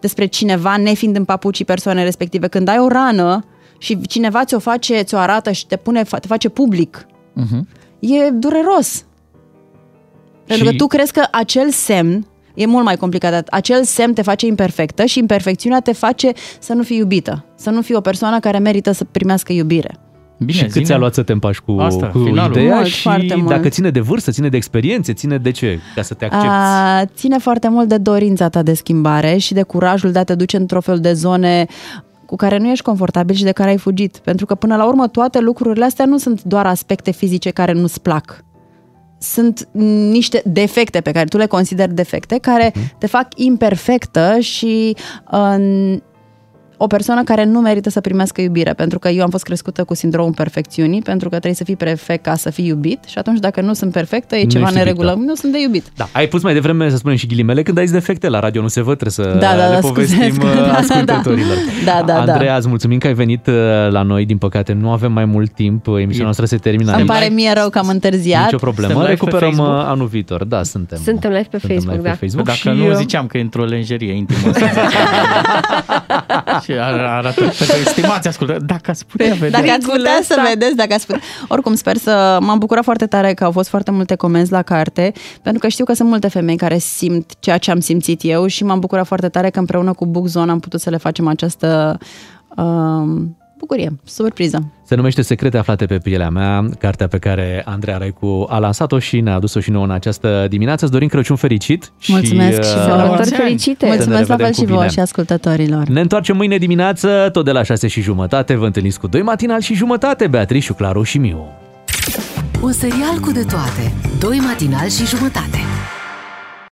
E: despre cineva, nefiind în papucii persoanei respective. Când ai o rană și cineva ți-o face, ți-o arată și te, pune, fa- te face public, Mhm. e dureros. Pentru
V: Și-
E: că tu crezi că acel semn, e mult mai complicat, dar acel semn te face imperfectă și imperfecțiunea te face să nu fii iubită, să nu fii o persoană care merită să primească iubire.
D: Bine,
B: și cât
D: zine.
B: ți-a luat să te împași cu,
D: Asta,
B: cu
D: finalul.
B: ideea
D: Mult,
B: și
E: foarte mult.
B: dacă ține de vârstă, ține de experiențe, ține de ce? Ca să te accepti.
E: A, ține foarte mult de dorința ta de schimbare și de curajul de a te duce într-o fel de zone cu care nu ești confortabil și de care ai fugit. Pentru că până la urmă toate lucrurile astea nu sunt doar aspecte fizice care nu-ți plac. Sunt niște defecte pe care tu le consideri defecte, care
B: Mhm.
E: te fac imperfectă și uh, o persoană care nu merită să primească iubire, pentru că eu am fost crescută cu sindromul perfecțiunii, pentru că trebuie să fii perfect ca să fii iubit și atunci dacă nu sunt perfectă, e
B: Nu
E: ceva
B: ești
E: neregulă,
B: iubită.
E: nu sunt de iubit.
B: Da, ai pus mai devreme, să spunem și ghilimele, când ai zis defecte la radio, nu se văd, trebuie să
E: Da, da,
B: Eh, le
E: da,
B: povestim
E: scuze, scuze, [laughs] da,
B: uh,
E: da,
B: ascultătorilor.
E: da. Da, da, da.
B: Andreea, îți mulțumim că ai venit uh, la noi, din păcate nu avem mai mult timp, emisiunea noastră se termină.
E: Îmi
B: aici.
E: pare mie rău că am întârziat.
B: Nicio problemă, recuperăm uh, anul viitor, da, suntem.
C: Suntem live pe
B: Suntem
C: Facebook,
B: live
C: da.
B: pe Facebook
D: Dacă
B: și,
D: nu,
B: uh,
D: ziceam că e într-o lenjerie intimă.
B: [laughs]
D: și ar- arată pentru estimați ascultători. Dacă ați putea vedea.
E: Dacă ați putea să vedeți, dacă ați putea. Oricum, sper să... M-am bucurat foarte tare că au fost foarte multe comenzi la carte, pentru că știu că sunt multe femei care simt ceea ce am simțit eu și m-am bucurat foarte tare că împreună cu Bookzone am putut să le facem această um, bucurie, surpriză.
B: Se numește Secrete aflate pe pielea mea, cartea pe care Andreea Raicu a lansat-o și ne-a adus-o și nouă în această dimineață. Îți dorim Crăciun fericit!
E: Mulțumesc și
B: uh,
E: vouă.
B: să ne
E: Mulțumesc la
B: revedem
E: fel
B: cu
E: și vouă
B: bine.
E: și ascultătorilor.
B: Ne întoarcem mâine dimineață, tot de la 6 și jumătate. Vă întâlniți cu 2 matinal și jumătate, Beatrice, Claru și Miu.
A: Un serial cu de toate. Doi matinal și jumătate.